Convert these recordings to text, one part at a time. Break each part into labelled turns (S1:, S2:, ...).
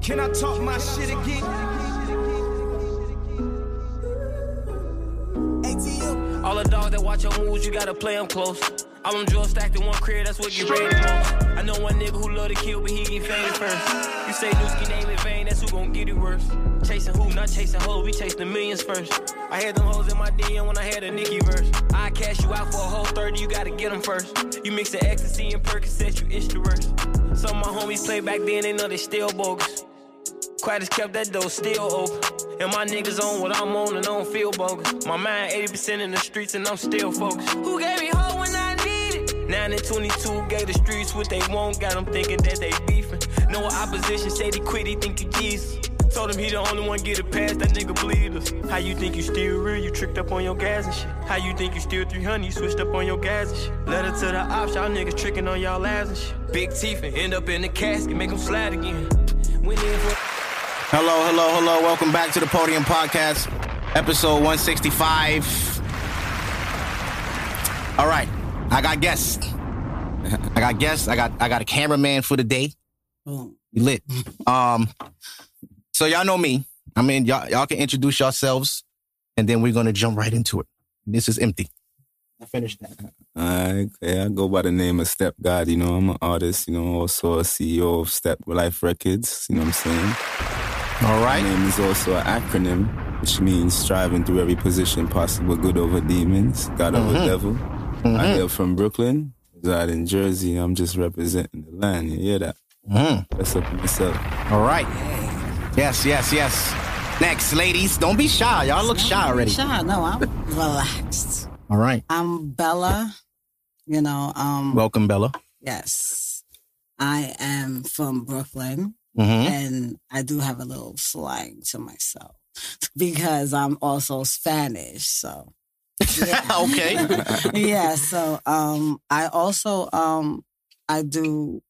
S1: Can I talk my shit again?
S2: All the dogs that watch your moves, you gotta play them close. All them drugs stacked in one crib, that's what get ready most. I know one nigga who love to kill, but he get fame first. You say Newski name in vain, that's who gon' get it worse. Chasing who, not chasing hoes, we chase the millions first. I had them hoes in my DM when I had a Nicki verse. I cash you out for a whole 30, you gotta get them first. You mix the ecstasy and Percocet, you itch the worst. Some of my homies play back then, they know they still bogus. Quiet as kept that door still open. And my niggas on what I'm on and I don't feel bogus. My mind 80% in the streets and I'm still focused. Who gave me hope when I needed? 9 and 22 gave the streets what they want. Got them thinking that they beefing. No opposition, say they quit, he think you Jesus. Told him he the only one get it past, that nigga bleed us. How you think you still real? You tricked up on your gas and shit. How you think you still 300? You switched up on your gas and shit. Letter to the ops, y'all niggas tricking on y'all ass and shit. Big teeth and end up in the casket, make them slide again. Went in for.
S3: Hello, hello, hello. Welcome back to the Podium Podcast, episode 165. All right, I got guests. I got guests. I got I got a cameraman for the day. We lit. Um, so y'all know me. I mean, y'all y'all can introduce yourselves, and then we're gonna jump right into it. This is empty. I finished that.
S4: I, yeah, I go by the name of Step God. You know, I'm an artist. You know, also a CEO of Step Life Records. You know what I'm saying?
S3: All
S4: My
S3: right.
S4: name is also an acronym, which means striving through every position possible, good over demons, God
S3: Mm-hmm.
S4: over devil.
S1: Mm-hmm.
S4: I hail from Brooklyn, reside in Jersey. I'm just representing the land. You hear that?
S3: Mm-hmm.
S4: That's up in myself.
S3: All right. Yes, yes, yes. Next, ladies, don't be shy. Y'all look shy already.
S5: Shy. No, I'm relaxed.
S3: All right.
S5: I'm Bella. You know, um,
S3: Welcome, Bella.
S5: yes, I am from Brooklyn,
S3: Mm-hmm.
S5: and I do have a little slang to myself because I'm also Spanish. So yeah.
S3: okay.
S5: yeah. So um, I also um, I do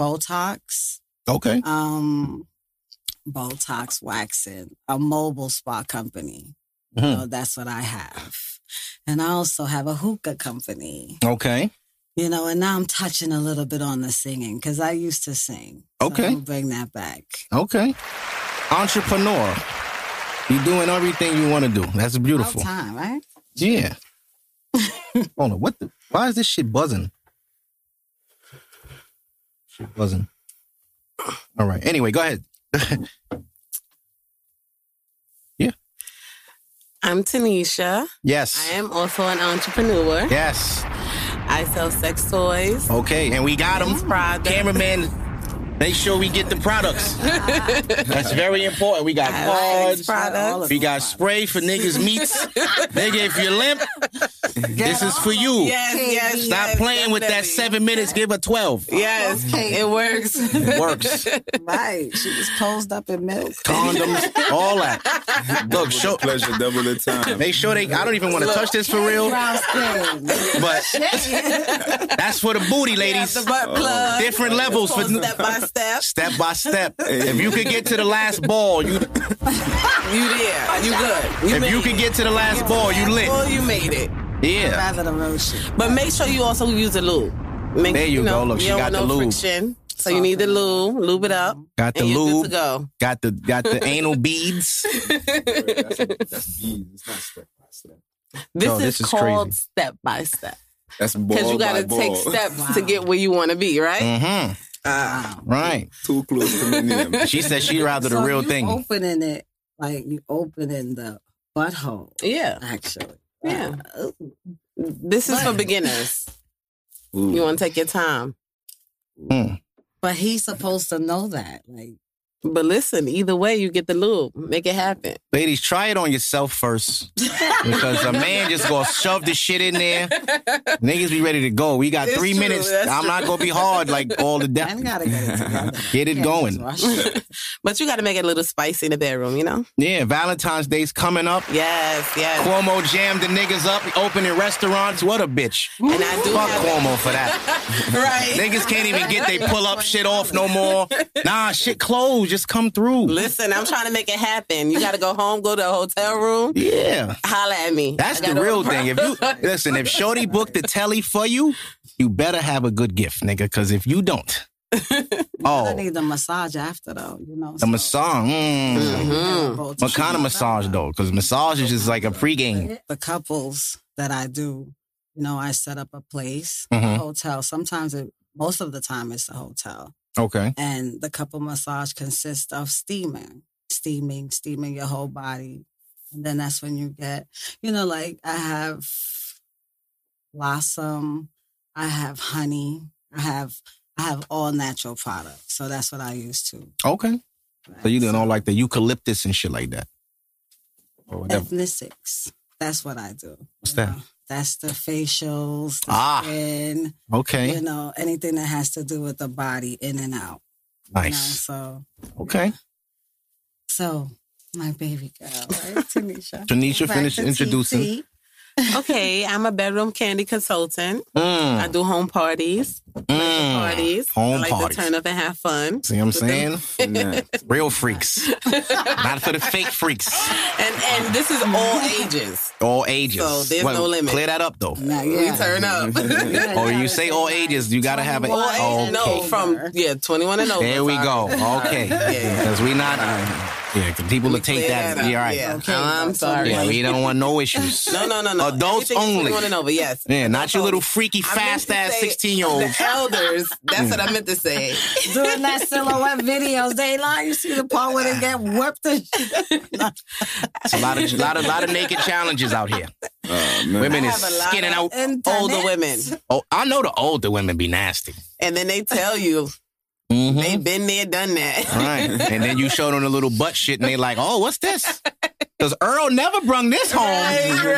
S5: Botox.
S3: Okay.
S5: um Botox waxing, a mobile spa company.
S3: Mhm.
S5: So Oh, that's what I have. And I also have a hookah company.
S3: Okay.
S5: You know, and now I'm touching a little bit on the singing because I used to sing. So
S3: Okay.
S5: I'm gonna bring that back.
S3: Okay. Entrepreneur. You're doing everything you want to do. That's
S5: About
S3: beautiful.
S5: time, right?
S3: Yeah. Hold on. What the? Why is this shit buzzing? Shit buzzing. All right. Anyway, go ahead.
S6: I'm Tanisha. I
S3: Yes.
S6: am also an entrepreneur.
S3: Yes.
S6: I sell sex toys.
S3: Okay. And we got
S6: Men's
S3: them.
S6: products.
S3: Cameraman, make sure we get the products. That's very important. We got cards.
S5: All of
S3: We
S5: them
S3: got
S5: products.
S3: spray for niggas' meats. Nigga, if you're limp, this is for you.
S6: Yes, yes.
S3: Stop
S6: yes,
S3: playing with that
S6: definitely.
S3: seven minutes. Give her twelve.
S6: Yes, it works.
S3: It works.
S5: Right. She was posed up in milk.
S3: Condoms, all that. Look, show.
S4: Pleasure double the time.
S3: Make sure they. I don't even want to touch this for real,
S5: Brown skin.
S3: but that's for the booty, ladies. Oh.
S6: the butt plug.
S3: Different levels for
S6: Step by step,
S3: step by step. If you could get to the last ball, you.
S6: you there. You good.
S3: If
S6: made
S3: you
S6: it.
S3: could get to the last ball, you lit.
S6: Well, you made it.
S3: Yeah.
S5: Rather than roast
S6: But make sure you also use the lube. Make,
S3: There you go.
S6: know,
S3: Look, she
S6: you don't
S3: got
S6: want
S3: the
S6: no
S3: lube.
S6: friction. So you need the lube. Lube it up.
S3: Got the
S6: and you're
S3: lube.
S6: Good to go.
S3: Got the got the anal beads.
S4: That's, that's bees. It's not step by step.
S6: This
S3: No,
S6: is
S3: this is
S6: called
S3: crazy.
S6: step by step
S4: That's
S6: because
S4: ball
S6: you got
S4: by
S6: to take
S4: ball.
S6: steps to get where you want to be. Right?
S3: Mm-hmm.
S5: Uh,
S3: Right.
S4: Too close to millennium.
S3: She said she'd rather
S5: it.
S3: the
S5: So
S3: real
S5: you
S3: thing.
S5: Opening it like you opening the butthole,
S6: Yeah.
S5: actually.
S6: Yeah.
S5: Ooh.
S6: This is for
S5: But-
S6: beginners.
S4: Ooh.
S6: You want to take your time.
S3: Mm.
S5: But he's supposed to know that. Like,
S6: But listen, either way, you get the lube. Make it happen.
S3: Ladies, try it on yourself first. Because a man just gonna shove the shit in there. Niggas be ready to go. We got
S6: It's
S3: three
S6: true,
S3: minutes.
S6: that's
S3: I'm
S6: true.
S3: not gonna be hard like all the
S5: I
S3: death.
S5: gotta get it together.
S3: Get it
S5: Can't
S3: going.
S5: just rush it.
S6: But you got to make it a little spicy in the bedroom, you know?
S3: Yeah, Valentine's Day's coming up.
S6: Yes, yes.
S3: Cuomo jammed the niggas up, opening restaurants. What a bitch.
S6: And I do
S3: Fuck
S6: have
S3: Cuomo for that.
S6: right.
S3: Niggas can't even get they pull up shit off no more. Nah, shit closed. Just come through.
S6: Listen, I'm trying to make it happen. You got to go home, go to a hotel room,
S3: Yeah.
S6: holla at me.
S3: That's
S6: I got
S3: the
S6: a-
S3: real thing. If you listen, if Shorty booked the telly for you, you better have a good gift, nigga. Because if you don't,
S5: I
S3: Oh,
S5: Uh, need the massage after though. You know,
S3: the massage. Mm.
S5: mm
S6: Mm-hmm.
S3: What kind of massage though? Because massage is just like a pregame.
S5: The couples that I do, you know, I set up a place,
S3: Mhm.
S5: a hotel. Sometimes it, most of the time, it's the hotel,
S3: Okay.
S5: and the couple massage consists of steaming, steaming, steaming your whole body, and then that's when you get, you know, like I have blossom, I have honey, I have. I have all natural products, so that's what I use too.
S3: Okay. So you doing all like the eucalyptus and shit like that. Oh, Or whatever.
S5: Ethnicics. That's what I do.
S3: What's
S5: you
S3: that?
S1: Mm-hmm.
S5: know. That's the facials, the
S3: Ah.
S5: skin,
S3: Okay.
S5: you know, anything that has to do with the body in and out. you know.
S3: Nice.
S5: So
S3: Okay.
S5: so my baby girl, right, Tanisha?
S3: Tanisha,
S5: Back
S3: finish
S5: to
S3: introducing.
S5: TT.
S1: okay, I'm a bedroom candy consultant. I
S3: Mm,
S1: do home parties,
S3: mm.
S1: parties. I
S3: Home
S1: like
S3: parties.
S1: to turn up and have fun.
S3: See what I'm saying?
S4: Nah.
S3: Real freaks. Not for the fake freaks.
S1: And and this is all ages.
S3: All ages.
S1: So there's no limit.
S3: Clear that up though.
S5: Now,
S1: We
S5: yeah.
S1: turn up.
S5: Yeah,
S3: Or you
S5: gotta
S3: say all
S5: like
S3: ages, you gotta have a
S5: 21
S1: all
S3: okay.
S1: ages. No, from yeah, 21 and over.
S3: There we
S1: sorry.
S3: go. Okay.
S1: Yeah.
S3: Because we not Yeah, 'cause people will take
S1: Clear
S3: that.
S1: up.
S3: yeah, all right.
S1: Yeah.
S5: Okay,
S1: I'm
S5: that's
S1: sorry.
S3: Yeah, we don't want no issues.
S1: No, no, no, no.
S3: Adults
S1: Everything is
S3: only.
S1: 21 and over, yes.
S3: Yeah, not your
S1: Adults
S3: little
S1: only.
S3: freaky
S1: I meant
S3: fast
S1: to
S3: ass
S1: say
S3: sixteen year old.
S1: The elders. That's what I meant to say.
S5: Doing that silhouette videos, they lie. You see the part where they get whipped and shit.
S3: It's a lot of lot of lot of naked challenges out here.
S4: Oh, man.
S3: Women
S1: I
S3: is
S1: have a lot
S3: skinning out.
S1: of-
S5: And
S1: Older women.
S3: Oh, I know the older women be nasty.
S1: And then they tell you
S3: Mm-hmm.
S1: they've been there, done that.
S3: Right, and then you showed them the little butt shit, and they like, "Oh, what's this?" Because Earl never brung this home.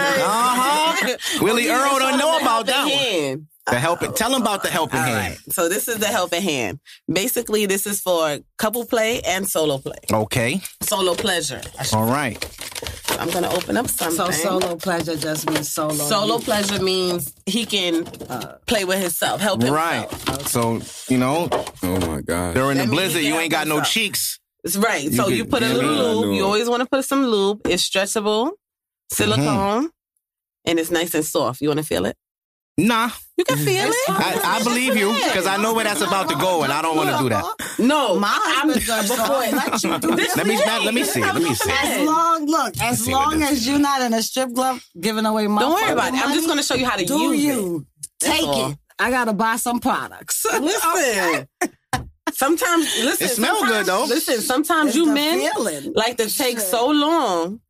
S3: Uh huh. Willie Earl don't know about that one.
S1: one.
S3: The helping. Tell them about the helping
S1: Oh, All
S3: hand.
S1: right. So this is the helping hand. Basically, this is for couple play and solo play,
S3: Okay.
S1: solo pleasure. I should-
S3: All right.
S1: I'm gonna open up something.
S5: So solo pleasure just means solo. Uh,
S1: Solo pleasure means he can play with himself, help himself.
S3: Right. So you know,
S4: Oh my God.
S3: during the
S1: That means
S3: blizzard,
S1: you
S3: you
S1: can't
S3: ain't got
S1: have
S3: no
S1: this up.
S3: cheeks.
S1: It's right. so
S4: can-
S1: you put a
S4: yeah,
S1: little lube.
S4: lube.
S1: You always want to put some lube. It's stretchable, silicone,
S3: Mm-hmm.
S1: and it's nice and soft. You want to feel it?
S3: Nah,
S1: You can feel it.
S3: Mm-hmm. I, I believe you because I know where that's about to go, and I don't want to do that.
S1: no,
S5: My husband
S1: I'm-
S5: just don't let you do that.
S3: Let me let me see. Let me see.
S5: As long, look, as
S3: see what
S5: long
S3: this
S5: as you're not in a strip club giving away my
S1: Don't worry about
S5: fucking
S1: it. I'm just
S5: money,
S1: going to show you how to
S5: do
S1: use it.
S5: you
S1: That's
S5: take
S1: all.
S5: it. I gotta buy some products.
S1: Listen. Sometimes listen.
S3: It smell
S1: sometimes-
S3: good, though.
S1: Listen, sometimes
S5: It's
S1: you
S5: the
S1: men
S5: feeling.
S1: like to take so long.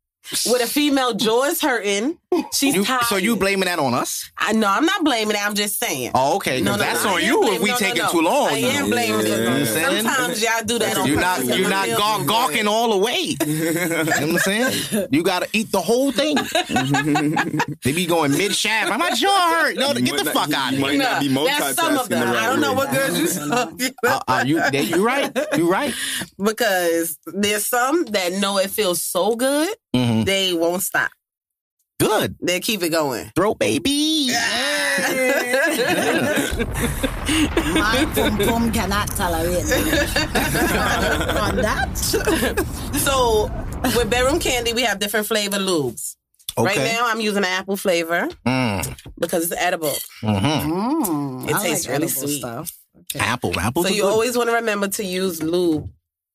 S1: With a female jaw is hurting, she's
S3: You,
S1: tired.
S3: so you blaming that on us?
S1: I know. I'm not blaming it. I'm just saying.
S3: Oh, okay. 'cause
S1: No, no,
S3: that's
S1: no, I
S3: on
S1: am
S3: you
S1: blaming-
S3: if we
S1: no, no,
S3: taking
S1: no.
S3: too long.
S1: I am
S3: though.
S1: blaming
S4: Yeah.
S1: you.
S4: You know what I'm
S3: saying?
S1: Sometimes y'all do that on
S3: You're not
S1: purpose, and
S3: you're
S1: I
S3: not
S1: feel
S3: gaw-
S1: you.
S3: gawking all the way. you know what I'm saying? You gotta eat the whole thing. they be going mid shaft. I'm not sure hurt. No, get
S4: might
S3: the
S4: not-
S3: fuck
S4: you
S3: out of
S4: might
S3: here.
S4: not be
S1: Nah, that's some
S4: multitasking
S1: of them.
S4: the right
S1: I don't know
S4: way.
S1: what girls you saw
S3: Uh, uh, you, they- you right. You right.
S1: because there's some that know it feels so good
S3: hmm
S1: they won't stop.
S3: Good.
S1: They keep it going.
S3: Throat baby.
S5: My pum pum cannot tolerate it. on that.
S1: So with bedroom candy, we have different flavor lubes. Right
S3: Okay.
S1: now, I'm using an apple flavor
S3: Mm.
S1: because it's edible.
S3: Mhm.
S5: Mm,
S1: It
S5: I
S1: tastes
S5: like
S1: really
S5: edible
S1: sweet.
S5: Stuff.
S3: Apple. Apple.
S1: So you always want to remember to use lube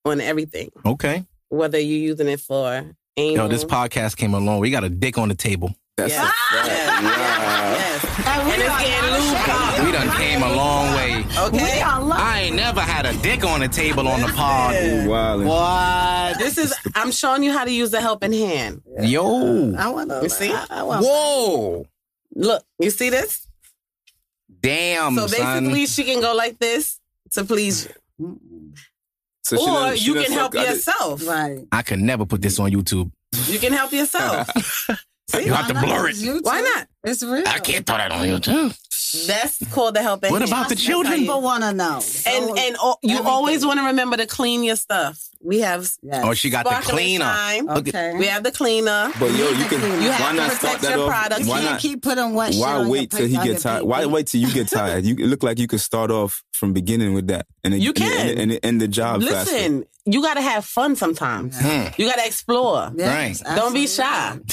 S1: on everything,
S3: okay.
S1: whether you're using it for anal.
S3: Yo, this podcast came along. We got a dick on the table.
S4: That's
S1: Yes.
S4: a fact. Wow.
S1: Yes.
S5: And
S1: And it's getting lubed up.
S3: We done came a long way.
S5: We
S1: Okay.
S5: are lucky.
S3: I ain't never had a dick on the table on the pod.
S1: Yeah.
S4: Wild.
S3: What?
S1: This is. I'm showing you how to use the helping hand.
S3: Yo.
S5: I want to
S1: You see?
S5: I, I want.
S3: Whoa.
S1: Look, you see this?
S3: Damn,
S1: So
S3: son.
S1: basically, she can go like this to please you,
S4: So she
S1: or
S4: done- she
S1: you
S4: done
S1: can help
S4: suck- I did-
S1: yourself.
S5: Right.
S3: I could never put this on YouTube.
S1: You can help yourself.
S3: You have to
S5: Why not?
S3: blur it.
S5: It's YouTube.
S1: Why not?
S5: It's real.
S3: I can't throw that on YouTube.
S1: That's called the helping.
S3: What
S1: hand.
S3: about the
S1: That's
S3: children?
S1: how you-
S5: People want to know.
S1: And and all, you
S5: Everything.
S1: always want to remember to clean your stuff. We have
S5: yes.
S3: Oh, she got the
S1: sparkling
S3: cleaner.
S1: time.
S3: Look at-
S5: Okay.
S1: We have the cleaner.
S4: But yo, you can.
S5: You
S1: have
S4: why
S1: to
S4: not
S1: protect
S4: start that
S1: your
S4: off?
S1: products.
S4: Why
S5: You
S4: not?
S5: can't keep putting wet shit
S4: Why
S5: on
S4: wait
S5: your
S4: till he
S5: plate, on
S4: get
S5: your
S4: tired? Why
S5: plate.
S4: wait till you get tired? You it look like you could start off from beginning with that, and it,
S1: You
S4: and it-
S1: can.
S4: and, it end the job faster.
S1: Listen, you got to have fun sometimes.
S3: Hmm.
S1: You got to explore.
S5: Yes,
S3: Right.
S1: Don't be
S5: absolutely.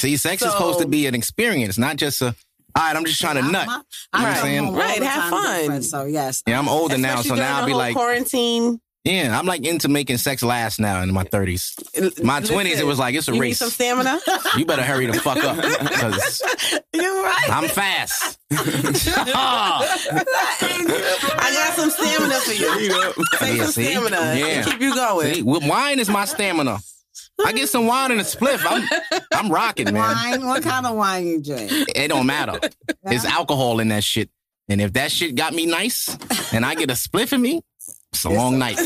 S1: shy.
S3: See, sex is
S1: So-
S3: supposed to be an experience, not just a All right, I'm just trying to
S5: I'm not-
S3: nut. You know
S5: I
S3: what I'm
S5: come
S3: saying?
S5: home all
S6: Right,
S5: the
S6: have
S5: time
S6: fun.
S5: different, So yes,
S3: Yeah, I'm older now,
S6: Especially
S3: so
S6: during
S3: now
S6: the
S3: I'll be
S6: whole
S3: like,
S6: quarantine.
S3: yeah, I'm like into making sex last now in my 30s. My 20s, it was like, it's a
S6: you Need
S3: race.
S6: some stamina.
S3: you better hurry the fuck up because
S6: You're right.
S3: I'm fast.
S6: I got some stamina for you. Take
S3: Yeah,
S6: some
S3: see?
S6: stamina
S3: Yeah.
S6: and keep you going.
S3: See, with wine is my stamina. I get some wine and a spliff. I'm, I'm rocking, man.
S5: wine. What kind of wine you drink?
S3: It don't matter. There's alcohol in that shit. And if that shit got me nice and I get a spliff in me, it's a long night.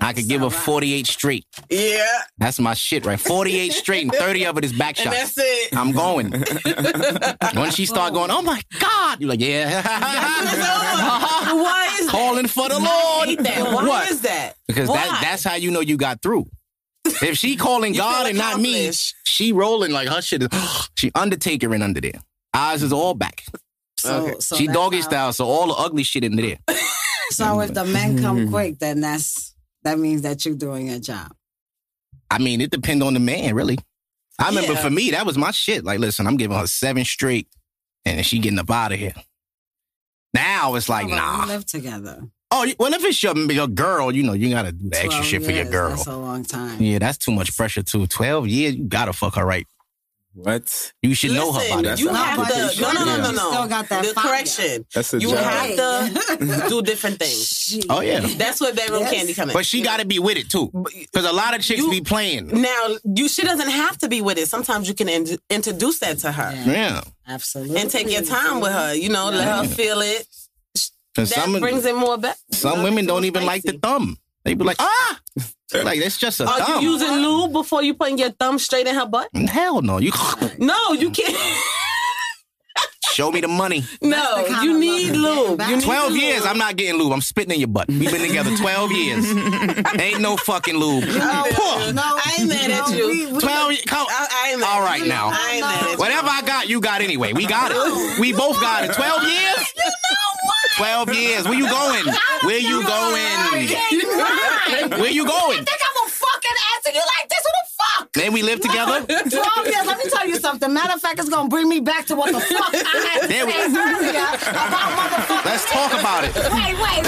S3: I could give a 48 straight.
S6: Yeah,
S3: That's my shit, right? 48 straight and 30 of it is back
S6: and that's
S3: shots.
S6: it.
S3: I'm going. Once she start going, oh my God, you're like, yeah.
S6: Why is that?
S3: Calling for the Lord.
S6: Why
S3: What?
S6: is that?
S3: Because that
S6: Why?
S3: that's how you know you got through. If she calling
S6: You
S3: God
S6: feel
S3: and not me,
S6: accomplished.
S3: she rolling like her shit is she undertaker and under there. Eyes is all back.
S5: So,
S6: Okay.
S5: so
S3: she
S5: that's
S3: doggy
S5: how-
S3: style, so all the ugly shit in there.
S5: So if the men
S3: Mm-hmm.
S5: come quick, then that's that means that you're doing your job.
S3: I mean, it depends on the man, really. I remember
S6: Yeah.
S3: for me, that was my shit. Like, listen, I'm giving her seven straight, and she getting up out of here. Now it's like,
S5: Oh, but We
S3: nah.
S5: live together.
S3: Oh, you- well, if it's your, your girl, you know, you gotta do the extra
S5: 12
S3: shit for your
S5: years,
S3: girl.
S5: That's a long time.
S3: yeah, that's too much pressure too. Twelve years, you gotta fuck her right.
S4: What?
S3: You should know her
S6: Listen,
S3: body.
S4: That's
S6: you
S4: an
S6: have to.
S4: obligation.
S6: No, no, no, no,
S4: Yeah.
S6: no.
S5: Still got that
S6: the
S5: fire.
S6: correction.
S4: That's a
S6: You
S4: job.
S6: have to do different things.
S5: Shit.
S3: Oh yeah,
S6: That's where bedroom
S5: Yes.
S6: candy come in.
S3: but she gotta be with it too, because a lot of chicks
S6: You-
S3: be playing.
S6: Now, you she doesn't have to be with it. Sometimes you can in- introduce that to her
S3: Yeah,
S5: Absolutely.
S6: and take your time with her. You know, let her feel it.
S3: and
S6: That
S3: some
S6: brings in more back.
S3: some women don't even like the thumb. They be like, ah, like that's just a
S6: Are
S3: thumb.
S6: Oh,
S3: Mm,
S6: you using lube before you putting your thumb straight in her butt?
S3: Hell no, you
S6: No, you can't.
S3: show me the money.
S5: That's
S6: No,
S5: the kind
S6: you
S5: of
S6: need
S5: love I'm
S6: lube.
S5: getting
S6: You need
S5: back.
S3: 12
S6: lube.
S3: years, I'm not getting lube. I'm spitting in your butt. We've been together 12 years. Ain't no fucking lube.
S6: Oh,
S3: Poor.
S5: No, I
S6: ain't mad at you.
S3: 12 years. Come.
S6: I, I ain't mad.
S3: All right now.
S6: I ain't mad. at you.
S3: Whatever I got, you got anyway. We got it. We both got it. 12 years? 12 years. Where you going? Where you going? Where you going?
S5: I'm gonna fucking answer you like this. What
S3: Then we live together.
S5: the fuck? 12 years. Let me tell you something. Matter of fact, it's gonna bring me back to what the fuck I had to say
S3: There we-
S5: earlier about motherfucking.
S3: Let's talk about it.
S5: Wait, wait.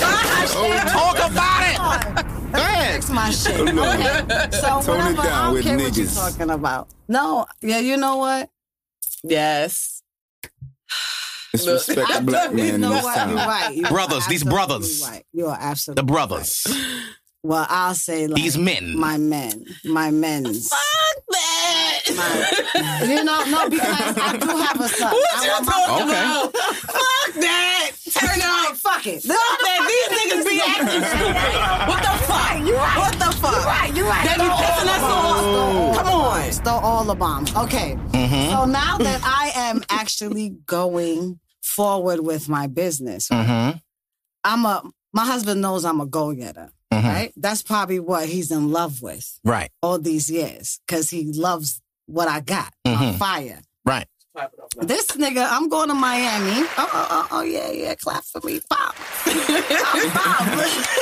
S5: Gosh,
S3: Oh, Talk about it. Go ahead.
S5: that's my shit.
S4: No.
S5: So
S4: Tone it
S5: whatever,
S4: down
S5: I don't
S4: with
S5: care what you're
S4: niggas.
S5: talking about. No, yeah, you know what?
S6: Yes.
S4: It's respect the black man in
S5: You know
S4: this
S5: what? You're
S4: town.
S5: right. You are
S3: Brothers, these
S5: absolutely
S3: brothers.
S5: Right. You are absolutely
S3: The brothers.
S5: Well, I'll say like
S3: These men.
S5: my men, my men's.
S6: Fuck that.
S5: My, you know, no, because I do have a son.
S6: What
S5: I
S6: you
S5: want my-
S6: talking
S3: Okay.
S6: about? Fuck that. Turn
S5: Like,
S6: off.
S5: fuck it.
S6: Fuck that. These niggas be acting stupid. What the fuck? What the fuck? You right. You right. They be pissing us off. Come on. Mm-hmm.
S5: Throw all the bombs. Okay. So now that I am actually going forward with my business,
S3: Mm-hmm.
S5: I'm a my husband knows I'm a go getter,
S6: Mm-hmm.
S5: right? That's probably what he's in love with
S3: Right.
S5: all these years because he loves what I got.
S6: Mm-hmm.
S5: My fire.
S3: Right.
S5: This nigga, I'm going to Miami. Oh, oh, oh, oh yeah, yeah. Clap for me. Pop. I'm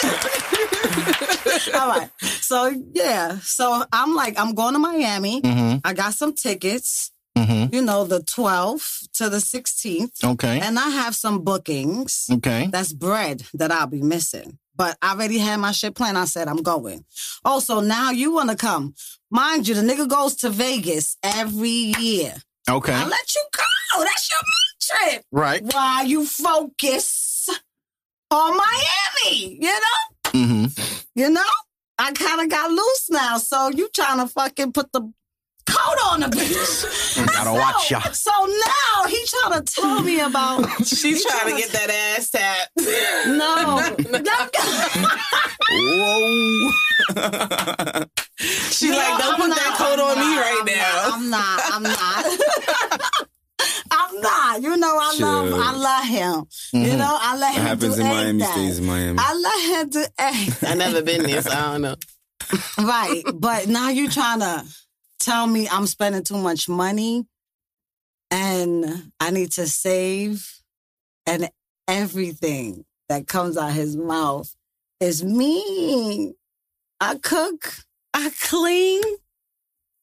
S5: pop. All right. So, yeah. So I'm like, I'm going to Miami.
S3: Mm-hmm.
S5: I got some tickets,
S3: Mm-hmm.
S5: you know, the 12th to the 16th.
S3: Okay.
S5: And I have some bookings.
S3: Okay.
S5: That's bread that I'll be missing. But I already had my shit planned. I said, I'm going. Also, now you want to come. Mind you, the nigga goes to Vegas every year.
S3: Okay.
S5: I let you go. That's your man trip.
S3: Right.
S5: Why you focus on Miami? You know?
S3: Mm-hmm.
S5: You know? I kind of got loose now. So you trying to fucking put the coat on the bitch.
S3: Gotta watch
S5: so,
S3: ya.
S5: so now he trying to tell me about.
S6: She's trying to get that ass tapped.
S5: No.
S4: Whoa.
S6: She like, don't
S5: I'm
S6: put
S5: not,
S6: that coat
S5: I'm
S6: on me
S5: not,
S6: right now.
S5: I'm not. I'm not. I'm not. I'm not. You know, I love. I
S4: Chill.
S5: love him.
S3: Mm-hmm.
S1: Mm-hmm.
S5: You know, I let
S4: What
S5: him.
S4: happens
S5: do
S4: in Miami
S5: everything.
S4: stays in Miami.
S5: I let him do everything.
S6: I never been there, so I don't know.
S5: right, but now you trying to tell me I'm spending too much money, and I need to save, and everything that comes out his mouth is mean. I cook. I clean.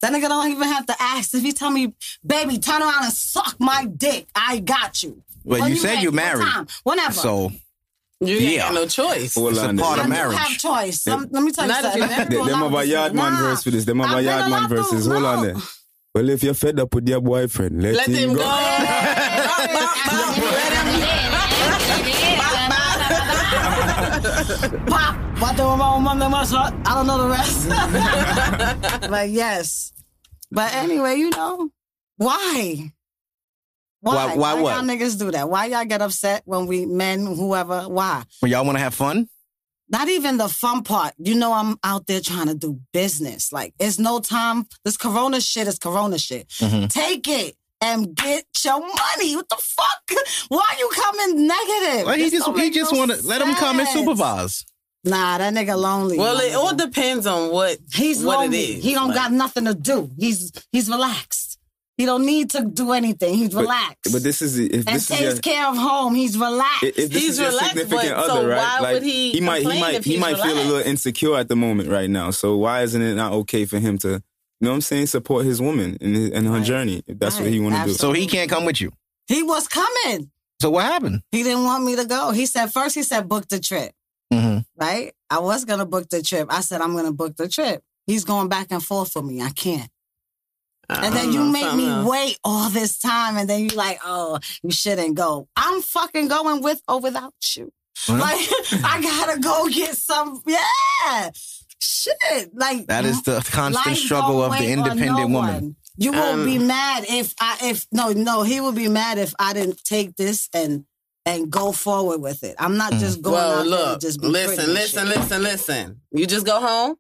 S5: That nigga don't even have to ask. If he tell me, baby, turn around and suck my dick, I got you.
S3: Well,
S5: When
S3: you said
S5: ready,
S3: you
S5: what
S3: married.
S5: time, Whenever.
S3: So
S1: You ain't
S3: Yeah.
S1: got no choice.
S4: Full
S3: it's a
S4: on it.
S3: part
S5: I
S3: of
S5: do
S3: marriage.
S5: have choice. Some- let me tell you
S1: Not if
S5: something.
S1: you married.
S4: They-
S5: Everyone
S4: Them
S5: not
S4: about
S5: the same.
S4: Yardman
S5: Nah.
S4: verse for this. Them about
S5: I've been
S4: Yardman
S5: allowed to-
S4: verses. Hold on
S5: no.
S4: there. Well, if you're fed up with your boyfriend, let,
S1: Let him go.
S5: Pop. What the wrong one that was hot? I don't know the rest. but yes. But anyway, you know, why?
S3: Why- why what?
S5: y'all niggas do that? Why y'all get upset when we men, whoever, why?
S3: When y'all want to have fun,
S5: Not even the fun part. You know I'm out there trying to do business. Like it's no time. This corona shit is corona shit.
S1: Mm-hmm.
S3: Hmm.
S5: Take it and get your money. What the fuck? Why you coming negative?
S3: Well, he
S5: This
S3: just
S5: don't
S3: he
S5: make
S3: just
S5: no
S3: want to let him come and
S5: sense.
S3: supervise.
S5: Nah, that nigga lonely.
S1: Well,
S5: my
S1: it
S5: nigga.
S1: all depends on what
S5: He's
S1: what
S5: lonely.
S1: it is.
S5: He don't
S1: Like,
S5: got nothing to do. He's he's relaxed. He don't need to do anything. He's relaxed.
S4: But this is if
S5: and
S4: this
S5: takes
S4: is your,
S5: care of home. He's relaxed.
S4: if if this
S1: He's
S4: is your
S1: relaxed,
S4: significant
S1: but
S4: other,
S1: so
S4: right?
S1: why
S4: like
S1: would he
S4: he might he
S1: complain
S4: might
S1: if
S4: he
S1: he's
S4: might feel a little
S1: relaxed?
S4: insecure at the moment right now. So why isn't it not okay for him to? You know what I'm saying? Support his woman in, his, in her journey if that's what
S5: Right.
S4: he want to do.
S3: So he can't come with you.
S5: he was coming.
S3: So what happened?
S5: He didn't want me to go. He said first he said book the trip.
S1: Mm-hmm.
S3: Mhm.
S5: Right? I was gonna book the trip. I said I'm gonna book the trip. He's going back and forth for me. I can't.
S1: I
S5: And then
S1: don't
S3: Oh,
S5: you
S1: know,
S5: make
S1: something
S5: me
S1: else.
S5: wait all this time, and then you like, oh, you shouldn't go. I'm fucking going with or without you. Like, I gotta go get some. Yeah, shit. Like
S3: That is the constant
S5: life
S3: struggle
S5: don't
S3: of the
S5: wait on
S3: independent
S5: no
S3: woman. Um,
S5: one. You will be mad if I if no no he will be mad if I didn't take this and and go forward with it. I'm
S3: Mm.
S5: not just going
S1: Well,
S5: out there to
S1: look,
S5: just be pretty
S1: listen,
S5: and
S1: listen,
S5: shit.
S1: listen, listen. You just go home,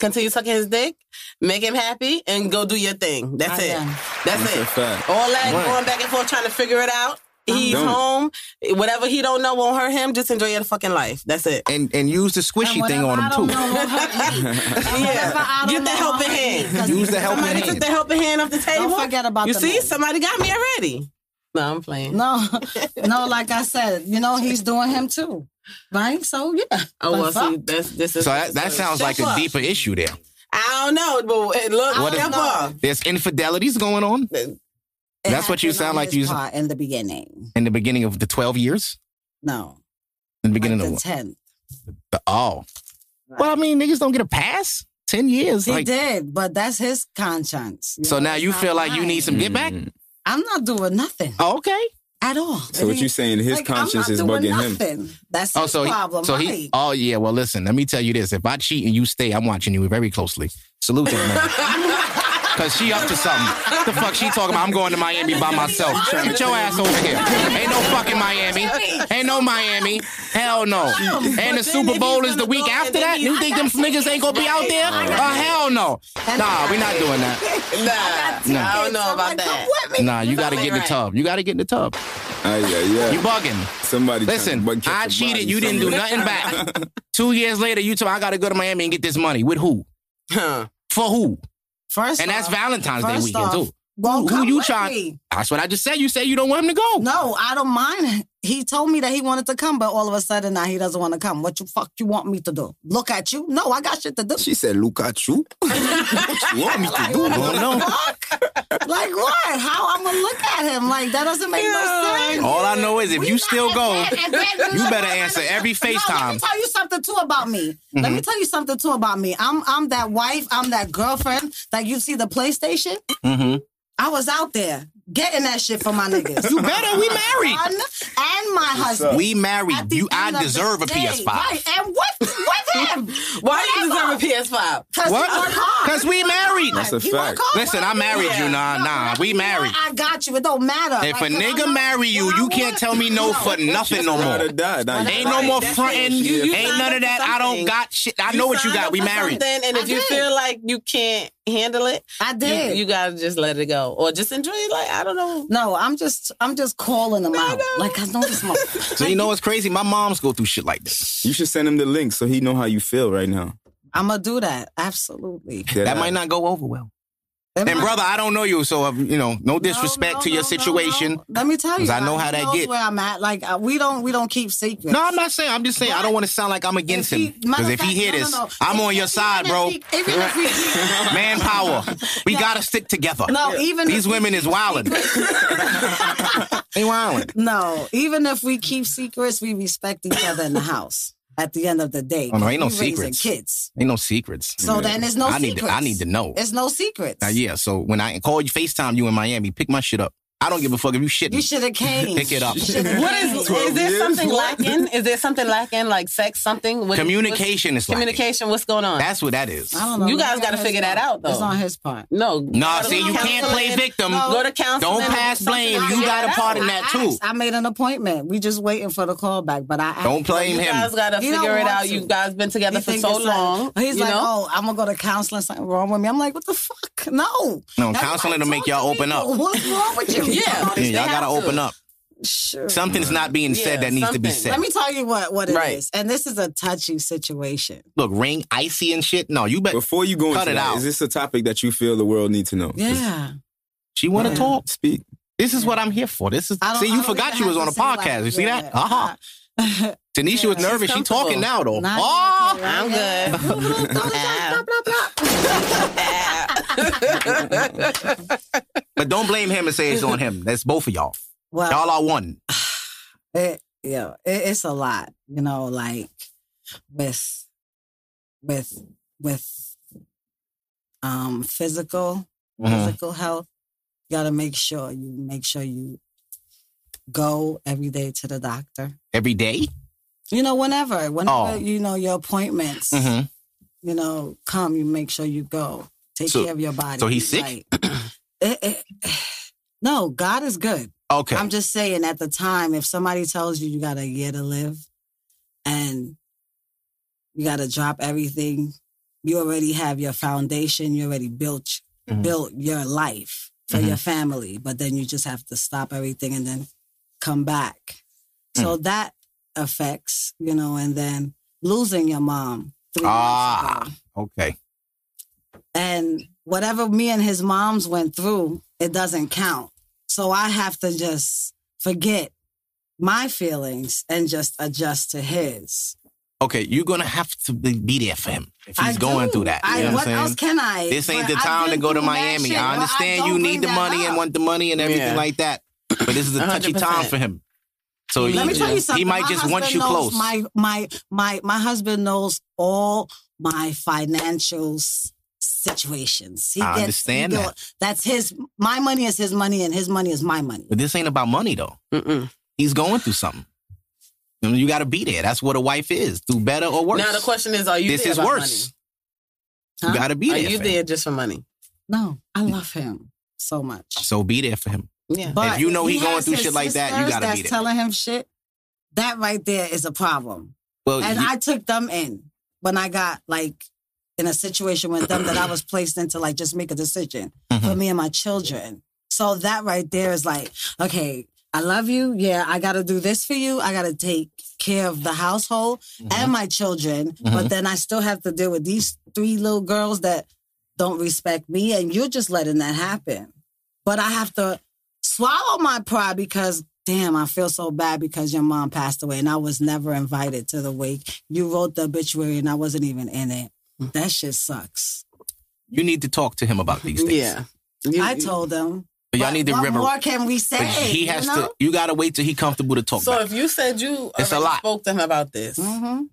S1: continue sucking his dick, make him happy, and go do your thing. That's
S5: I
S1: it.
S5: am.
S1: That's,
S4: That's
S1: it.
S4: a fact.
S1: All that
S3: Right.
S1: going back and forth trying to figure it out. He's
S4: Don't.
S1: home. Whatever he don't know won't hurt him. Just enjoy your fucking life. That's it.
S3: And and use the squishy
S5: And
S3: thing on
S5: whatever
S3: him
S5: I don't
S3: too.
S5: know won't hurt me. And whatever I
S1: Yeah.
S5: don't
S1: Get the
S5: know
S1: helping
S5: won't hurt me,
S1: hand.
S5: 'cause
S3: Use the helping
S1: Somebody took
S3: hand.
S1: the helping hand off the table.
S5: Don't forget about
S1: You
S5: the
S1: see,
S5: man.
S1: somebody got me already. No, I'm playing.
S5: No, no, like I said, you know, he's doing him too. Right? So yeah.
S1: Oh well,
S5: But fuck.
S1: see, that's this is.
S3: So that, that sounds like a
S1: Step up.
S3: deeper issue there.
S1: I don't know, but it look,
S5: What
S1: step
S5: if-
S1: up.
S3: There's infidelities going on
S5: It
S3: That's what you
S5: happened
S3: sound
S5: on
S3: like
S5: his
S3: you-
S5: part in the beginning.
S3: in the beginning of the 12 years.
S5: No.
S3: In the beginning
S5: like the
S3: of
S5: tenth.
S3: the, oh. Well, I mean, niggas don't get a pass. 10 years.
S5: He
S3: like,
S5: did, but that's his conscience.
S3: so
S5: know,
S3: now
S5: it's
S3: you
S5: not
S3: feel like you
S5: mine.
S3: need some get back?
S5: I'm not doing nothing
S3: Oh, okay.
S5: at all.
S4: So what you saying? His
S5: Like, I'm
S4: conscience
S5: not
S4: is
S5: doing
S4: bugging him.
S5: nothing. That's
S3: Oh,
S5: his
S3: so he-
S5: problem.
S3: so
S5: right.
S3: he. Oh yeah. Well, listen. Let me tell you this. If I cheat and you stay, I'm watching you very closely. Salute that man. Cause she up to something. The fuck she talking about? I'm going to Miami by myself. Get your ass over here. Ain't no fucking Miami. Ain't no Miami. Hell no. And the Super Bowl is the week after that. You think them niggas ain't gonna be out there? Uh, hell no. Nah, we not doing that.
S1: Nah,
S3: Nah.
S1: I don't know
S5: I'm
S1: about
S5: like,
S1: that.
S5: Come with me.
S3: Nah, you gotta get in the tub. You gotta get in the tub.
S4: Ay, yeah,
S3: You
S4: yeah.
S3: bugging.
S4: Somebody.
S3: Listen,
S4: trying to catch
S3: I
S4: a
S3: cheated.
S4: body
S3: You didn't do
S4: somewhere.
S3: nothing back. Two years later, you told me I got to go to Miami and get this money. With who?
S1: Huh.
S3: For who?
S5: First
S3: And that's
S5: off-
S3: Valentine's Day
S5: first
S3: weekend
S5: off,
S3: too.
S5: Well,
S3: Who- who
S5: come
S3: you
S5: with
S3: trying-
S5: me.
S3: That's what I just said. You said you don't want him to go.
S5: No, I don't mind. He told me that he wanted to come, but all of a sudden now he doesn't want to come. What you fuck you want me to do? Look at you? No, I got shit to do.
S4: She said, "Look at you." What you want me to do?
S3: Well, no.
S5: Like what? How I'm gonna look at him? Like that doesn't make no sense.
S3: All I know is if
S5: We
S3: you
S5: not
S3: still
S5: at
S3: go,
S5: that, at that
S3: you
S5: good.
S3: better answer every
S5: No, let me
S3: FaceTime. Mm-hmm.
S5: tell you something too about me. Let me tell you something too about me. I'm I'm that wife. I'm that girlfriend that you see the PlayStation.
S3: Mm-hmm.
S5: I was out there getting that shit for my niggas.
S3: You better. We married.
S5: Son and my husband.
S3: We
S5: At
S3: married.
S5: the
S3: You.
S5: end
S3: I
S5: of
S3: deserve
S5: the
S3: a
S5: day,
S3: PS5.
S5: Right. And what with him?
S1: Why do you deserve a PS5?
S5: Whatever. Cause
S3: What?
S5: He work hard.
S3: Cause we married.
S4: That's a
S5: He work
S4: fact.
S5: hard.
S3: Listen, I married
S5: Yeah.
S3: you. Nah,
S5: No,
S3: nah.
S5: whatever
S3: We
S5: you want,
S3: married.
S5: I got you. It don't matter.
S3: If a
S5: Like, 'cause I know
S3: nigga marry you,
S5: what I
S3: you can't
S5: want.
S3: tell me no for nothing no
S4: Gotta
S3: more.
S4: die. Nah,
S3: Ain't
S4: you-
S3: no
S1: Right,
S3: more
S1: that's
S3: fronting.
S1: it. You- you
S3: Ain't
S1: signed
S3: none of
S1: up
S3: that.
S1: for
S3: I don't
S1: something.
S3: got shit. I know what you
S1: signed
S3: got.
S1: up
S3: We
S1: for
S3: married.
S1: something, And if
S5: I
S1: you
S5: did.
S1: feel like you can't handle it,
S5: I
S1: you,
S5: did.
S1: you gotta just let it go or just enjoy it. Like I don't know.
S5: no, I'm just, I'm just calling him out.
S1: no.
S5: Like I know this motherfucker.
S3: So you know what's crazy? My moms go through shit like this.
S4: You should send him the link so he know how you feel right now.
S5: I'm gonna do that. Absolutely.
S4: Yeah,
S3: That might not go over well. And brother, I don't know you, so uh, you know, no disrespect to your situation.
S5: Let me tell you,
S3: 'Cause I know
S5: like,
S3: how
S5: he
S3: that
S5: knows
S3: get.
S5: Where I'm at, like uh, we don't we don't keep secrets.
S3: No, I'm not saying. I'm just saying. I don't want to sound like I'm against
S5: If he-
S3: him because
S5: matter
S3: if
S5: of
S3: he
S5: fact,
S3: hear
S5: no, no,
S3: this,
S5: no.
S3: I'm
S5: If-
S3: on your
S5: if he
S3: side,
S5: wanna
S3: bro.
S5: keep- even if he-
S3: Manpower. We gotta stick together.
S5: No, even
S3: these
S5: if-
S3: women is wilding. they wilding.
S5: No, even if we keep secrets, we respect each other in the house. At the end of the day,
S3: Oh no, ain't no
S5: we raising
S3: secrets.
S5: Kids,
S3: Ain't no secrets.
S5: so then there's no.
S3: I need.
S5: secrets.
S3: To, I need to know.
S5: It's no secrets.
S3: Now, Uh, yeah. So when I call you, Facetime you in Miami, pick my shit up. I don't give a fuck if you shit.
S5: You should have came.
S3: Pick it up.
S1: What is is there something lacking? Is there something lacking like sex? Something What-
S3: Communication
S1: what's-
S3: is lacking.
S1: communication. What's going on?
S3: That's what that is.
S5: I don't know.
S1: You
S5: Look
S1: guys
S5: at
S1: gotta
S5: his
S1: figure that
S5: part.
S1: out, though.
S5: It's on his part.
S1: No.
S3: Nah,
S1: Go to
S3: see, you can't
S1: counseling.
S3: play victim.
S1: Go to counseling.
S3: Don't pass blame. You got a part in that
S5: I
S3: too.
S5: asked. I made an appointment. We just waiting for the call back, but I asked.
S3: Don't blame
S1: You guys
S3: him.
S1: gotta
S5: You don't
S1: figure it
S5: want
S1: out.
S5: to.
S1: You guys been together
S5: He
S1: for
S5: think
S1: so
S5: it's like-
S1: long.
S5: he's
S1: you
S5: like,
S1: know?
S5: oh, I'm gonna go to counseling. Something wrong with me? I'm like, what the fuck? No,
S3: No,
S5: That's
S3: counseling
S5: why I
S3: to make
S5: talk
S3: y'all open
S5: people.
S3: up.
S5: What's wrong with you?
S1: Yeah.
S3: Yeah,
S1: They
S3: y'all gotta
S1: have
S3: open
S1: to.
S3: up.
S5: sure.
S3: Something's not being said
S1: Yeah,
S3: that needs to be
S1: something.
S3: said.
S5: Let me tell you what what it is,
S1: Right.
S5: and this is a touchy situation.
S3: Look, ring icy and shit. No, Oh, you bet.
S4: Before you go
S3: Cut
S4: into
S3: it
S4: that,
S3: out.
S4: is this a topic that you feel the world need to know?
S5: Yeah,
S3: She want to talk.
S4: Speak.
S3: This is what I'm here for. This is
S5: I don't,
S3: see.
S5: I
S3: You
S5: don't
S3: forgot
S5: even
S3: you was
S5: have
S3: on a
S5: to say,
S3: podcast.
S5: like,
S3: you see that?
S5: yeah,
S3: Aha. Tanisha was nervous. She
S1: comfortable.
S3: talking now though.
S5: Nah,
S3: Oh,
S1: I'm good.
S5: blah,
S3: but don't blame him and say it's on him. That's both of y'all.
S5: Well,
S3: Y'all are one.
S5: it, yeah, it, it's a lot, you know, like with with with um physical
S3: Mhm.
S5: physical health. You gotta make sure you make sure you go every day to the doctor.
S3: Every day?
S5: You know, whenever, whenever
S3: Oh.
S5: you know your appointments,
S3: Mhm.
S5: you know, come, you make sure you go. Take
S3: So-
S5: care of your body.
S3: so he's sick?
S5: Like, it- it- no, God is good.
S3: Okay.
S5: I'm just saying at the time, if somebody tells you you got a year to live and you got to drop everything, you already have your foundation, you already built
S3: Mhm.
S5: built your life for
S3: Mm-hmm.
S5: your family, but then you just have to stop everything and then come back. So
S3: Mm.
S5: that affects, you know, and then losing your mom three months
S3: Ah.
S5: ago.
S3: Okay.
S5: And whatever me and his moms went through, it doesn't count. So I have to just forget my feelings and just adjust to his.
S3: Okay. You're gonna have to be be there for him if he's
S5: I
S3: going
S5: do.
S3: through that. You
S5: I,
S3: know what,
S5: what
S3: I'm
S5: else
S3: saying?
S5: can I?
S3: This ain't
S5: But
S3: the
S5: I've
S3: time to
S5: been
S3: go to
S5: through that
S3: Miami.
S5: shit, but
S3: I
S5: I
S3: understand you
S5: don't
S3: need
S5: bring
S3: the
S5: that
S3: money and
S5: up.
S3: want the money and everything
S1: Yeah.
S3: like that. But this is a touchy
S1: 100%.
S3: time for him. So
S5: Let me
S3: he-
S5: tell you something.
S3: He might
S5: My
S3: just want
S5: husband
S3: you
S5: knows
S3: close.
S5: My my my my husband knows all my financials situations. He
S3: I understand
S5: he
S3: that.
S5: go- That's his. My money is his money, and his money is my money.
S3: but this ain't about money though.
S1: Mm-mm.
S3: He's going through something. I mean, you got to be there. That's what a wife is. Do better or worse.
S1: Now the question is, are you
S3: this
S1: there
S3: is
S1: about
S3: worse.
S5: Huh?
S3: You got to be
S1: money?
S3: there.
S1: Are you
S3: for him. Mm.
S1: there just for money?
S5: No, I love him so much.
S3: So be there for him.
S1: Yeah.
S5: But
S3: you know
S5: if
S3: he going
S5: has
S3: through
S5: his
S3: shit like that, you
S5: sisters
S3: gotta be
S5: that's
S3: there.
S5: telling him shit. That right there is a problem,
S3: Well,
S5: and
S3: you-
S5: I took them in when I got like in a situation with them that I was placed into, like just make a decision. for
S3: Mhm.
S5: me and my children. So that right there is like, okay, I love you. Yeah, I got to do this for you. I got to take care of the household
S3: Mm-hmm.
S5: and my children.
S1: Mm-hmm.
S5: But then I still have to deal with these three little girls that don't respect me. And you're just letting that happen. But I have to swallow my pride because. Damn, I feel so bad because your mom passed away and I was never invited to the wake. You wrote the obituary and I wasn't even in it.
S1: Mm.
S5: That shit sucks.
S3: you need to talk to him about these things.
S1: Yeah. You-
S5: I told them.
S3: But y'all
S5: But
S3: need to
S5: what
S3: remember.
S5: more can we say?
S3: But he has
S5: you
S3: to. You gotta wait till he comfortable to talk.
S1: So
S3: back.
S1: if you said you
S3: It's a
S1: already
S3: lot. Mm-hmm.
S1: spoke to him about this,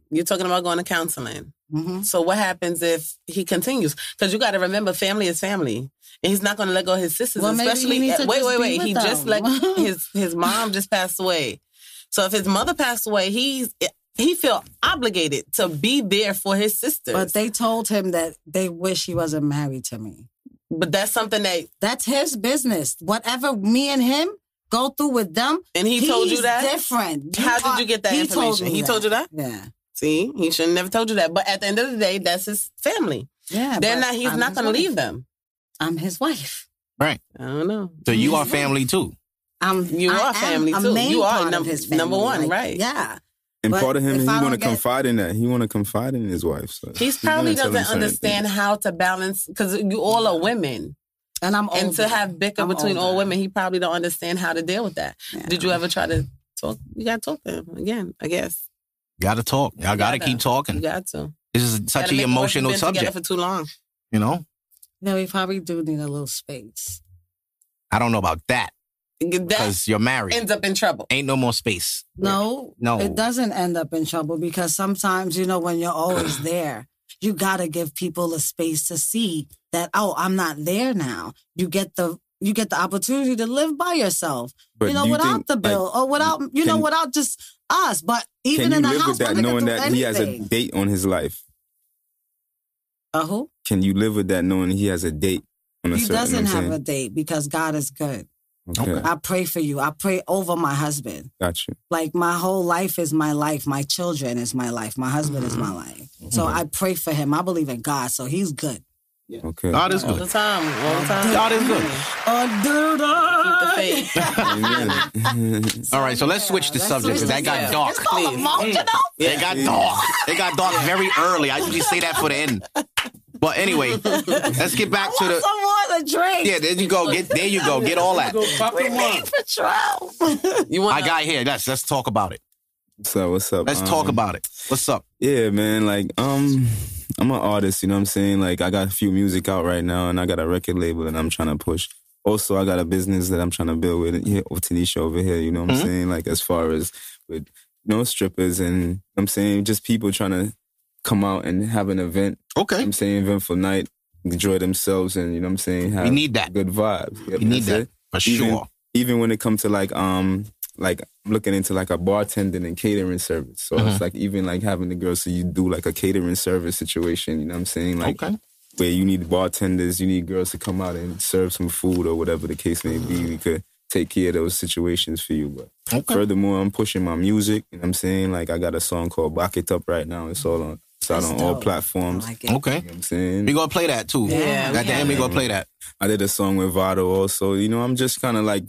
S1: you're talking about going to counseling.
S5: hmm hmm
S1: So what happens if he continues? Because you got to remember, family is family, and he's not going to let go of his sisters.
S5: Well, maybe he
S1: especially
S5: needs to
S1: wait,
S5: just
S1: wait,
S5: be
S1: wait.
S5: with
S1: He just
S5: them.
S1: let his his mom just passed away. So if his mother passed away, he's he feel obligated to be there for his sisters.
S5: But
S1: But,
S5: they told him that they wish he wasn't married to me.
S1: that's something that,
S5: That's his business. Whatever me and him go through with them,
S1: and he told you
S5: he's
S1: that.
S5: different.
S1: How did you get that
S5: he
S1: information?
S5: Told me
S1: he
S5: that.
S1: told you that.
S5: Yeah,
S1: See, he should never told you that. But at the end of the day, that's his family.
S5: yeah.
S1: They're
S5: but
S1: not. He's
S5: I'm
S1: not
S5: his
S1: going to
S5: wife.
S1: leave them.
S5: I'm his wife.
S1: I don't know.
S3: So you are family too.
S5: I'm.
S1: You
S5: I
S1: are
S5: am
S1: family,
S5: a
S1: too.
S5: main
S1: You are
S5: part
S1: num-
S5: of his family.
S1: number one,
S5: Like,
S1: right.
S5: Yeah.
S4: And
S5: But
S4: part of him,
S5: if
S4: he
S5: I
S4: want to
S5: don't get-
S4: confide in that. He want to confide in his wife. So
S1: He's
S4: gonna
S1: probably
S4: tell him
S1: doesn't
S4: certain
S1: understand
S4: things.
S1: how to balance because you all are women.
S5: And I'm
S1: and
S5: older.
S1: to have bicker
S5: I'm
S1: between
S5: older.
S1: old women, he probably don't understand how to deal with that. Did you ever try to talk? You got to talk to him again. I guess
S3: Gotta talk. Y'all gotta,
S1: gotta.
S3: keep
S1: you
S3: talking.
S1: got to.
S3: This is such
S1: Gotta
S3: an
S1: make it work. You've
S3: emotional
S1: been
S3: subject.
S1: Together for too long.
S3: you know,
S5: Yeah, we probably do need a little space.
S3: I don't know about that
S1: That
S3: because you're married.
S1: ends up in trouble.
S3: Ain't no more space.
S5: No,
S3: No.
S5: it doesn't end up in trouble because sometimes you know when you're always there, you gotta give people a space to see that oh, I'm not there now. You get the you get the opportunity to live by yourself.
S4: But
S5: you know,
S4: do you
S5: without
S4: think,
S5: the
S4: like,
S5: bill or without you know
S4: can-
S5: without just us. But
S4: Can
S5: even
S4: you
S5: in the
S4: live
S5: house,
S4: with that
S5: my nigga
S4: knowing
S5: do
S4: that he has a
S5: anything.
S4: date on his life?
S5: A who?
S4: Can you live with that knowing he has a date on a
S5: He
S4: certain?
S5: doesn't
S4: I'm
S5: have a
S4: saying?
S5: date because God is good.
S4: Okay,
S5: I pray for you. I pray over my husband.
S4: got you.
S5: like my whole life is my life my children is my life my husband is my
S3: Mm-hmm.
S5: life so i pray for him i believe in god so he's good
S4: Okay.
S3: God is
S1: All the
S3: good.
S1: time. All the time.
S3: God is good.
S5: oh, dude, uh,
S1: Keep the faith.
S4: Amen.
S3: All right, so let's switch the
S5: let's
S3: subject
S5: switch
S3: because that
S1: subject.
S5: the
S3: got dark. Mm.
S5: it's all emotional
S3: It got dark. It got dark very early. I usually say that for the end. But anyway, let's get back to
S5: i
S3: the.
S5: want some water drink
S3: Yeah, there you go. Get there you go. Get all that.
S5: we need patrol
S1: You want
S3: I got here. Let's let's talk about it.
S4: What's up? What's up?
S3: Let's
S4: Um,
S3: talk about it. What's up?
S4: Yeah, man. Like, um, I'm an artist. You know what I'm saying? Like, I got a few music out right now, and I got a record label, and I'm trying to push. Also, I got a business that I'm trying to build with here, with Tanisha over here. You know what I'm
S3: Mm-hmm.
S4: saying? Like, as far as with you know strippers, and you know what I'm saying just people trying to come out and have an event. you know what
S3: Okay.
S4: I'm saying eventful night, enjoy themselves, and you know what I'm saying. Have
S3: We need that.
S4: good vibes. Yeah,
S3: We need
S4: that's
S3: that.
S4: it
S3: For
S4: even,
S3: sure.
S4: Even when it comes to like um like looking into like a bartending and catering service. So
S3: Mm-hmm.
S4: it's like even like having the girls so you do like a catering service situation, you know what I'm saying? Like
S3: Okay.
S4: where you need bartenders, you need girls to come out and serve some food or whatever the case may be. We could take care of those situations for you. But
S3: Okay.
S4: furthermore, I'm pushing my music, you know what I'm saying? Like I got a song called Back It Up right now. It's all on it's out
S5: That's
S4: on all
S5: dope.
S1: Oh
S4: platforms.
S5: I like it.
S3: Okay.
S4: You know what I'm saying?
S3: We gonna play that too.
S1: Yeah,
S3: At the
S1: yeah.
S3: end, we gonna play that.
S4: I did a song with Vado also. You know, I'm just kind of like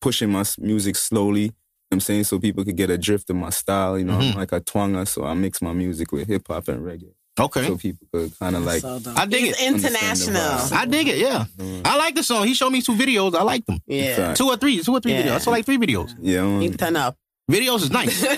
S4: pushing my s- music slowly. you know what I'm saying so people could get a drift of my style. You know,
S3: Mm-hmm.
S4: I'm like a twanga, so I mix my music with hip hop and reggae, so
S3: Okay.
S4: people could kind of like.
S5: so dope.
S3: I dig
S1: He's
S3: it.
S1: international.
S3: I dig it. Yeah. I like the song. He showed me two videos. I like them.
S1: Yeah.
S4: Fact.
S3: Two or three. Two or three
S1: Yeah.
S3: videos. I saw like three videos.
S4: Yeah,
S1: He
S4: man.
S1: turn up.
S3: Videos is nice.
S4: yeah.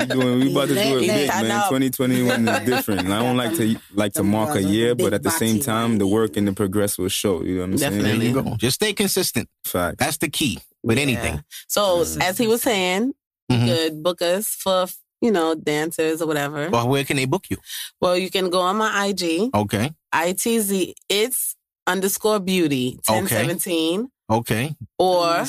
S4: We doing. We about to do it
S5: Let
S4: big,
S1: it
S4: man.
S1: up.
S4: 2021 is different. And I don't like to like to
S5: Them
S4: mark a
S5: girls are
S4: year,
S5: big
S4: but at the same
S5: body.
S4: time, the work and the progress will show. You know what I'm
S3: There
S1: Definitely.
S4: saying?
S3: you go. Just stay consistent.
S4: Fact.
S3: That's the key with
S1: Yeah.
S3: anything.
S1: So
S3: Mm-hmm.
S1: as he was saying, you could book us for you know dancers or whatever.
S3: Well, where can they book you?
S1: Well, you can go on my IG,
S3: Okay.
S1: ITZ. It's underscore beauty ten seventeen
S3: Okay.
S1: or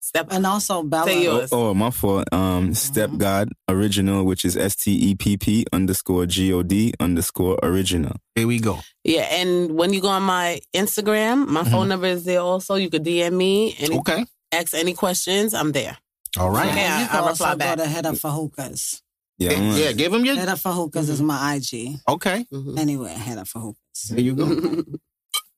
S1: step.
S5: and also bella
S1: Say yours.
S4: Oh, oh, my fault. Um, Step
S5: Mm-hmm.
S4: God Original, which is S T E P P underscore G O D underscore original.
S3: Here we go.
S1: Yeah, and when you go on my Instagram, my phone number is there also. You could DM me and
S3: Mm-hmm. Okay.
S1: ask any questions. I'm there.
S3: All right.
S1: Okay. Yeah,
S5: you
S1: I'll
S5: can also
S1: reply
S5: go
S1: back.
S5: to head up for hookahs
S4: Yeah, I'm
S3: Mm. Yeah,
S4: like-
S3: give him your. Mm-hmm.
S5: head up for hookahs is my ig
S3: Okay.
S5: anyway head up for hookahs
S3: There you go.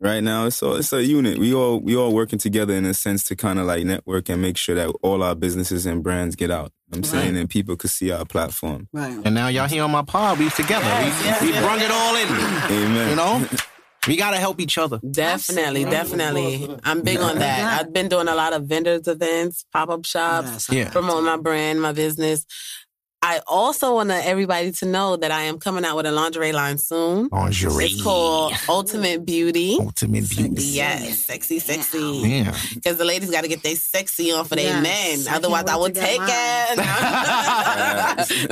S4: right now it's all it's a unit. We all we all working together in a sense to kind of like network and make sure that all our businesses and brands get out. You know what I'm saying and people could see our platform.
S5: right
S3: And now y'all here on my pod. We together. we we brung it all in.
S4: Amen.
S3: You know, we gotta help each other.
S1: Definitely, definitely. I'm big on that. I've been doing a lot of vendors events, pop up shops,
S5: Yes.
S3: Yeah.
S1: promote my brand, my business. I also want everybody to know that I am coming out with a lingerie line soon.
S3: Lingerie.
S1: It's called Ultimate Beauty.
S3: Ultimate beauty.
S1: Yes, sexy, sexy.
S3: Yeah.
S1: Because the ladies got to get they sexy on for their
S5: Yes,
S1: men.
S5: I can't
S1: Otherwise, I
S5: wait
S1: will
S5: to get
S1: take it.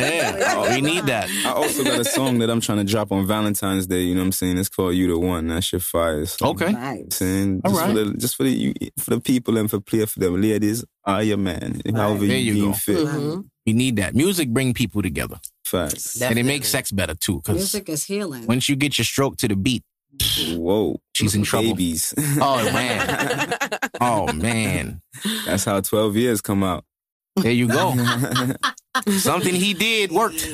S3: Yeah. Oh, we need that.
S4: I also got a song that I'm trying to drop on Valentine's Day. You know what I'm saying? It's called "You the One." That shit fires.
S3: Okay.
S5: right
S4: Saying
S3: All
S4: just, for
S3: right.
S4: the, just for the you, for the people and for play for them ladies, are your man. However
S3: There
S4: you,
S3: you
S4: deem
S3: go.
S4: fit.
S1: Mhm.
S3: We need that. Music bring people together,
S4: Facts.
S3: and it makes sex better too. Because
S5: music is healing
S3: once you get your stroke to the beat,
S4: Whoa,
S3: She's in trouble.
S4: Babies.
S3: oh man, oh man,
S4: That's how 12 years come out.
S3: there you go. Something he did worked.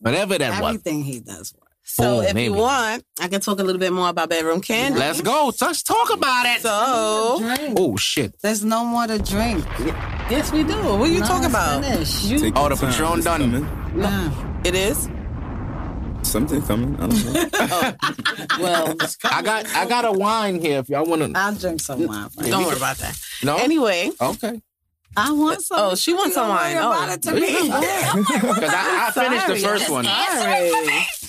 S3: Whatever that was.
S5: everything he does work
S1: So,
S3: Boom,
S1: if
S3: maybe.
S1: you want, I can talk a little bit more about bedroom candy.
S3: Let's go. Let's talk about it.
S1: So,
S5: drink
S3: Oh shit.
S5: there's no more to drink
S1: yes, we do. What are you
S5: No,
S1: talking
S5: it's
S1: about?
S5: finished.
S1: You,
S4: Take
S3: Oh,
S4: your
S3: the
S4: time.
S3: Patron
S4: It's
S3: done.
S4: coming.
S5: Yeah.
S1: it is.
S4: Something coming. I don't know.
S1: Well,
S3: I got I got a wine here if y'all want to.
S5: I'll drink some wine. for you.
S1: don't worry about that.
S3: No.
S1: Anyway,
S3: Okay.
S5: I want some.
S1: oh, she wants some
S5: Don't worry
S1: wine.
S5: about
S1: Oh,
S5: it to me.
S3: Because I, I finished the first one.
S1: sorry.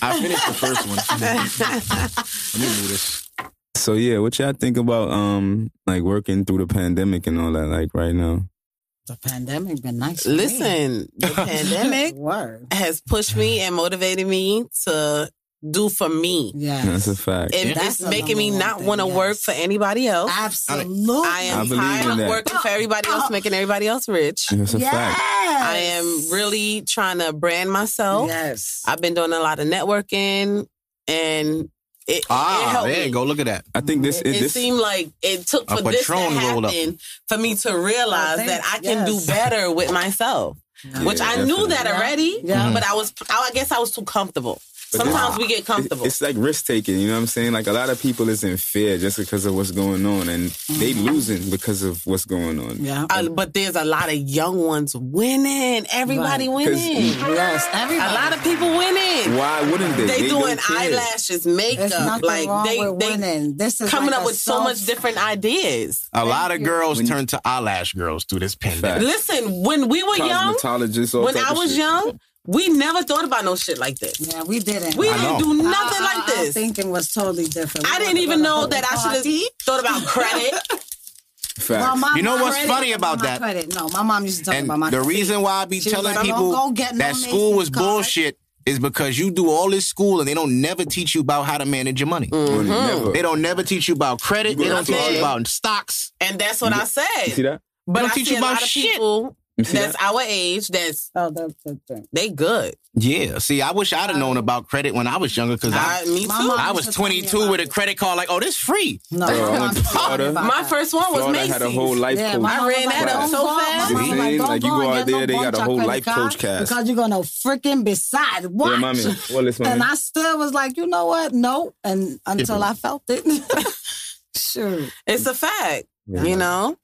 S3: I finished the first one. Let me do this.
S4: So yeah, what y'all think about um like working through the pandemic and all that? Like right now,
S5: The pandemic been nice. for me.
S1: Listen, the pandemic
S5: word.
S1: has pushed me and motivated me to do for me.
S5: Yes.
S4: that's a fact.
S1: It-
S5: That's
S1: it's
S5: the
S1: making me
S5: number one
S1: not
S5: thing,
S1: want to
S5: yes.
S1: work for anybody else.
S5: Absolutely. Oh.
S1: I
S4: I
S1: am
S4: believe in
S1: tired of
S4: that.
S1: working for everybody else, making everybody else rich.
S4: that's a
S5: yes.
S4: fact.
S1: I am really trying to brand myself.
S5: Yes.
S1: I've been doing a lot of networking, and it, it
S3: Ah,
S1: helped
S3: there
S1: me.
S3: you go. Look at that.
S4: I think this
S1: It
S4: is this.
S1: seemed like it took
S3: A
S1: for this to
S3: Patron rolled up.
S1: happen for me to realize
S5: Oh, thank-
S1: that I can
S5: yes.
S1: do better with myself, which I knew
S4: definitely.
S1: that already.
S5: Yeah.
S1: But I was, I guess, I was too comfortable.
S4: But then-
S1: Sometimes we get comfortable.
S4: It's like risk taking, you know what I'm saying? Like a lot of people is in fear just because of what's going on and they
S1: Mm-hmm.
S4: losing because of what's going on.
S5: Yeah.
S1: Uh, but there's a lot of young ones winning. Everybody
S5: Right.
S1: winning.
S5: yes. Everybody.
S1: A lot of people winning.
S4: Why wouldn't they?
S1: They, doing
S4: don't care.
S1: eyelashes,
S5: There's
S1: makeup,
S5: nothing
S1: like
S5: wrong
S1: they
S5: with
S1: they
S5: winning. This is
S1: coming
S5: like
S1: up
S5: a
S1: with so
S5: self-
S1: much different ideas.
S3: A lot of girls turned to eyelash girls through this pandemic.
S4: Fact.
S1: Listen, when we were young,
S4: Cosmetologists, all
S1: when
S4: type
S1: I
S4: of
S1: was
S4: shit.
S1: young, we never thought about no shit like this.
S5: Yeah, we didn't. Uh-uh.
S1: We
S5: Our-
S1: didn't
S3: know.
S1: do nothing
S5: our-
S1: like
S5: our
S1: this.
S5: thinking was totally different.
S1: I
S5: We
S1: didn't
S5: wanted
S1: even
S5: to
S1: know
S5: go to
S1: that I should
S5: party.
S1: have thought about credit.
S4: Facts.
S5: Well, my
S3: You know
S5: mom-
S3: what's funny about
S5: my
S3: that?
S5: Credit. No, my mom used to talk
S3: And
S5: about my
S3: the
S5: credit.
S3: reason why I be
S5: She was
S3: telling
S5: like,
S3: people
S5: "Don't go get no
S3: that school was
S5: Macy's card."
S3: bullshit is because you do all this school and they don't never teach you about how to manage your money.
S4: Money,
S1: Mm-hmm.
S4: never.
S3: They don't never teach you about credit. They
S4: Yeah,
S3: don't teach
S1: okay.
S3: you about stocks.
S1: And that's what I
S4: You see
S1: said.
S4: that?
S1: But
S3: Don't
S1: I
S3: teach
S1: see
S3: you
S1: a
S3: about
S1: lot of
S3: shit.
S1: people
S4: You see
S1: that's our age that's
S5: Oh, that's the thing.
S1: they good.
S3: Yeah. See, I wish I'd have known about credit when I was younger because
S1: I,
S3: I,
S1: me too.
S5: My mom
S3: I was
S5: used to tell me
S3: 22
S5: about
S3: with a
S5: it.
S3: credit card like, oh, this free.
S5: No,
S4: Bro, I
S5: my
S4: went to
S5: mom told me
S4: Florida.
S5: about
S1: My
S5: that.
S1: first one was
S4: Florida
S1: Macy's.
S4: had a whole life
S5: Yeah,
S4: coach.
S5: my mom
S1: ran
S5: was
S1: that
S5: like,
S1: up
S5: "Don't
S1: so
S5: go."
S1: fast.
S5: My
S4: You see?
S5: mom like,
S4: Like,
S5: don't
S4: you
S5: go
S4: go
S5: and
S4: out
S5: get
S4: there,
S5: no
S4: they got
S5: bump
S4: a whole
S5: truck
S4: life
S5: credit
S4: coach
S5: card
S4: cast.
S5: because you're gonna freaking beside watch.
S4: Yeah, mommy. Well, listen,
S5: And
S4: mommy.
S5: I still was like, you know what? No, and until I felt it. Sure.
S1: It's a fact,
S4: Yeah.
S1: you know.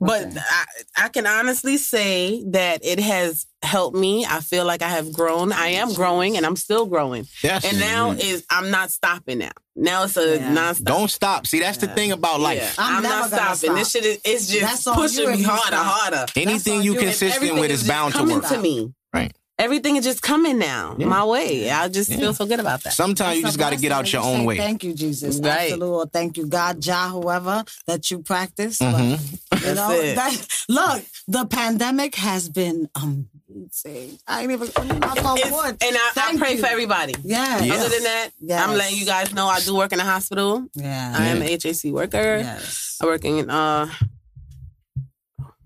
S1: But I, I can honestly say that it has helped me. I feel like I have grown. I am growing, and I'm still growing.
S3: Yes.
S1: And now is I'm not stopping now. Now it's a
S5: Yeah.
S1: nonstop.
S3: Don't stop. See, that's the thing about life.
S1: Yeah.
S5: I'm
S1: I'm,
S5: never
S1: not
S5: gonna
S1: stopping. This
S5: stop.
S1: shit is it's just
S5: That's on you
S1: pushing
S5: if
S1: me
S5: you
S1: harder,
S5: stop.
S1: harder.
S3: Anything
S5: on
S3: you
S5: you and
S3: consistent
S1: Everything
S3: with is
S1: just
S3: bound to
S1: coming
S3: work.
S1: to me.
S3: Right.
S1: Everything is just coming now, my way. I just feel so good about that.
S3: Sometimes you
S5: That's
S3: just
S5: the
S3: got to
S5: blessing
S3: get
S5: when
S3: out your
S5: you
S3: own
S5: say
S3: way.
S5: Thank you, Jesus.
S1: Right.
S5: Absolutely. Or Thank you, God, Jah, whoever that you practice.
S3: Mm-hmm.
S5: But, you
S1: That's
S5: know,
S1: it.
S5: that, look, the pandemic has been amazing. I ain't even knock on
S1: It's-
S5: wood.
S1: and I, I
S5: Thank
S1: pray
S5: you.
S1: for everybody.
S5: Yes.
S3: Yeah.
S1: Other than that,
S5: Yes.
S1: I'm letting you guys know I do work in a hospital.
S5: Yeah.
S1: I am a HAC worker.
S5: Yes.
S3: Oh,
S1: I'm working in uh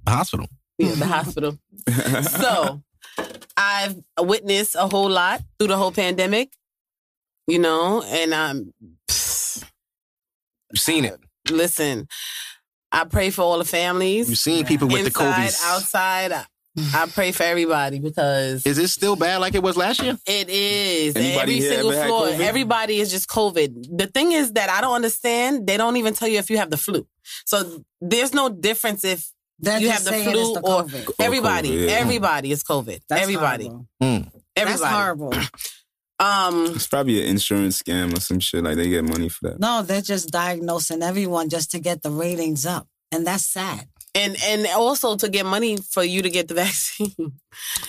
S3: Hospital.
S1: yeah, the hospital. So I've witnessed a whole lot through the whole pandemic, you know, and um
S3: You've seen it.
S1: listen, I pray for all the
S3: You've
S1: families
S3: seen people with
S1: inside,
S3: the COVID.
S1: outside. I, I pray for everybody because
S3: Is it still bad like it was last year?
S1: It is.
S4: Anybody
S1: Every
S4: here
S1: single
S4: ever had
S1: floor,
S4: COVID?
S1: everybody is just COVID. The thing is that I don't understand. They don't even tell you if you have the flu. So there's no difference if
S5: They're
S1: you have
S5: just
S1: the
S5: saying
S1: flu
S5: it's the
S1: or
S5: COVID.
S1: everybody.
S4: Oh, COVID, yeah.
S1: Everybody is COVID.
S5: That's
S1: everybody.
S5: horrible.
S3: Mm.
S1: Everybody.
S5: That's horrible.
S1: Um,
S4: It's probably an insurance scam or some shit. Like they get money for that.
S5: No, they're just diagnosing everyone just to get the ratings up. And that's sad.
S1: and and also to get money for you to get the vaccine.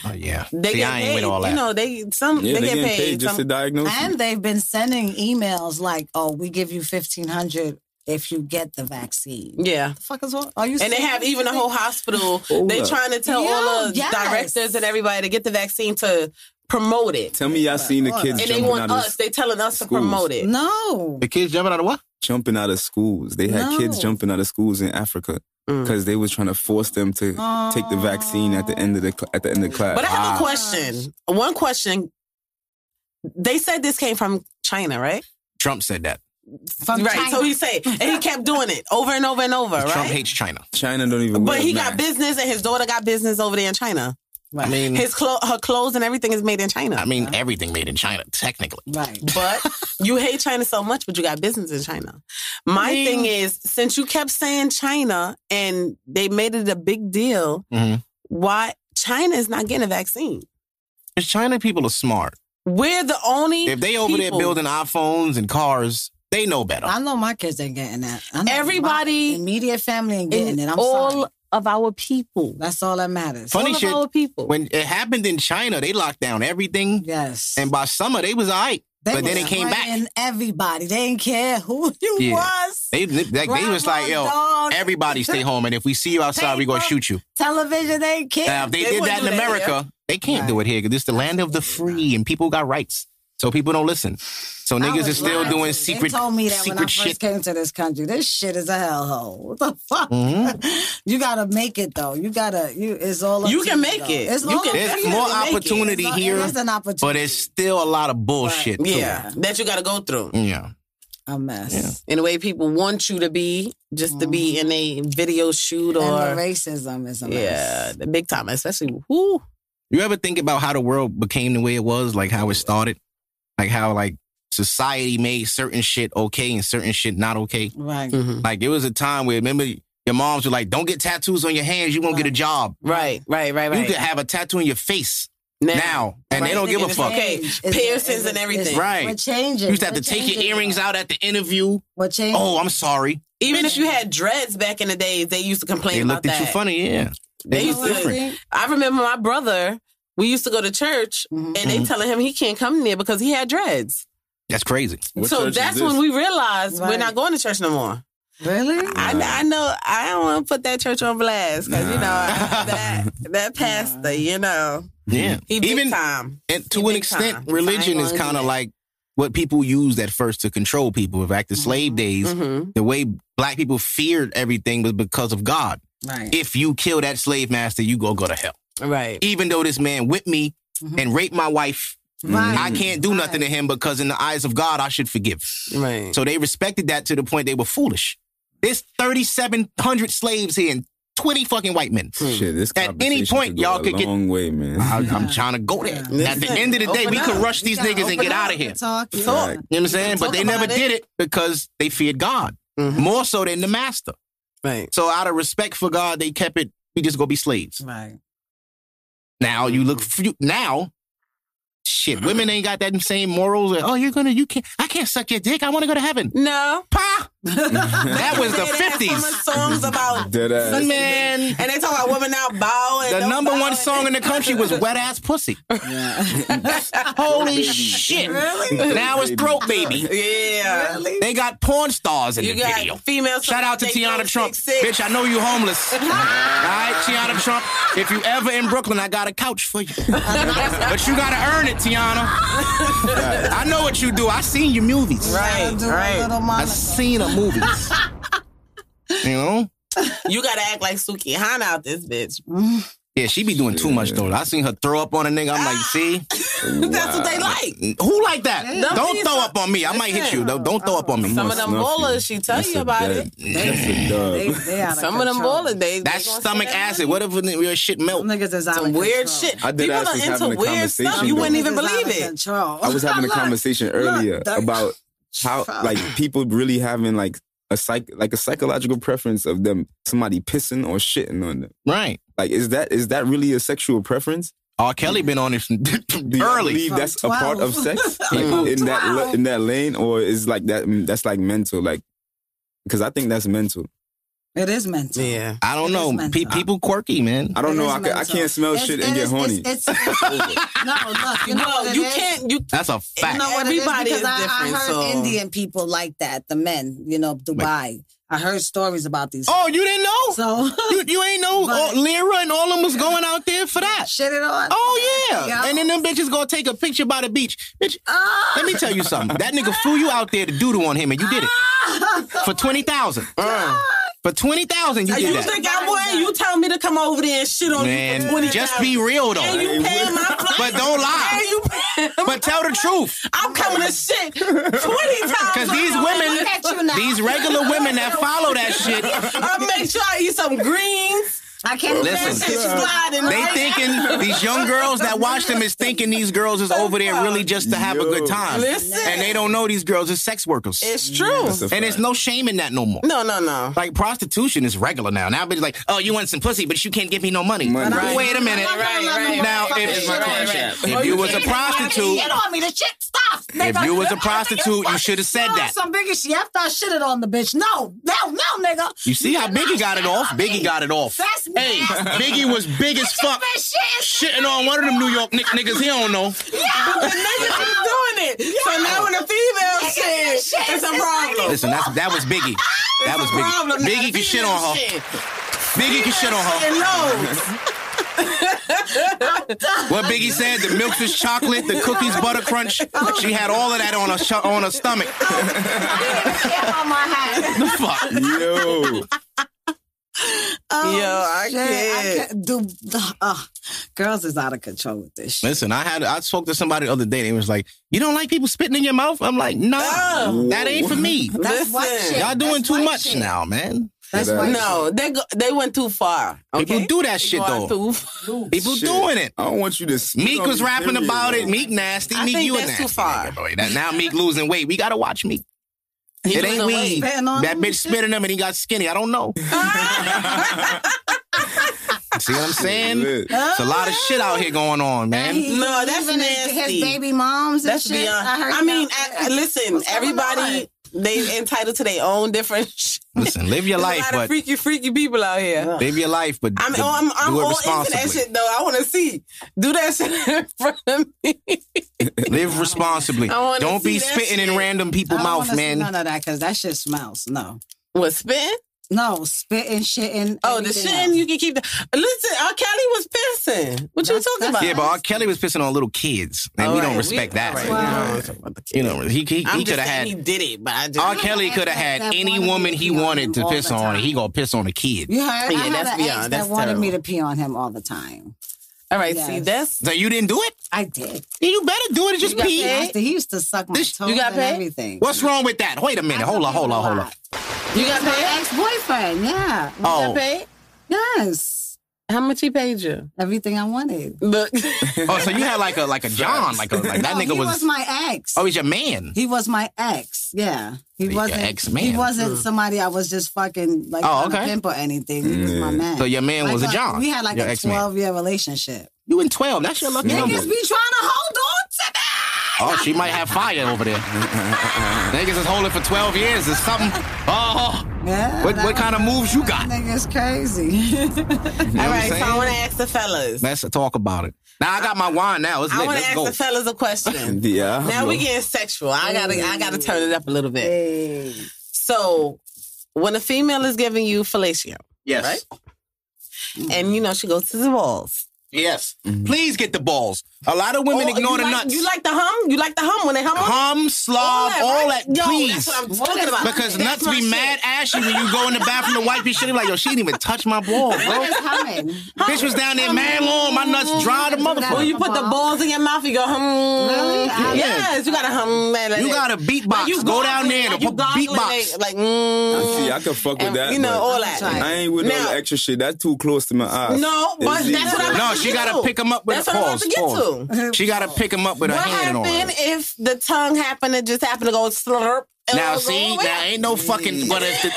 S3: Oh, yeah.
S1: They
S3: See,
S1: get
S3: I ain't
S1: paid.
S3: with all that.
S1: You know, they some
S4: Yeah,
S1: they,
S4: they,
S1: get
S4: getting
S1: paid.
S4: paid, just
S1: some-
S4: to diagnose. you.
S5: And they've been sending emails like, "Oh, we give you fifteen hundred if you get the vaccine."
S1: yeah.
S5: The fuck is wrong? Are you?
S1: And they
S5: serious?
S1: have even a whole hospital.
S4: Hold
S1: they
S4: up.
S1: trying to tell all the
S5: Yeah, yes.
S1: directors and everybody to get the vaccine to promote it.
S4: Tell me, y'all seen the kids
S1: and they
S4: jumping
S1: want
S4: out
S1: us.
S4: of
S1: They telling us to
S4: schools.
S1: promote it.
S5: No.
S3: The kids jumping out of what?
S4: jumping out of schools. They had kids
S5: No.
S4: jumping out of schools in Africa
S1: Mm.
S4: because they was trying to force them to take the vaccine at the end of the cl- at the end of class.
S1: But I have a
S5: Oh,
S3: Ah.
S1: question. One question. They said this came from China, right?
S3: Trump said that.
S5: From
S1: right.
S5: China.
S1: So he said, and he kept doing it over and over and over, right?
S3: Trump hates China.
S4: China don't even.
S1: but
S4: wear
S1: he
S4: a
S1: got
S4: mask.
S1: business, and his daughter got business over there in China.
S3: I mean,
S1: His clo- her clothes and everything is made in China.
S3: I mean, everything made in China, technically.
S5: right.
S1: but you hate China so much, but you got business in China. My thing is, since you kept saying China and they made it a big deal,
S3: Mhm.
S1: why China is not getting a vaccine?
S3: Because China people are smart.
S1: We're the only.
S3: If they over
S1: people-
S3: there building iPhones and cars, they know better.
S5: I know my kids ain't getting that. I know
S1: Everybody
S5: my immediate family ain't
S1: in
S5: getting it. I'm
S1: all
S5: sorry.
S1: of our people,
S5: That's all that matters.
S3: Funny
S1: all
S3: shit.
S1: of our people.
S3: When it happened in China, they locked down everything,
S5: Yes.
S3: and by summer they was alright. But then
S5: was
S3: it came back.
S5: spraying everybody. They didn't care who you
S3: Yeah.
S5: was.
S3: They like they was
S5: Grandma,
S3: like, yo,
S5: dog,
S3: everybody stay home, and if we see you outside, we gonna
S5: Paper.
S3: shoot you.
S5: television, they didn't care.
S3: Now, if they,
S1: They
S3: did
S1: wouldn't
S3: that in
S1: do that here.
S3: America, they can't do it here because it's the land of the free, and people got rights. So people don't listen. So
S5: I
S3: niggas
S5: was
S3: is still
S5: lied
S3: doing
S5: to.
S3: secret,
S5: They told me that when I
S3: secret
S5: first
S3: shit.
S5: came to this country. This shit is a hellhole. What the fuck?
S1: Mm-hmm.
S3: Hmm?
S5: you gotta make it though. You gotta. You. It's all. Up
S1: You
S5: to
S1: can
S5: you,
S1: make
S5: though.
S1: it.
S5: It's
S1: You
S5: all
S1: can
S5: up to
S1: definitely
S3: There's
S5: you.
S3: more
S1: make it.
S3: opportunity
S5: It's all-
S3: here,
S5: It is an opportunity.
S3: but it's still a lot of bullshit. to
S1: yeah, that you got to go through.
S3: it. yeah.
S5: a mess.
S1: In the way people want you to be, just to be in a video shoot
S5: And the
S1: or
S5: racism is a
S1: yeah,
S5: mess.
S1: the big time, especially who
S3: You ever think about how the world became the way it was, like how it started, like how like society made certain shit okay and certain shit not okay.
S5: Right.
S7: Mm-hmm.
S3: Like it was a time where remember your moms were like, "Don't get tattoos on your hands, you won't get a job."
S1: right, right, right,
S3: You
S1: right.
S3: could have a tattoo on your face now, and
S1: Right,
S3: they don't give a
S1: nigga,
S3: fuck.
S1: okay,
S5: It's-
S1: piercings
S5: it's-
S1: and everything.
S5: it's-
S3: Right.
S5: We're changing.
S3: You used to have
S5: We're
S3: to take your
S5: changing.
S3: earrings out at the interview.
S5: We're changing.
S3: Oh, I'm sorry.
S1: Even if you had dreads back in the days, they used to complain
S3: They
S1: about
S3: looked
S1: that.
S3: at you funny. Yeah,
S1: They
S3: They
S1: used
S3: look
S1: to-
S3: different.
S1: I remember my brother. We used to go to church,
S5: Mm-hmm.
S1: and
S3: Mm-hmm.
S1: they telling him he can't come near because he had dreads.
S3: That's crazy.
S4: What
S1: so
S4: church is
S1: that's
S4: this?
S1: when we realized we're
S5: Right.
S1: not going to church no more.
S5: Really?
S1: I, I know I don't want to put that church on blast because you know that that pastor, you know,
S3: Yeah,
S1: he big
S3: even
S1: time.
S3: and
S1: He
S3: to an
S1: big time.
S3: extent,
S1: So I
S3: religion
S1: ain't
S3: is
S1: gonna
S3: kind
S1: do
S3: of
S1: that.
S3: like what people used at first to control people. Back to slave days,
S1: Mhm.
S3: the way black people feared everything was because of God.
S5: Right.
S3: If you kill that slave master, you go go to hell.
S1: Right. Mm-hmm.
S3: Even though this man whipped me and raped my wife,
S5: Right.
S3: I can't do nothing to him because in the eyes of God, I should forgive.
S1: Right.
S3: So they respected that to the point they were foolish. There's 3,700 slaves here and 20 fucking white men.
S1: Hmm.
S4: Shit, this
S3: At any
S4: conversation
S3: point,
S4: could go
S3: y'all
S4: a
S3: could get-
S4: long way, man.
S3: I, I'm trying to go there.
S1: Yeah.
S3: At the end of the day,
S1: Open
S3: we could
S1: up.
S3: rush these
S5: You gotta
S3: niggas and
S5: open
S3: get
S5: up
S3: out of here.
S5: and Talk. Yeah.
S1: Talk.
S3: You know what I'm saying? But
S1: Talk
S3: they never
S1: about it.
S3: did it because they feared God
S1: Mhm.
S3: more so than the master.
S1: Right.
S3: So out of respect for God, they kept it. We just gonna be slaves.
S5: Right.
S3: Now you look
S1: Mm-hmm.
S3: f- you- now. Shit, women ain't got that same morals. Like, oh, you're gonna, you can't, I can't suck your dick. I want to go to heaven.
S1: No.
S3: Pa, that was
S1: They had so
S3: the
S1: much
S3: fifties.
S1: songs about
S4: Dead ass.
S3: Man,
S1: and they talk about women out bowing.
S3: the
S1: don't
S3: number
S1: bow
S3: one
S1: and-
S3: song in the country was "Wet Ass Pussy." Holy shit!
S5: Really?
S3: Now it's "Throat Baby."
S1: Yeah.
S5: Really?
S3: They got porn stars in
S1: You
S3: the
S1: got
S3: video.
S1: female.
S3: Shout out to
S1: songs, they
S3: Tiana
S1: go
S3: Trump.
S1: six, six.
S3: Bitch, I know you homeless. All right, Tiana Trump. If you ever in Brooklyn, I got a couch for you. but you gotta earn it, Tiana. I know what you do. I seen your movies.
S1: Right.
S5: Do a
S1: Right.
S5: little
S3: I
S5: Monica.
S3: seen the movies. you know?
S1: You gotta act like Suki Hana out this bitch.
S3: Yeah, she be doing too much though. I seen her throw up on a nigga. I'm like, see,
S1: That's what they like.
S3: who like that? Don't
S1: these
S3: throw
S1: are-
S3: up on me. I might hit
S1: Listen.
S3: you. Don't, don't throw up on me.
S1: Some of them
S4: snuff you.
S1: ballers, she tell
S4: That's
S1: you
S4: a
S1: about
S4: dead-
S1: it.
S4: That's a
S5: They,
S4: dub.
S5: they out
S1: Some of them
S5: control.
S1: ballers, they
S3: That's
S1: they gonna
S3: stomach
S1: say that
S3: acid.
S1: money.
S3: What if your shit melt?
S5: Niggas is out
S1: Some
S5: of
S1: weird
S5: control.
S1: shit.
S4: I did
S1: People
S4: ask
S1: are
S4: this
S1: into
S4: having a
S1: weird stuff.
S4: conversation,
S1: You wouldn't
S4: though.
S1: even
S5: Niggas is out
S1: believe
S5: of
S1: it.
S5: Control.
S4: I was having a
S5: Look,
S4: conversation
S5: look,
S4: earlier
S5: that-
S4: about how like people really having like a psych like a psychological preference of them somebody pissing or shitting on them.
S3: Right.
S4: Like is that is that really a sexual preference?
S3: R. Kelly been on this
S4: Do you
S3: early.
S4: believe
S5: From
S4: that's a part of
S5: 12.
S4: sex like, in that le-
S5: 12.
S4: in that lane or is like that mm, that's like mental like because I think that's mental.
S5: It is mental.
S1: Yeah.
S3: I
S5: It
S3: don't
S5: is
S3: know.
S5: meant
S3: Pe-
S5: to.
S3: people quirky, man.
S4: I don't
S5: It
S4: know.
S5: is
S4: I, ca- I
S5: mental.
S4: can't smell
S5: It's-
S4: shit
S5: it
S4: and get
S5: is-
S4: horny.
S5: It's, it's, no, look. You know
S1: No,
S5: what it
S1: you
S5: is?
S1: can't. You
S3: That's a fact.
S5: You know what
S1: Everybody
S5: Everybody
S1: is
S5: because I, I
S1: different,
S5: heard
S1: so-
S5: Indian people like that. The men, you know, Dubai. I heard stories about these.
S3: oh, you didn't know?
S5: so
S3: you, you ain't know
S5: But-
S3: all, Lyra and all them was going out there for that.
S5: shit it on.
S3: Oh yeah.
S5: Yeah.
S3: And then them bitches gonna take a picture by the beach. Bitch,
S5: Ah!
S3: let me tell you something. That nigga flew you out there to doodle on him and you did it. For twenty thousand. For twenty thousand you
S1: Uh. you
S3: did that.
S1: think I would? You tell me to come over there and shit on you for
S3: Man,
S1: twenty
S3: just be real
S1: And
S3: though.
S1: you paying my flight.
S3: But don't lie.
S1: And you paying
S3: But tell the truth.
S1: I'm coming to shit twenty times.
S3: Cause these
S5: Look
S3: women
S5: at you now.
S3: these regular women that follow that shit
S1: I make sure I eat some greens.
S5: I can't
S3: Listen,
S5: Listen, sliding.
S3: they
S5: right?
S3: thinking these young girls that watch them is thinking these girls is over there really just to have a good time,
S1: Listen.
S3: and they don't know these girls are sex workers,
S1: It's true.
S4: That's a
S3: and
S4: fact.
S3: there's no shame in that no more.
S1: No, no, no.
S3: Like prostitution is regular now. Now, bitch, like, oh, you want some pussy, but you can't give me no money.
S4: Money.
S3: Right. Wait a minute.
S5: Right, right, right.
S3: Now,
S5: Right,
S3: if,
S5: right,
S6: right, right.
S3: if you was a prostitute,
S5: Shit on me. The shit stops.
S3: if
S5: nigga.
S3: you was
S5: I
S3: a
S5: think
S3: prostitute, you should have said
S5: No,
S3: that.
S5: Some biggie shit. After I shitted on the bitch. No, no, no, nigga.
S3: You see how Biggie got it off? Biggie got it off.
S5: That's
S3: Hey,
S5: nasty.
S3: Biggie was big as fuck. Shitting on one of them New York Knick niggas, he don't know.
S1: But niggas is doing it. So now when the female shit, it's a problem.
S3: Listen, that's, that was Biggie. That was
S1: It's a problem. Now
S3: Biggie.
S1: the
S3: Biggie can shit on her.
S1: female
S3: Biggie can shit on her.
S1: It knows.
S3: What Biggie said, the milk was chocolate, the cookies butter crunch. She had all of that on her sho- on her stomach.
S5: Shit on my hat.
S3: The fuck?
S4: Yo.
S5: Oh,
S1: Yo, I
S5: shit.
S1: can't.
S5: I can't. Do, uh, girls is out of control with this shit.
S3: Listen, I had I spoke to somebody the other day. They was like, "You don't like people spitting in your mouth?" I'm like, "No,
S1: No.
S3: that ain't for me.
S5: That's white
S1: Listen.
S5: shit.
S3: Y'all doing
S5: That's
S3: too
S5: white
S3: much
S5: shit.
S3: now, man.
S5: That's
S4: That
S5: white
S4: ass.
S5: shit.
S1: No, they go, they went too far.
S3: People
S1: Okay?
S3: do that shit
S1: Going
S3: though.
S1: too-
S3: People
S4: Shit.
S3: doing it.
S4: I don't want you to. speak
S3: Meek
S4: on
S3: was
S4: me,
S3: rapping
S4: period,
S3: about
S4: bro.
S3: it. Meek nasty.
S1: I
S3: Meek,
S1: think
S3: you a
S1: that's
S3: nasty
S1: too far.
S3: nigga, boy. That, now Meek losing weight. We gotta watch Meek.
S1: He
S3: it
S1: losing
S3: ain't
S1: weight.
S3: weed.
S5: Spitting on
S3: That
S5: him
S3: bitch
S5: and shit?
S3: spit in him and he got skinny. I don't know. See what I'm saying?
S4: Lit.
S3: It's a lot of shit out here going on, man.
S5: He-
S1: No, that's
S5: even his,
S1: nasty.
S5: His baby moms and
S1: That's
S5: shit.
S1: beyond.
S5: heard
S1: I,
S5: about
S1: mean,
S5: that.
S1: I, I- listen,
S5: What's going
S1: everybody they entitled to their own different. Shit.
S3: Listen, live your
S1: There's
S3: life,
S1: a lot of
S3: but
S1: freaky, freaky people out here.
S3: live your life, but
S1: I'm,
S3: do,
S1: oh, I'm, I'm
S3: do it
S1: all into that
S3: responsibly.
S1: shit though. I want to see do that shit in front of me.
S3: Live responsibly.
S1: I wanna
S3: Don't be
S1: see that
S3: spitting in
S1: shit.
S3: random
S5: I
S3: people
S5: don't wanna
S3: mouth,
S5: see
S3: man.
S5: None of that because that shit smells. No,
S1: What spitting?
S5: no, spitting, shitting.
S1: Oh, the
S5: everything
S1: shitting
S5: else.
S1: you can keep. The, listen, R. Kelly was pissing. What you
S5: That's-
S1: talking
S5: that's-
S1: about?
S3: Yeah, but R. Kelly was pissing on little kids, and
S1: All
S3: we
S1: right,
S3: don't respect that.
S1: all right,
S5: Wow.
S1: we don't-
S3: You know, he he,
S1: I'm
S3: he
S1: just
S3: could
S1: saying
S3: have had.
S1: he did it, but I just
S3: R. Kelly could have
S5: That-
S3: had
S5: that
S3: any
S5: wanted
S3: woman
S5: to
S3: he
S5: pee on
S3: wanted
S5: him
S3: to
S5: all
S3: piss
S5: the
S3: on,
S5: time.
S3: he gonna piss on a kid.
S5: You heard?
S1: Yeah,
S5: I had
S1: that's
S5: an
S1: beyond-
S5: ex
S1: that's
S5: that wanted me
S1: terrible.
S5: to pee on him all the time.
S1: All right, see,
S5: Yes.
S1: that's
S3: So you didn't do it?
S5: I did.
S3: Then You better do it. Just
S5: He got
S3: pee.
S5: nasty. He used to suck my
S3: This-
S5: toes
S1: you got
S5: and
S1: paid?
S5: everything.
S3: What's wrong with that? Wait a minute. Hold on. Hold on. Hold on.
S1: you got
S5: My
S1: paid.
S5: ex-boyfriend, yeah.
S1: You got
S3: Oh,
S1: paid.
S5: Yes.
S1: How much he paid you?
S5: Everything I wanted.
S1: Look,
S3: oh. So you had like a like a John, like a like that
S5: No,
S3: nigga
S5: he was,
S3: was.
S5: my ex.
S3: Oh, he's your man.
S5: He was my ex. Yeah, he
S3: Your
S5: wasn't
S3: ex-man.
S5: He
S1: Hmm.
S5: wasn't somebody I was just fucking like trying
S3: Oh,
S5: to
S3: okay. Mm.
S5: pimp or anything. He was my
S4: Yeah.
S5: man.
S3: So your man
S5: Like
S3: was a
S5: a-
S3: John.
S5: We had like
S3: your
S5: a
S3: ex-man.
S5: twelve year relationship.
S3: You in twelve? That's your lucky number.
S5: Niggas be trying to hold on to that.
S3: Oh, she might have fire over there. Niggas is holding for twelve years. Is something? Oh,
S5: Yeah.
S3: what
S5: that
S3: what
S5: was-
S3: kind of moves you got?
S5: Niggas crazy.
S1: all
S3: what
S1: right.
S3: I'm
S1: So I
S3: saying?
S1: want to ask the fellas.
S3: Let's talk about it. Now I got my wine. Now it's
S1: I
S3: lit.
S1: want to
S3: Let's
S1: ask
S3: go.
S1: the fellas a question.
S4: Yeah. I
S1: now
S4: know.
S1: we getting sexual. I gotta, I gotta turn it up a little bit. So, when a female is giving you fellatio,
S3: Yes.
S1: right? and you know she goes to the balls.
S3: Yes. Please get the balls. A lot of women
S1: Oh,
S3: ignore
S1: you
S3: the
S1: like,
S3: nuts.
S1: You like the hum? You like the hum when they hum? on it?
S3: Cum, slob, all
S1: right?
S3: that.
S1: Yo,
S3: please.
S1: that's what I'm
S5: What
S1: talking
S5: is
S1: about.
S3: Because
S1: That's
S3: nuts
S1: my
S3: be
S1: shit.
S3: mad ashy when you go in the bathroom and wipe your shit. They be Like, yo, she didn't even touch my ball,
S5: What
S3: bro.
S5: is coming?
S3: Bitch was down there mad long. My nuts dry the
S1: Well,
S3: motherfucker.
S1: you put the balls in your mouth. You go hum.
S5: Really? I-
S1: Yes, you gotta hum. Like, like
S3: You
S1: that.
S3: got a
S1: Like,
S3: beatbox.
S1: you
S3: go down
S1: gargling,
S3: there and
S1: like, you
S3: put
S1: gargling,
S3: beatbox.
S1: Like, like mm,
S4: See, I can fuck with
S1: and,
S4: that.
S1: you know
S4: but
S1: all
S5: trying.
S1: that.
S4: I ain't with
S1: Now-
S4: no extra shit. That's too close to my eyes.
S1: No, but
S4: It's
S1: that's what I'm.
S4: easy.
S1: about
S3: No,
S1: to
S3: she
S1: get
S3: gotta
S1: to.
S3: pick him up with
S1: That's
S3: a
S1: what I'm about
S3: pause.
S1: to get
S3: pause.
S1: to.
S3: She gotta pick him up with her
S1: What
S3: hand on.
S1: happened
S3: it.
S1: if the tongue happened to just happen to go slurp? and
S3: Now
S1: it'll go
S3: see,
S1: away?
S3: now ain't no fucking what if. The,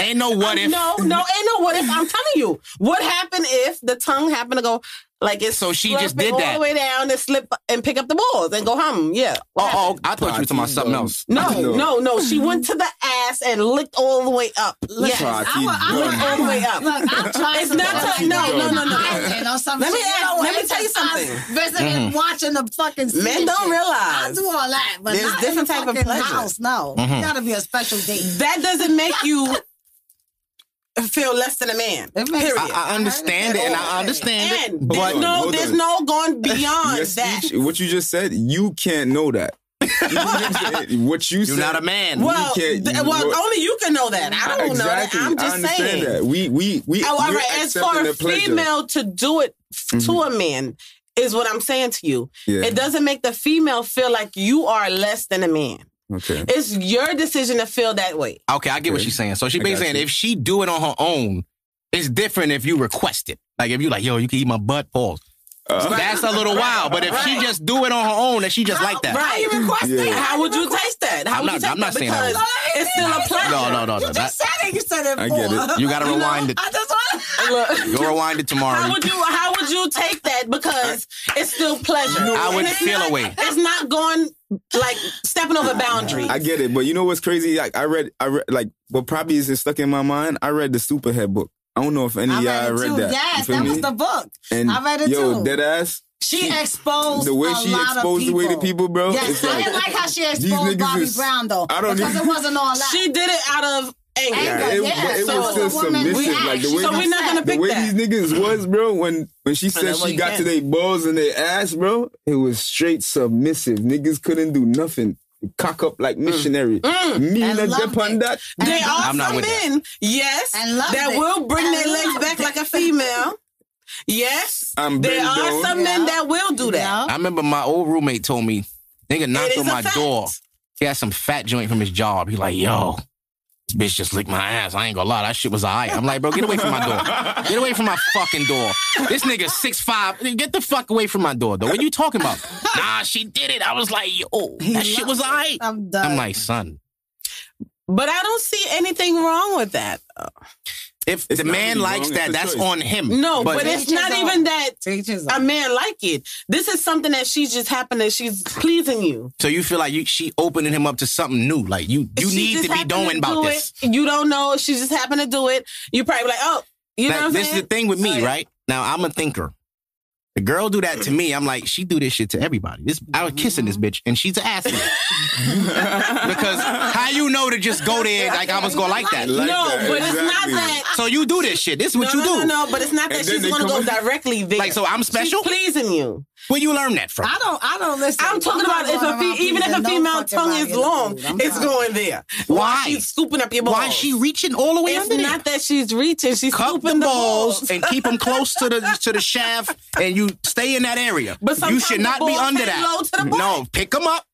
S3: ain't no what if.
S1: No, no, ain't no what if. I'm telling you, what happened if the tongue happened to go like it's
S3: So she just
S1: slurping
S3: did
S1: all
S3: that.
S1: the way down and slip and pick up the balls and go hum. Yeah. What
S3: Oh, oh,
S1: happened?
S3: I thought you were talking about something else.
S1: No, no, no. She went to the ass and licked all the way up. Yes.
S4: Try to
S5: I wa- I
S4: done.
S1: Licked all the way up.
S5: Look, I'm trying
S1: It's
S5: to
S1: not
S5: fuck
S1: tell- no,
S5: you.
S1: no, no, no.
S5: I- you know, some
S1: Let me
S5: shit, you
S1: ask-
S5: know,
S1: let me
S5: it's
S1: tell you
S5: just us
S1: something.
S5: Visiting,
S3: Mm-hmm.
S5: watching the fucking.
S1: Men
S5: shit.
S1: don't
S5: I
S1: realize
S5: do all that, but
S1: There's
S5: not in
S1: different
S5: the
S1: type of
S5: fucking
S1: pleasure.
S5: House, no,
S3: Mm-hmm.
S5: it gotta be a special date.
S1: that doesn't make you feel less than a man.
S5: It makes-
S1: Period.
S3: I, I understand it, and I understand it.
S1: and
S4: Hold
S1: there's
S4: on,
S1: no,
S4: hold
S1: there's
S4: on.
S1: no going beyond
S4: Your
S1: that.
S4: speech, what you just said, you can't know that. what you
S3: You're
S4: said,
S3: not a man.
S1: Well,
S4: can't-
S1: th-
S4: you-
S1: well,
S4: what-
S1: only you can know that. I don't
S4: Exactly. I
S1: know that. I'm just
S4: understand
S1: saying.
S4: that. We we we.
S1: Oh, all
S4: we're
S1: right. As far
S4: accepting
S1: as
S4: the pleasure. Mm-hmm.
S1: female to do it f- to a man is what I'm saying to you.
S4: Yeah.
S1: It doesn't make the female feel like you are less than a man.
S4: Okay.
S1: It's your decision to feel that way.
S3: Okay, I get what she's saying. So she
S4: I
S3: basically
S4: got
S3: saying
S4: you.
S3: if she do it on her own, It's different if you request it. Like if you like, yo, you can eat my butt, pause. That's a little wild. But if she just do it on her own and she just like that,
S1: How you request
S4: Yeah.
S1: it? How would you taste that? How
S3: I'm
S1: would
S3: not-
S1: you taste
S3: I'm not
S1: that?
S3: saying I
S1: because it's still a pleasure.
S3: no, no, no, no.
S5: You
S3: that-
S5: just said it. You said it.
S4: I get
S5: before.
S4: it.
S3: you gotta rewind it.
S5: I just want.
S1: Look,
S3: Go rewind it tomorrow.
S1: how would you how would you take that? Because it's still pleasure.
S3: I would
S1: And it's
S3: feel
S1: not-
S3: away.
S1: It's not going like stepping over boundaries.
S4: I get it, but you know what's crazy? Like I read, I read, like what probably isn't stuck in my mind. I read the Superhead book. I don't know if any
S5: I
S4: of
S5: read
S4: y'all
S5: it
S4: read
S5: too.
S4: that.
S5: Yes,
S4: You feel
S5: that was
S4: me?
S5: the book.
S4: And
S5: I read it
S4: yo,
S5: too.
S4: dead ass.
S5: She exposed
S4: The way
S5: a
S4: she
S5: lot of
S4: exposed the way to people, bro.
S5: Yes,
S4: it's
S5: I didn't like how she
S4: these
S5: exposed
S4: niggas
S5: Bobby
S4: is-
S5: Brown though.
S4: I don't
S5: because
S4: even-
S5: it wasn't all that.
S1: She did it out of anger.
S5: Anger.
S4: it,
S5: yeah,
S4: but it
S5: so
S4: was
S5: the
S4: still
S5: woman
S4: submissive. Like the
S5: reacts.
S4: way,
S1: So
S4: these,
S1: we're not gonna
S4: the
S1: pick
S4: way
S1: that.
S4: these niggas was, bro. When when she said
S1: that's what
S4: she
S1: you
S4: got
S1: can.
S4: to their balls and their ass, bro, it was straight submissive. Niggas couldn't do nothing. Cock up like missionary.
S1: Mm.
S4: Me
S5: I
S4: and
S5: loved
S4: upon
S5: it.
S4: that.
S5: And
S1: They
S5: loved
S1: are
S3: I'm not
S1: some
S3: with that.
S1: men, yes,
S5: And loved
S1: that
S5: it.
S1: will bring
S5: And
S1: their legs
S5: loved
S1: back
S5: it.
S1: like a female. Yes,
S4: I'm
S1: there
S4: bent
S1: are
S4: down.
S1: some men that will do that.
S5: Yeah.
S3: I remember my old roommate told me, nigga knocked
S1: is
S3: on
S1: a
S3: my
S1: fact.
S3: door. He had some fat joint from his job. He like, yo, this bitch just licked my ass. I ain't gonna lie, that shit was alright. I'm like, bro, get away from my door. Get away from my fucking door. This nigga six five. Get the fuck away from my door, though. What you talking about? Nah, she did it. I was like, yo, that shit was alright.
S5: I'm done.
S3: I'm like, son,
S1: But I don't see anything wrong with that.
S3: if
S4: It's
S3: the
S4: not
S3: man
S4: really
S3: likes
S4: wrong,
S3: that,
S4: it's a
S3: that's
S4: choice.
S3: on him.
S1: No, but,
S5: it-
S1: it's not even that
S5: Teachers.
S1: a man like it. This is something that she's just happened that she's pleasing you.
S3: so you feel like you she opening him up to something new. Like you, you
S1: She
S3: need
S1: just
S3: to be
S1: happened
S3: doing about
S1: do
S3: this.
S1: It. You don't know. She just happened to do it. You probably like, oh, you know
S3: Like,
S1: what I'm
S3: this
S1: saying?
S3: is the thing with me,
S1: Like-
S3: right? Now I'm a thinker. The girl do that to me. I'm like, she do this shit to everybody. This I was kissing this bitch, and she's an asshole. because how you know to just go there like I was gonna like that?
S4: Like
S1: no,
S4: that,
S1: but it's not
S4: exactly.
S1: that.
S3: So you do this shit. This is what
S1: no,
S3: you
S1: no,
S3: do.
S1: No, no, but it's not that
S4: And then
S1: she's
S4: they
S1: gonna go
S4: come-
S1: directly there.
S3: Like so, I'm special.
S1: She's pleasing you.
S3: Where you learn that from?
S5: I don't. I don't listen.
S1: I'm talking
S5: not
S1: about if
S5: going
S1: a
S5: around
S1: fe- even if
S5: pleasing
S1: a
S5: no
S1: female
S5: fucking
S1: tongue
S5: body
S1: is
S5: in the
S1: long,
S5: food. I'm
S1: it's
S5: sorry.
S1: going there.
S3: Why?
S1: she's scooping up your balls?
S3: Why is she reaching all the way
S1: It's
S3: under there?
S1: not that she's reaching. She's
S3: Cup
S1: scooping
S3: the balls
S1: balls.
S3: and keep them close to the to the shaft, and you stay in that area.
S1: But
S3: you
S1: sometimes
S3: should
S1: the
S3: not be
S1: balls
S3: under
S1: hang
S3: that.
S1: low to the
S3: no, pick them up.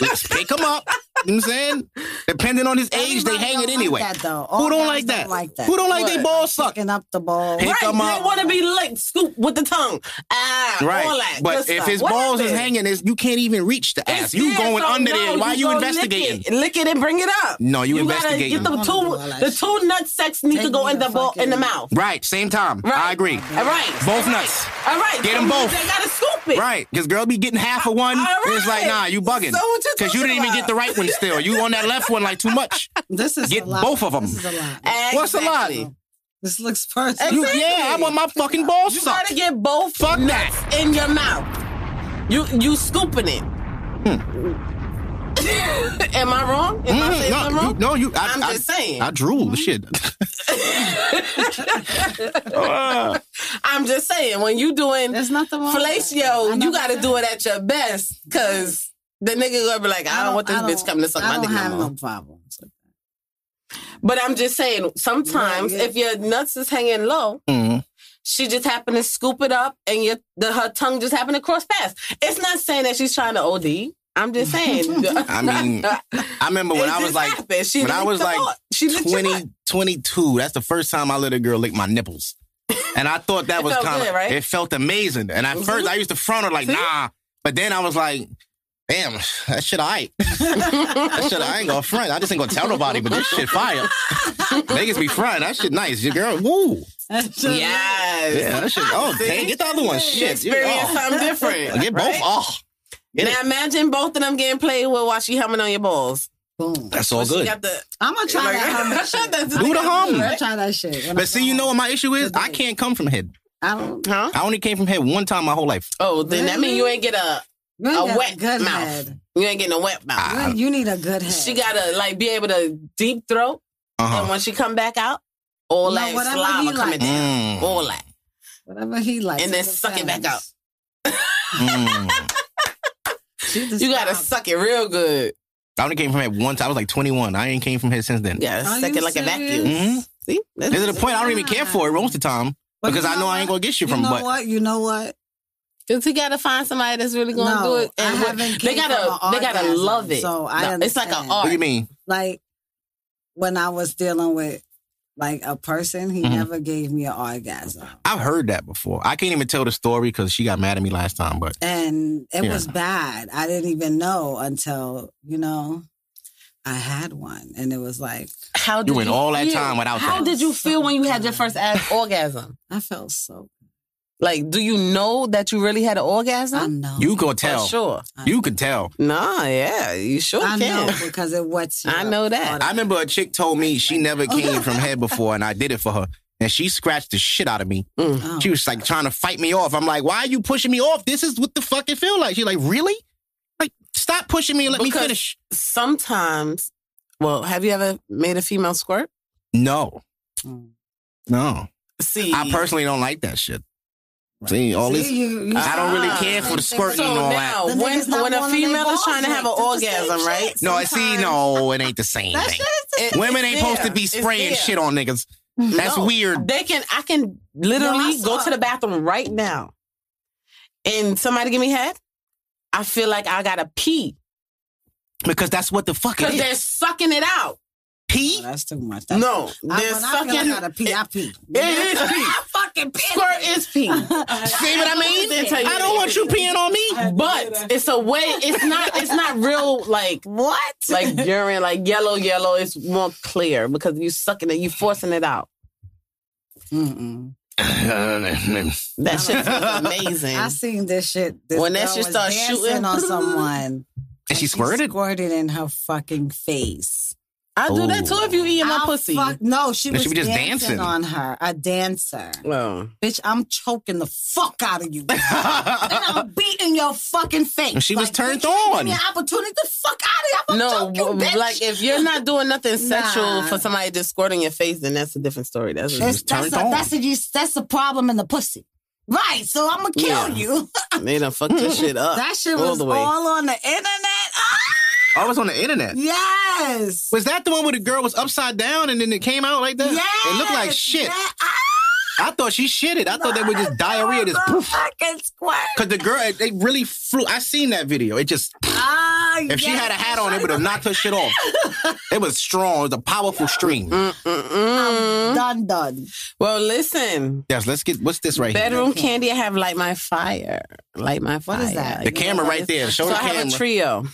S3: Let's pick them up. You know what I'm saying? Depending on his age, they
S5: Everybody
S3: hang
S5: don't
S3: it
S5: like
S3: anyway.
S5: that, though.
S3: Who
S5: All guys
S3: don't like
S5: don't
S3: that?
S5: like that.
S3: Who don't like they
S1: What?
S3: ball suck?
S5: Picking up the ball.
S3: Pick
S1: Right,
S3: them
S1: they
S3: up.
S1: want to be licked, scooped with the tongue. Ah, all that.
S3: Right, but
S1: good
S3: if
S1: stuff.
S3: his
S1: What
S3: balls is
S1: it?
S3: hanging, it's, you can't even reach the
S1: It's
S3: ass. You
S1: there,
S3: going
S1: so
S3: under
S1: no,
S3: there? Why you
S1: go
S3: investigating?
S1: Lick it, lick it and bring it up.
S3: No, you investigating.
S1: Gotta
S5: I
S1: get
S5: don't
S1: the
S5: wanna do all
S1: two, the
S5: that
S1: two nut sacks need
S5: Take
S1: to go
S5: me
S1: in
S5: the
S1: the ball,
S5: fuck
S1: in the
S5: in.
S1: mouth.
S3: Right, same time.
S1: Right.
S3: I agree.
S1: All right.
S3: Both nuts.
S1: All right.
S3: Get
S1: so
S3: 'em both.
S1: They gotta scoop it.
S3: Right, because girl be getting half of one.
S1: All
S3: and it's like,
S1: right.
S3: nah, you bugging.
S1: So what you
S3: Because you
S1: talking
S3: didn't even get
S1: about?
S3: the right one still. You on that left one like too much.
S5: This is
S3: Get
S5: a lot.
S3: both of 'em.
S5: This is a lot.
S3: What's the lot?
S1: Exactly.
S5: This looks personal.
S3: You, yeah, I want my fucking balls
S1: You
S3: sucked.
S1: gotta get both
S3: Fuck
S1: nuts
S3: that.
S1: in your mouth. You you scooping it.
S3: Hmm.
S1: Am I wrong? Am I saying something
S3: Mm, Mm-hmm. no, you,
S1: wrong?
S3: no, you. I,
S1: I'm
S3: I-
S1: just saying. Mm-hmm.
S3: I drool. Shit.
S1: I'm just saying when you doing
S5: There's nothing wrong with that. I
S1: fellatio,
S5: know
S1: you gotta
S5: that.
S1: do it at your best because the nigga gonna be like, I, don't want this bitch coming to suck
S5: I
S1: my
S5: don't
S1: dick
S5: have
S1: no more.
S5: no problem.
S1: But I'm just saying, sometimes
S5: Yeah, yeah.
S1: if your nuts is hanging low,
S3: Mhm.
S1: she just happened to scoop it up and your the, her tongue just happened to cross past. It's not saying that she's trying to OD. I'm just saying.
S3: I mean, I remember when
S1: It
S3: I was
S1: just
S3: like,
S1: happened. She
S3: when I
S1: licked
S3: was
S1: the
S3: like
S1: butt. She licked your
S3: 20, 22, that's the first time I let a girl lick my nipples. And I thought that
S1: It
S3: was
S1: felt
S3: kind of,
S1: good, right? Mm-hmm.
S3: it felt amazing. And at first I used to front her like, nah. But then I was like, damn, that shit all right. that shit, I ain't gonna front. I just ain't gonna tell nobody, but this shit fire. Niggas be front. That shit nice. Your girl, woo.
S1: Yes.
S3: Yeah, that shit, oh, dang, get the other one. Shit. you-
S1: Experience
S3: oh.
S1: something different.
S3: Get both
S1: right?
S3: off. Get
S1: Now
S3: it.
S1: imagine both of them getting played with while she humming on your balls.
S5: Boom.
S3: That's all
S1: But She
S3: good.
S1: got the
S5: I'm gonna try
S1: like,
S5: that. hum shit.
S3: Do the hum.
S5: I'm gonna try that shit. when I
S3: But see,
S5: go
S3: you know
S5: home.
S3: what my issue is? I
S5: Today.
S3: can't come from head.
S5: I don't.
S1: huh?
S3: I only came from head one time my whole life.
S1: Oh, then that mean you ain't get a
S5: You ain't
S1: a
S5: got
S1: wet
S5: good
S1: mouth.
S5: Head.
S1: you ain't getting a wet mouth.
S3: Ah.
S5: You, ain't- you need a good head.
S1: She gotta like be able to deep throat, and
S3: Uh-huh.
S1: when she come back out, all
S5: No,
S1: that
S5: whatever
S1: saliva
S5: he
S1: coming
S5: like.
S1: down,
S3: Mm.
S1: all that.
S5: whatever he likes,
S1: And then
S5: he
S1: suck it back
S5: defends.
S1: out.
S3: Mm.
S5: She just
S1: You gotta
S5: found-
S1: suck it real good.
S3: I only came from head once. I was like 21. I ain't came from head since then.
S1: You gotta
S5: Are
S1: suck
S5: you
S1: it like a vacuum.
S5: serious?
S3: Mhm.
S1: See, That's-
S3: There's a point I don't even care for it most of the time
S5: But
S3: because
S5: you
S3: I know I
S5: what?
S3: ain't gonna get you
S5: You
S3: from
S5: know
S3: but
S5: what? You know what?
S1: Cause he gotta find somebody that's really gonna
S5: No,
S1: do it.
S5: I
S1: what-
S5: haven't
S1: they
S5: came
S1: gotta
S5: from an
S1: they gotta
S5: orgasm,
S1: love it.
S5: so I
S1: No, it's like an
S5: understand.
S1: art.
S3: What do you mean?
S5: Like when I was dealing with like a person. He
S1: Mm-hmm.
S3: Mhm.
S5: never gave me an orgasm,
S3: I've heard that before. I can't even tell the story because she got mad at me last time. But
S5: and it
S3: Yeah.
S5: was bad. I didn't even know until you know I had one, and it was like
S1: How
S3: did went you all that feel? time without
S1: How
S3: that.
S1: did you feel when you had your first ass orgasm?
S5: I felt so.
S1: Like, do you know that you really had an
S5: I
S1: orgasm?
S5: know.
S3: you gonna
S1: For
S3: tell.
S1: sure.
S3: You can tell.
S1: Nah, yeah, you sure can.
S5: I know because it wets you.
S1: I
S5: up.
S1: know that.
S3: I remember a chick told me she never came from head before, and I did it for her. And she scratched the shit out of me.
S1: Mm.
S5: Oh.
S3: She was like trying to fight me off. I'm like, why are you pushing me off? This is what the fuck it feel like. She's like, really? Like, stop pushing me and let me
S1: Because-
S3: finish.
S1: Sometimes, well, have you ever made a female squirt?
S3: No,
S5: Mm.
S3: no.
S1: See,
S3: I personally don't like that shit. See, all
S5: See,
S3: this.
S5: you- you-
S3: I don't really
S1: Ah.
S3: care for the squirting
S1: so
S3: and all that.
S1: now
S5: The
S1: when,
S5: niggas not
S1: when a
S5: wanting they
S1: female is
S5: balls
S1: trying to have an
S5: licked, it's the same
S1: orgasm,
S5: shit.
S1: right?
S3: No, I see. No, it ain't the same
S5: That
S3: thing.
S5: shit is
S1: It-
S3: Women
S1: it's
S3: ain't supposed to
S1: there.
S3: be
S1: It's
S3: spraying
S1: there.
S3: shit on niggas. That's
S1: No.
S3: weird.
S1: They can. I can literally
S5: Yo, I
S1: go
S5: saw-
S1: to the bathroom right now, and somebody give me head. I feel like I gotta pee
S3: Because that's what the fuck it
S1: because they're
S3: is.
S1: sucking it out.
S5: Oh,
S3: Pee?
S5: that's too much. That's
S1: no, they're
S5: I, when I feel
S1: sucking.
S5: like I gotta pee, I pee.
S1: it is pee.
S5: I fucking pee.
S1: Squirt is pee.
S3: See what I mean?
S1: They tell you
S3: I don't want you peeing on me.
S1: But it's a way. It's not. It's not real. Like
S5: What?
S1: like urine, like yellow, yellow. It's more clear because you sucking it. You forcing it out.
S5: Mm-mm.
S1: That shit was amazing.
S5: I seen this shit. This
S1: When that
S5: girl
S1: shit
S5: was
S1: starts
S5: dancing
S1: shooting-
S5: on someone,
S3: and she squirted.
S5: squirted in her fucking face.
S1: I do that
S3: Ooh. Ah,
S1: too if you eating my
S5: I
S1: pussy.
S5: fuck- no, she
S3: Then
S5: was,
S3: she was
S5: just
S3: just
S5: dancing,
S3: dancing.
S5: on her. A dancer,
S1: Oh.
S5: bitch. I'm choking the fuck out of you. and I'm beating your fucking face.
S3: And she was turned
S5: bitch, you ain't Give
S3: on.
S5: me an opportunity to fuck out of you.
S1: No,
S5: I'm no, choke you,
S1: w-
S5: bitch.
S1: like if you're not doing nothing sexual
S5: Nah.
S1: for somebody just squirting your face, then that's a different story. That's a,
S5: that's, that's, a,
S3: turned on.
S5: that's a that's a problem in the pussy. Right, so I'm gonna
S1: Yeah.
S5: kill you.
S1: they done fucked your shit up.
S5: That shit
S1: all
S5: was
S1: the way.
S5: all on the internet. Ah,
S3: I was on the internet.
S5: yes.
S3: Was that the one where the girl was upside down and then it came out like that?
S5: Yes.
S3: It looked like shit.
S5: Yeah. Ah,
S3: I thought she shitted. I thought they were just diarrhea. Just
S5: the
S3: poof.
S5: fucking squirt.
S3: Cause the girl, it, it really flew. I seen that video. It just,
S5: Ah,
S3: if she
S5: yes.
S3: had a hat on, it would have knocked her shit off. It was strong. It was a powerful stream.
S1: Mm-mm-mm.
S5: Um, Done, done.
S1: Well, listen.
S3: Yes, let's get. What's this right here?
S1: Mm. Bedroom candy, I have Light My Fire. Light My Fire.
S5: What is that?
S3: The
S1: You know
S3: camera
S1: what
S3: right
S1: it is?
S3: there. Show
S1: So
S3: the
S1: I have a
S3: camera.
S1: trio.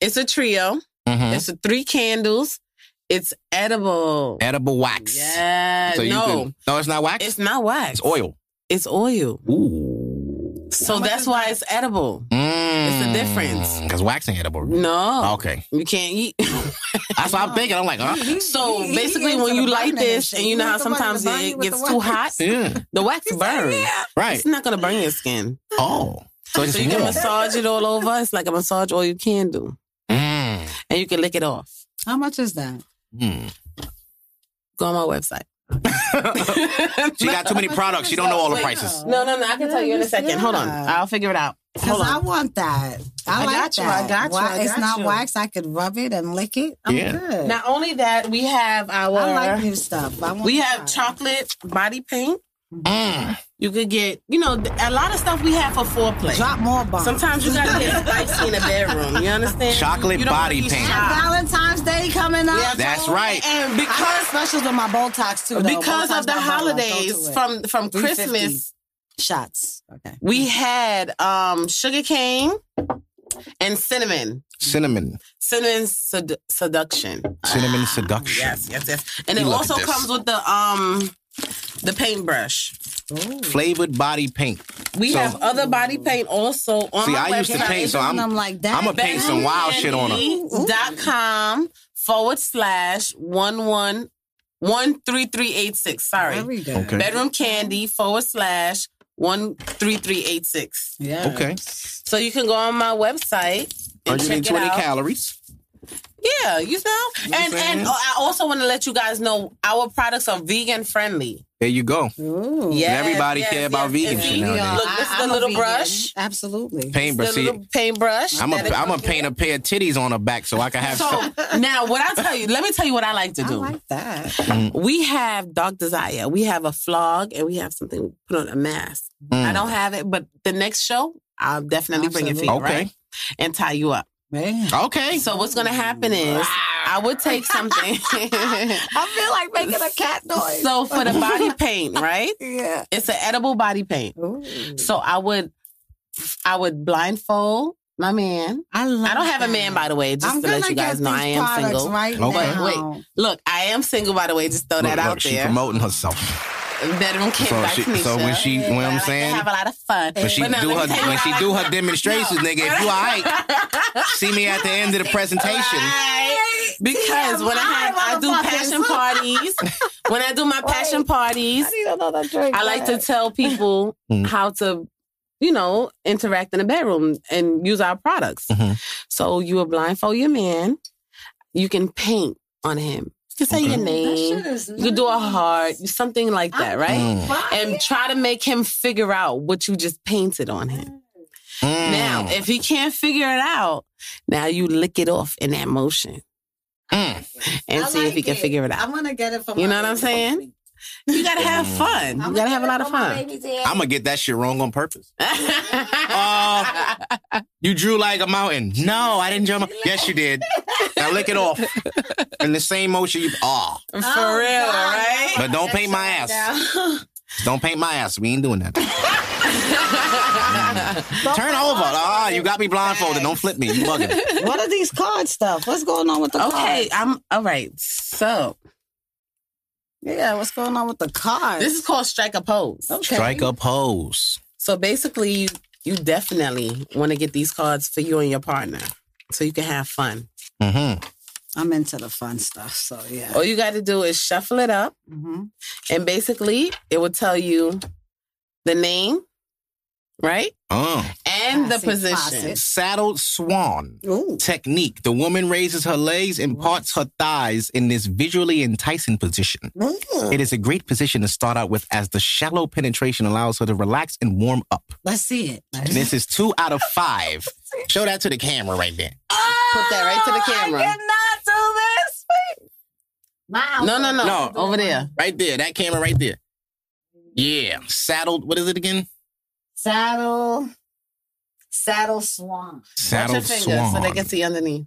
S1: It's a trio.
S3: Mhm.
S1: It's a three candles. It's edible.
S3: Edible wax.
S1: Yeah.
S3: So you
S1: no.
S3: can- no, it's not wax.
S1: It's not wax.
S3: It's oil.
S1: It's oil.
S3: Ooh.
S1: So that's why it's edible.
S3: Mm. Oh.
S1: difference.
S3: Because wax ain't edible.
S1: No.
S3: Okay.
S1: You can't eat.
S3: That's what I'm thinking. I'm like, huh?
S1: uh, So
S5: He- he
S1: basically,
S5: into
S1: when
S5: the
S1: you light
S5: burning
S1: this,
S5: shit.
S1: and you know
S5: He
S1: how
S5: the one that
S1: sometimes
S5: burn you
S1: it
S5: with
S1: gets
S5: the
S1: too
S5: wax.
S1: hot,
S3: Yeah.
S1: the wax burns.
S3: Right.
S1: It's not gonna burn your skin.
S3: Oh. So it's
S1: So you can
S3: warm.
S1: massage it all over. It's like a massage oil you can do,
S3: Mm.
S1: and you can lick it off.
S5: How much is that?
S3: Mm.
S1: Go on my website.
S3: She got too many products. She don't know all the prices.
S1: No, no, no. I can tell you in a second. Hold on.
S5: Yeah.
S1: I'll figure it out.
S5: Because
S1: Hold
S5: I
S1: on.
S5: want that. I,
S1: I
S5: like
S1: got you, I
S5: that.
S1: got you,
S5: Why-
S1: I
S5: it's
S1: got
S5: not
S1: you.
S5: wax. I could rub it and lick it. I'm
S3: Yeah.
S5: good.
S1: Not only that, we have our.
S5: I like new stuff. I want
S1: we have
S5: that.
S1: chocolate body paint.
S3: Mm.
S1: You could get, you know, th- a lot of stuff we have for foreplay.
S5: Drop more bombs.
S1: Sometimes you gotta get spicy in the bedroom. You understand?
S3: Chocolate
S1: You don't wanna
S3: body
S1: be
S3: paint.
S1: shy.
S5: Valentine's Day coming up.
S1: Yeah,
S3: That's right.
S1: And
S5: I got
S1: because
S5: specials with my Botox too. though.
S1: because
S5: Botox
S1: of the
S5: by Bella. Don't do
S1: holidays
S5: it.
S1: from from
S5: 350.
S1: Christmas,
S5: shots. Okay.
S1: we had um sugar cane and cinnamon.
S3: Cinnamon.
S1: Cinnamon sed- seduction. Ah.
S3: Cinnamon seduction.
S1: Yes, yes, yes. And it
S3: We love
S1: also
S3: this.
S1: comes with the um the paintbrush.
S5: Oh.
S3: Flavored body paint.
S1: We
S3: So-
S1: have other body paint also on
S3: See,
S1: my
S3: I used to
S1: website. E
S3: paint, so
S5: and I'm
S3: I'm.
S5: like that.
S3: I'ma paint some wild shit on her.
S1: dot com forward slash one one one three three eight six. Sorry.
S5: Very good.
S3: Okay.
S1: Bedroom candy forward slash one three three eight six.
S5: Yeah.
S3: Okay.
S1: So you can go on my website and check it
S3: 120
S1: out.
S3: calories.
S1: yeah, you know.
S3: what I'm
S1: and
S3: saying?
S1: and oh, I also want to let you guys know our products are vegan friendly.
S3: There you go.
S5: Ooh.
S1: Yeah,
S3: Everybody care about vegan shit nowadays.
S1: Look, this is
S5: I-
S1: the
S5: I'm a
S1: little
S5: vegan.
S1: brush.
S5: Absolutely.
S1: The
S3: Paintbrush. See,
S1: little paintbrush.
S3: I'm a,
S1: that it
S3: I'm a
S1: comes with.
S3: paint a pair of titties on her back so I can have. some-
S1: So now, what I tell you, let me tell you what I like to
S5: I
S1: do.
S5: like that.
S3: Mm.
S1: We have Dog Desire. We have a flog and we have something we put on a mask. I
S3: Mm.
S1: don't have it, but the next show, I'll definitely bring it for you,
S5: Absolutely.
S3: Okay.
S1: right? And tie you up.
S3: Okay.
S1: So what's gonna happen is I would take something.
S5: I feel like making a cat noise.
S1: so for the body paint, right?
S5: yeah.
S1: It's an edible body paint. So I would, I would blindfold my man.
S5: I, love
S1: I don't have a
S5: that.
S1: man, by the way. Just
S5: I'm
S1: to
S5: gonna
S1: let you
S5: get
S1: guys know,
S5: these
S1: I am
S5: products
S1: single.
S5: Right
S3: Okay.
S5: now.
S1: Wait, look, I am single, by the way. Just throw that
S3: Look,
S1: out
S3: look, she
S1: there.
S3: promoting herself.
S1: Bedroom kid
S3: So
S1: by
S3: she-
S1: Kenisha.
S3: so when she- you know
S1: But I
S3: what I'm
S1: like to
S3: saying?
S1: have a lot of fun.
S3: When she
S1: But no,
S3: do
S1: let me
S3: her
S1: tell you
S3: when
S1: what
S3: she
S1: I
S3: do
S1: like.
S3: her demonstrations, nigga, if you alright, see me at the end of the presentation.
S1: Right. Because when I have, I do passion parties. when I do my passion parties,
S5: need another drink.
S1: I like to tell people
S3: Mm.
S1: how to, you know, interact in the bedroom and use our products.
S3: Mhm.
S1: So you will blindfold your man. You can paint on him. You can say
S3: Okay.
S1: your name. You can do a heart, something like that, right?
S3: Mm,
S1: And try to make him figure out what you just painted on him.
S3: mm.
S1: Now, if he can't figure it out, now you lick it off in that motion
S3: Mm.
S1: and
S5: I
S1: see if
S5: like
S1: he can figure it out.
S5: I'm gonna get it from.
S1: You
S5: my
S1: know what I'm
S5: baby.
S1: saying? You gotta have fun. You
S5: I'ma
S1: gotta
S5: get
S1: have a
S5: it
S1: lot of
S5: from my
S1: fun.
S5: baby daddy.
S3: Mm. I'ma get that shit wrong on purpose. Uh, you drew like a mountain. No, I didn't draw a mountain. Yes, you did. Now lick it off. In the same motion you ah.
S1: For
S5: Oh,
S1: real,
S5: God.
S1: right?
S3: But don't paint my ass. Don't paint my ass. We ain't doing that. Turn over. Ah, you got me blindfolded. Don't flip me. You bugging.
S5: what are these card stuff? What's going on with the
S1: Okay,
S5: cards?
S1: I'm all right. So
S5: Yeah, what's going on with the cards?
S1: this is called strike a pose.
S5: okay.
S3: Strike a pose.
S1: So basically, you, you definitely want to get these cards for you and your partner so you can have fun.
S3: Mm-hmm.
S5: I'm into the fun
S1: Oh,
S5: stuff, so yeah.
S1: All you got to do is shuffle it up,
S5: Mhm.
S1: and basically, it will tell you the name, right?
S3: Oh.
S1: And the
S5: Classic
S1: position.
S5: faucet.
S3: Saddled swan.
S5: Ooh.
S3: Technique. The woman raises her legs and parts her thighs in this visually enticing position.
S5: Mm.
S3: It is a great position to start out with as the shallow penetration allows her to relax and warm up.
S5: Let's see it.
S3: And this is two out of five. Show that to the camera right there.
S1: Put that
S5: Oh,
S1: right to the camera.
S5: not do this. Wow.
S1: No, no, no,
S3: No.
S1: Over there.
S3: Right there. That camera right there. Yeah. Saddled. What is it again?
S5: Saddle, saddle swan.
S1: Watch your finger so they can see underneath.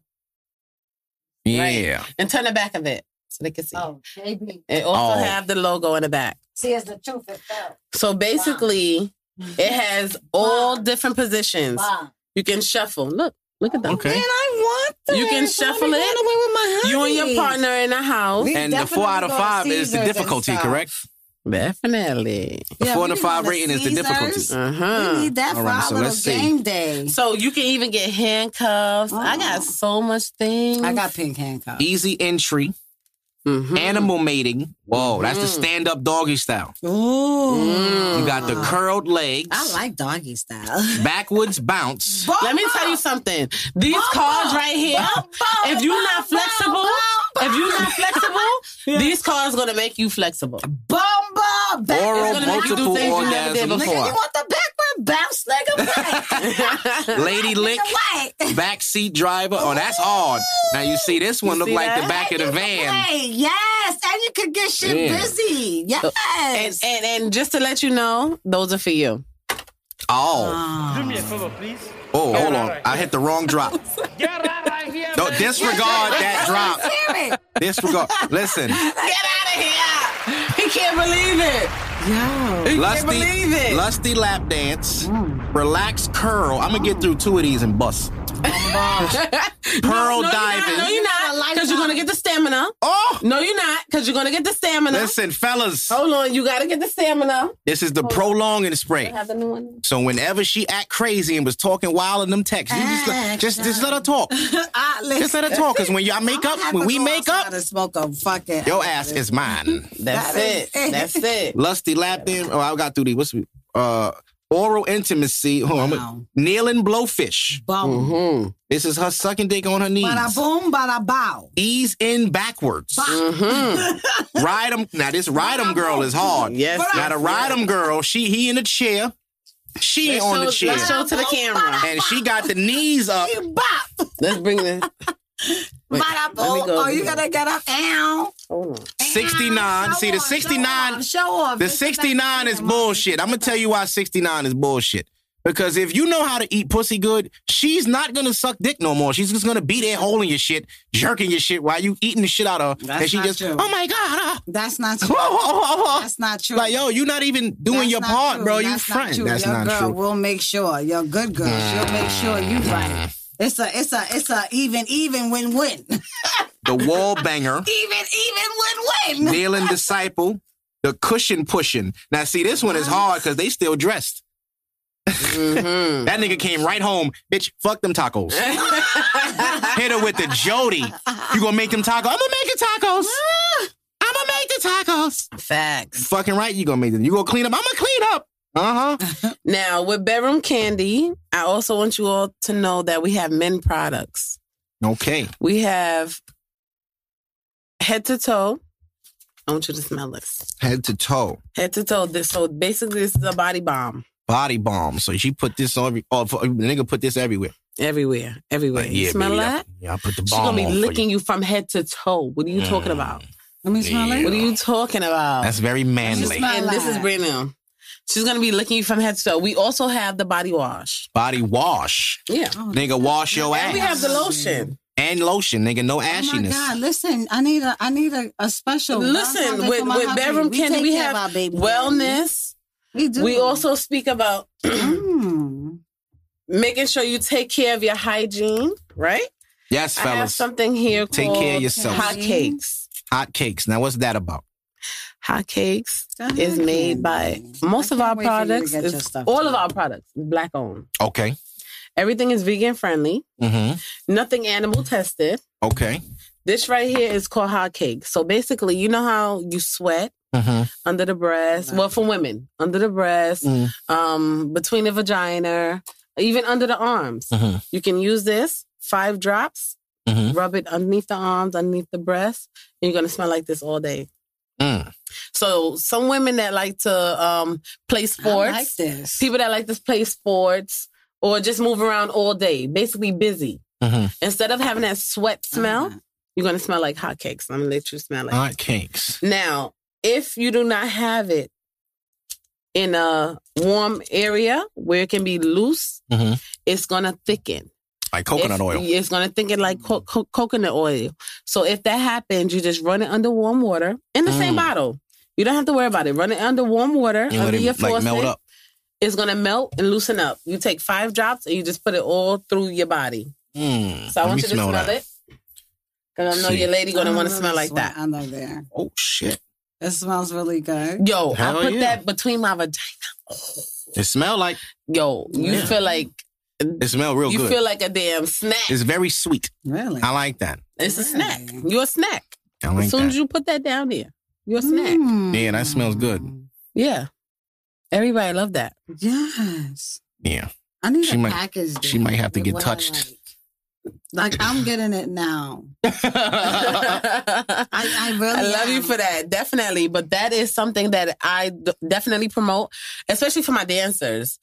S3: Yeah.
S1: And turn the back of it so they can see.
S5: Oh, baby.
S1: It also
S3: Oh.
S1: have the logo in the back.
S5: See, it's the truth it fell.
S1: So basically, it has all different positions.
S5: Wow.
S1: You can shuffle. Look, look at them.
S3: Okay.
S5: I want
S1: You can shuffle it. Oh, You and your partner in the house.
S3: And the four out of five is the difficulty, correct?
S1: Definitely.
S3: The four out of five rating is the difficulty.
S1: Uh
S5: We
S1: huh.
S5: need that
S3: All
S5: for
S3: right,
S5: our
S3: so
S5: little
S3: let's see.
S5: game day.
S1: So you can even get handcuffs. I got so much things.
S5: I got pink
S1: Uh.
S5: handcuffs.
S3: Easy entry,
S1: Mhm.
S3: animal mating. Whoa, that's
S5: Mm.
S3: the stand up doggy style.
S5: Ooh.
S3: You got the curled legs,
S5: I like doggy style.
S3: backwards bounce.
S1: Let me tell you something. These cards right here, if you're not flexible, if you're not flexible, these cards gonna make you flexible.
S5: Bumba, back.
S3: Oral
S1: gonna make you do
S3: multiple
S1: things you never did
S3: orgasms.
S5: Nigga, you want the backward bounce, nigga? Wait.
S3: Lady lick,
S5: Wait.
S3: backseat driver. Oh, that's odd. Now you see this one look
S1: see
S3: like the
S1: that?
S3: back of the van.
S5: Wait, yes. And you could get shit
S3: Yeah.
S5: busy.
S1: And,
S5: Yes.
S1: and and just to let you know, those are for you.
S3: Oh,
S2: Do me a favor, please.
S3: oh, hold on. I hit the wrong drop.
S2: Get out right here.
S3: No, disregard that drop.
S5: Hear it.
S3: Disregard. Listen,
S1: Get out of here! He can't believe it.
S5: Yo.
S1: He can't believe it.
S3: lusty,
S1: Mm.
S3: lusty lap dance, relax curl. I'm gonna get through two of these and bust. Pearl
S1: no,
S3: diving.
S1: You're not, no, you're not, because you're gonna get the stamina.
S3: oh,
S1: No, you're not, because you're gonna get the stamina.
S3: listen, fellas,
S1: Hold on, you gotta get the stamina.
S3: this is the
S1: Oh.
S3: prolonging spray.
S1: Have the new one.
S3: So whenever she act crazy and was talking wild in them texts, you just let, just just let her talk.
S5: I,
S3: Just let her talk. Cause when y'all make up, when we make up,
S5: to smoke a fucking.
S3: your ass is mine.
S1: That's
S5: That is
S1: it. That's it.
S3: Lusty lap dance. Oh, I got through these. What's uh oral intimacy? Oh, I'm
S5: Wow.
S3: a, kneeling blowfish.
S5: Boom.
S1: Mm-hmm.
S3: This is her sucking dick on her knees.
S5: Bada boom, bada bow.
S3: Ease in backwards.
S1: Mm-hmm.
S3: Ride 'em. Now this ride 'em girl is hard.
S1: Yes.
S3: Now the ride 'em girl, she he in the chair, she
S1: Let's
S3: on
S1: show-
S3: the chair,
S1: Let's show to the camera.
S3: and she got the knees up.
S5: Bop.
S1: Let's bring this. Wait, let
S5: Bada
S1: me
S5: boom.
S1: go
S5: oh, you
S1: over
S5: gotta get up. Ow.
S1: Hold on.
S3: Sixty nine. See the sixty
S5: Show off,
S3: nine.
S5: Show off.
S3: The sixty nine is bullshit. I'm gonna tell you why sixty nine is bullshit. Because if you know how to eat pussy good, she's not gonna suck dick no more. She's just gonna be there holding your shit, jerking your shit while you eating the shit out of her.
S5: That's
S3: and she
S5: not
S3: just,
S5: true.
S3: oh my God. ah."
S5: That's not
S3: Whoa,
S5: true.
S3: whoa, whoa, whoa.
S5: That's not true.
S3: Like, yo, you're not even doing
S5: That's
S3: your
S5: not
S3: part,
S5: true.
S3: bro. You
S5: That's Not
S3: front.
S5: true.
S3: That's
S5: your
S3: not
S5: girl
S3: true. Mm.
S5: will make sure. Your good girl, she'll make sure you right. It's a, it's a, it's a even, even, win, win, even,
S3: The wall banger.
S5: even, win, win.
S3: kneeling disciple, the cushion pushing. Now, see, this one is hard because they still dressed.
S5: Mm-hmm.
S3: that nigga came right home, bitch. Fuck them tacos. Hit her with the Jody. You gonna make them tacos? I'm gonna make the tacos. I'm gonna make the tacos.
S1: Facts.
S3: Fucking right, you gonna make them. You gonna clean up? I'm gonna clean up. Uh huh.
S1: Now with bedroom candy, I also want you all to know that we have men products.
S3: Okay.
S1: We have head to toe. I want you to smell this.
S3: Head to toe,
S1: Head to toe. This so basically this is a body bomb.
S3: body bomb. So she put this on. every- Oh, for- the nigga put this everywhere.
S1: Everywhere. Everywhere.
S3: Like,
S1: you smell
S3: baby, I-
S1: that?
S3: Yeah, I put the
S1: She's
S3: bomb
S1: gonna be
S3: on for you.
S1: licking you. from head to toe. What are you talking about?
S5: Let me smell
S3: Yeah.
S5: it.
S1: What are you talking about?
S3: That's very manly.
S5: my
S1: and this
S5: lie.
S1: is brand new. She's gonna be licking you from head to toe. We also have the body wash.
S3: Body wash.
S1: Yeah.
S5: Oh,
S3: Nigga, wash your ass.
S1: And we have the lotion.
S3: and lotion, nigga. No
S5: Oh my
S3: ashiness.
S5: God! Listen, I need a, I need a, a special.
S1: Listen,
S5: Round
S1: with,
S5: for my
S1: with
S5: hubby.
S1: bedroom
S5: We
S1: candy,
S5: take
S1: we
S5: care of our
S1: have
S5: baby.
S1: wellness.
S5: We do.
S1: We also speak about
S5: Mm.
S1: making sure you take care of your hygiene, right?
S3: Yes,
S1: I have
S3: fellas.
S1: something here.
S3: Take
S1: called
S3: care of yourself.
S1: Hot cakes.
S3: Hot cakes. Now, what's that about?
S1: Hot cakes
S5: The hot
S1: is made by
S5: candy.
S1: most
S5: I
S1: of
S5: can't
S1: our
S5: wait for you to
S1: products.
S5: get
S1: is-
S5: your stuff
S1: all of
S5: together.
S1: our products black owned.
S3: Okay.
S1: Everything is vegan friendly.
S3: Mm-hmm.
S1: Nothing animal tested.
S3: Okay.
S1: This right here is called hot cake. So basically, you know how you sweat
S3: Mm-hmm.
S1: under the breast. Well, for women, under the breast,
S3: Mm.
S1: um, between the vagina, even under the arms.
S3: Mm-hmm.
S1: You can use this five drops.
S3: Mhm.
S1: Rub it underneath the arms, underneath the breast, and you're gonna smell like this all day.
S3: Mm.
S1: So some women that like to um, play
S5: I
S1: sports,
S5: like this.
S1: people that like to play sports or just move around all day, basically busy.
S3: Mhm.
S1: Instead of having that sweat smell, you're gonna smell like hotcakes. I'm gonna let you smell it.
S3: Hot cakes.
S1: Now, if you do not have it in a warm area where it can be loose,
S3: Mhm.
S1: it's gonna thicken.
S3: Like coconut
S1: It's-
S3: oil.
S1: It's gonna thicken like co- co- coconut oil. So if that happens, you just run it under warm water in the same
S3: Mm.
S1: bottle. You don't have to worry about it. Run it under warm water
S3: You let
S1: under your
S3: it like
S1: faucet.
S3: melt up.
S1: It's gonna melt and loosen up. You take five drops and you just put it all through your body.
S3: Mm.
S1: So I
S3: Let
S1: want
S3: me
S1: you to smell,
S3: that.
S1: it. Cause I know
S3: See.
S1: your lady gonna
S5: I
S1: want to
S5: really
S1: smell like
S5: sweat
S1: that.
S5: Under there,
S3: Oh shit!
S5: it smells really good.
S1: Yo,
S3: Hell
S1: I put
S3: yeah.
S1: that between my vagina.
S3: It smell like
S1: Yo, you
S3: Yeah.
S1: feel like
S3: it smell real
S1: you
S3: good.
S1: feel like a damn snack. It's,
S3: it's very sweet.
S5: Really?
S3: I like that.
S1: a snack.
S5: Really?
S1: You're a snack.
S3: I like
S1: as soon
S3: that.
S1: as you put that down there, you're a snack.
S5: Mm.
S3: Yeah, that smells good.
S1: Yeah. Everybody love that.
S5: Yes.
S3: yeah.
S5: I need
S3: She
S5: a
S3: might-
S5: package.
S3: she
S5: deal
S3: might have to
S5: with
S3: get
S5: what I
S3: touched.
S5: Like. Like, I'm getting it now.
S1: I,
S5: I, I really
S1: love
S5: am.
S1: you for that, definitely. But that is something that I d- definitely promote, especially for my dancers.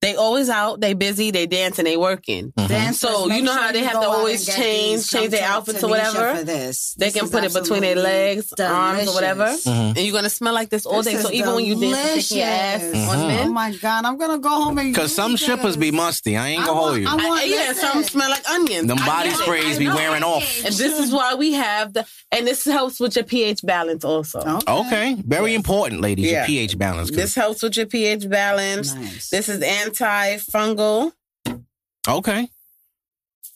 S1: They always out, they busy, they dancing, they working.
S5: Dancers,
S1: So,
S5: make
S1: you know
S5: sure
S1: how they
S5: you
S1: have
S5: go
S1: to
S5: out
S1: always
S5: and get
S1: change-
S5: these. Come
S1: change their
S5: talk to
S1: outfits or
S5: Tanisha
S1: whatever.
S5: For this.
S1: They
S5: This
S1: can
S5: is
S1: put it between their
S5: absolutely
S1: legs, arms, or whatever.
S5: delicious.
S1: And you're gonna smell like this all
S5: This
S1: day. So
S5: is
S1: even when you dance, you shake your ass
S5: delicious.
S1: on
S3: Mhm.
S5: Oh
S1: men.
S5: my god, I'm gonna go home and
S3: Cause
S5: use
S3: some strippers be
S5: this.
S3: musty. I ain't
S5: I
S3: gonna
S5: want-
S3: hold you.
S5: I want-
S1: I, yeah,
S5: listen.
S1: some smell like onions.
S3: Them
S1: I
S3: body
S1: know it.
S3: sprays
S1: I
S3: be
S1: know
S3: wearing
S1: it.
S3: off.
S1: And this is why we have the, and this helps with your pH balance also.
S3: Okay, very important, ladies. Your
S1: Yeah.
S3: pH balance. 'cause-
S1: This helps with your pH balance.
S5: Nice.
S1: This is antifungal.
S3: okay,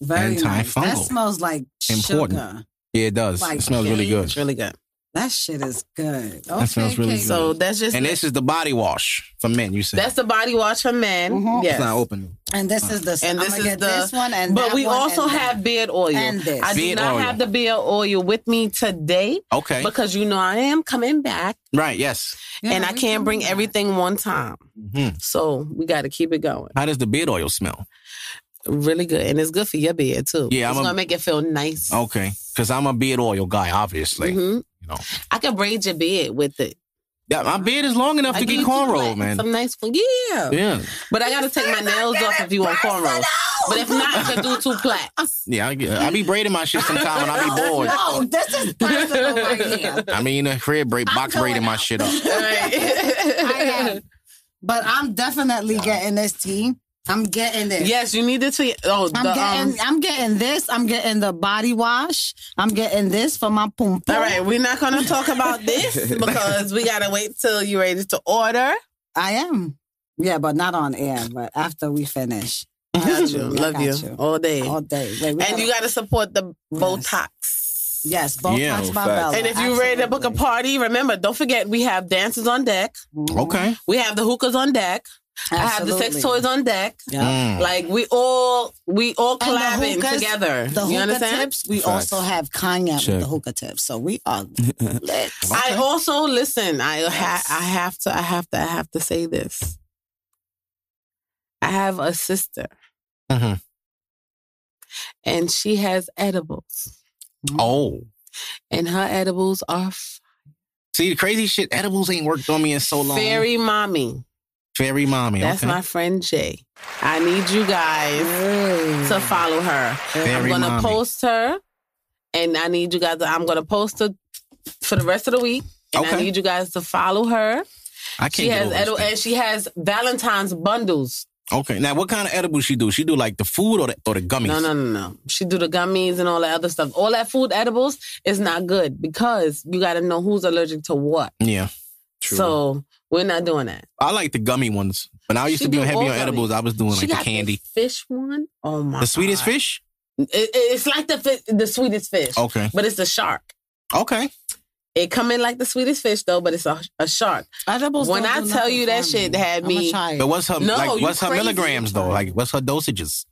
S5: Very nice. That
S3: antifungal.
S5: smells like
S3: Important.
S5: sugar.
S3: yeah, it does.
S5: Like
S3: it smells really good.
S1: It's really good.
S5: That shit is good. Okay,
S3: smells really
S5: Kate.
S3: good.
S1: So that's just
S3: And this is the body wash for men. You said
S1: that's the body wash for men.
S5: Mhm.
S1: Yes.
S3: it's not open.
S5: And this is the.
S1: And
S5: I'm
S1: this
S5: gonna
S1: is
S5: get
S1: the-
S5: this one and
S1: but
S5: that
S1: we
S5: one
S1: also
S5: and
S1: have
S5: that.
S1: beard oil.
S5: And this.
S1: I
S3: Beard
S1: do not
S3: oil.
S1: have the beard oil with me today
S3: Okay,
S1: because you know I am coming back
S3: right? Yes.
S5: Yeah,
S1: and I
S5: we
S1: can't
S5: can
S1: bring
S5: do that.
S1: everything one time.
S3: Mhm.
S1: So we got to keep it going.
S3: How does the beard oil smell?
S1: Really good. And it's good for your beard too.
S3: Yeah,
S1: It's
S3: I'm a-
S1: going to make it feel nice.
S3: Okay, because I'm a beard oil guy, obviously.
S1: Mhm.
S3: You know,
S1: I can braid your beard with it.
S3: yeah, my beard is long enough
S1: I
S3: to
S1: give
S3: get
S1: you
S3: cornrolled,
S1: some-
S3: man.
S1: Some nice, yeah.
S3: yeah,
S1: But I gotta take my nails off if you want cornrows. But if not, I could do two plaits.
S3: yeah. I, get-
S1: Mm-hmm.
S3: I be braiding my shit sometime, and I be bored.
S5: No, this is personal right here.
S3: I mean, a crib braid, box braiding my shit up.
S1: Right.
S5: I am. But I'm definitely getting this tea I'm getting this.
S1: Yes, you need to tweet. Oh,
S5: I'm
S1: the, um,
S5: getting, I'm getting this. I'm getting the body wash. I'm getting this for my pum pum.
S1: all right, we're not going to talk about this because we got to wait till you're ready to order.
S5: I am. Yeah, but not on air. But after we finish,
S1: Got you.
S5: I
S1: Love
S5: got
S1: you.
S5: you.
S1: all day.
S5: all day. Wait, we
S1: and
S5: gotta-
S1: you got to support the Botox.
S5: yes, both
S3: Yeah,
S5: yeah, my
S4: facts.
S5: belly.
S1: And if you're ready to book a party, remember, don't forget we have dances on deck.
S5: Mm-hmm.
S3: Okay.
S1: We have the hookahs on deck. I have the sex toys on deck.
S3: Mm.
S1: Like we all we all
S5: And the
S1: collabing
S5: hookahs-
S1: together.
S5: The
S1: you
S5: hookah
S1: understand?
S5: tips. We
S4: Facts.
S5: also have cognac
S4: Check.
S5: with the hookah tips. So we are lit.
S1: I also listen. I ha- I have to. I have to. I have to say this. I have a sister,
S3: Mhm.
S1: and she has edibles,
S3: Oh.
S1: and her edibles are f-
S3: See, the crazy shit, edibles ain't worked on me in so long.
S1: fairy mommy.
S3: Fairy mommy.
S1: That's
S3: okay.
S1: my friend Jay. I need you guys to follow her. I'm
S3: Fairy
S1: gonna
S3: mommy.
S1: post her, and I need you guys. To, I'm gonna post her for the rest of the week, and I
S3: Okay.
S1: need you guys to follow her.
S3: I can't
S1: She
S3: get
S1: has
S3: over this
S1: edible,
S3: thing.
S1: and she has Valentine's bundles.
S3: Okay. Now, what kind of edibles she do? She do like the food or the, or the gummies?
S1: No, no, no, no. She do the gummies and all that other stuff. All that food edibles is not good because you got to know who's allergic to what.
S3: Yeah.
S1: So we're not doing that.
S3: I like the gummy ones. When I used
S1: She
S3: to be
S1: do all
S3: heavy on
S1: gummies.
S3: edibles, I was doing
S1: she
S3: like the
S1: got
S3: candy.
S1: this fish one. Oh my!
S3: The sweetest
S1: God.
S3: fish?
S1: It- it's like the fi- the sweetest fish,
S3: Okay.
S1: but it's a shark.
S3: Okay.
S1: It come in like the sweetest fish though, but it's a, a shark.
S5: Edibles
S1: When
S5: don't
S1: I
S5: do
S1: tell you
S5: nothing
S1: that
S5: for
S1: shit
S5: me.
S1: had
S5: I'm a
S1: me-
S5: child.
S3: But what's her
S1: No,
S3: like
S1: you
S3: what's her
S1: crazy.
S3: milligrams though? Like what's her dosages?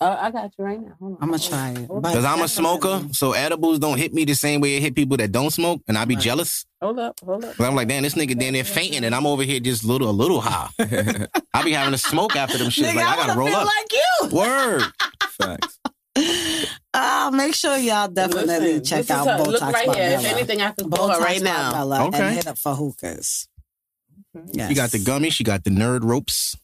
S1: Uh, I got you right now. Hold on.
S5: I'm gonna try it.
S1: Hold
S5: But-
S3: Because I'm a smoker, so edibles don't hit me the same way it hit people that don't smoke, and I be jealous.
S1: Hold up, hold up.
S3: Cause I'm like, damn, this nigga damn near fainting, and I'm over here just little a little high. I be having a smoke after them shit.
S5: Nigga,
S3: like I gotta
S5: wanna
S3: roll
S5: feel
S3: up.
S5: like you.
S3: Word.
S4: Facts.
S5: Uh, make sure y'all definitely
S1: Listen,
S5: check
S1: this is
S5: out
S1: her.
S5: Botox
S1: Look right
S5: by
S1: here. If
S5: Bella.
S1: anything, I can call
S5: Botox
S1: her right
S5: by
S1: now.
S5: Bella
S3: Okay.
S5: and hit up for hookahs. Yes.
S3: She got the gummy. She got the nerd ropes.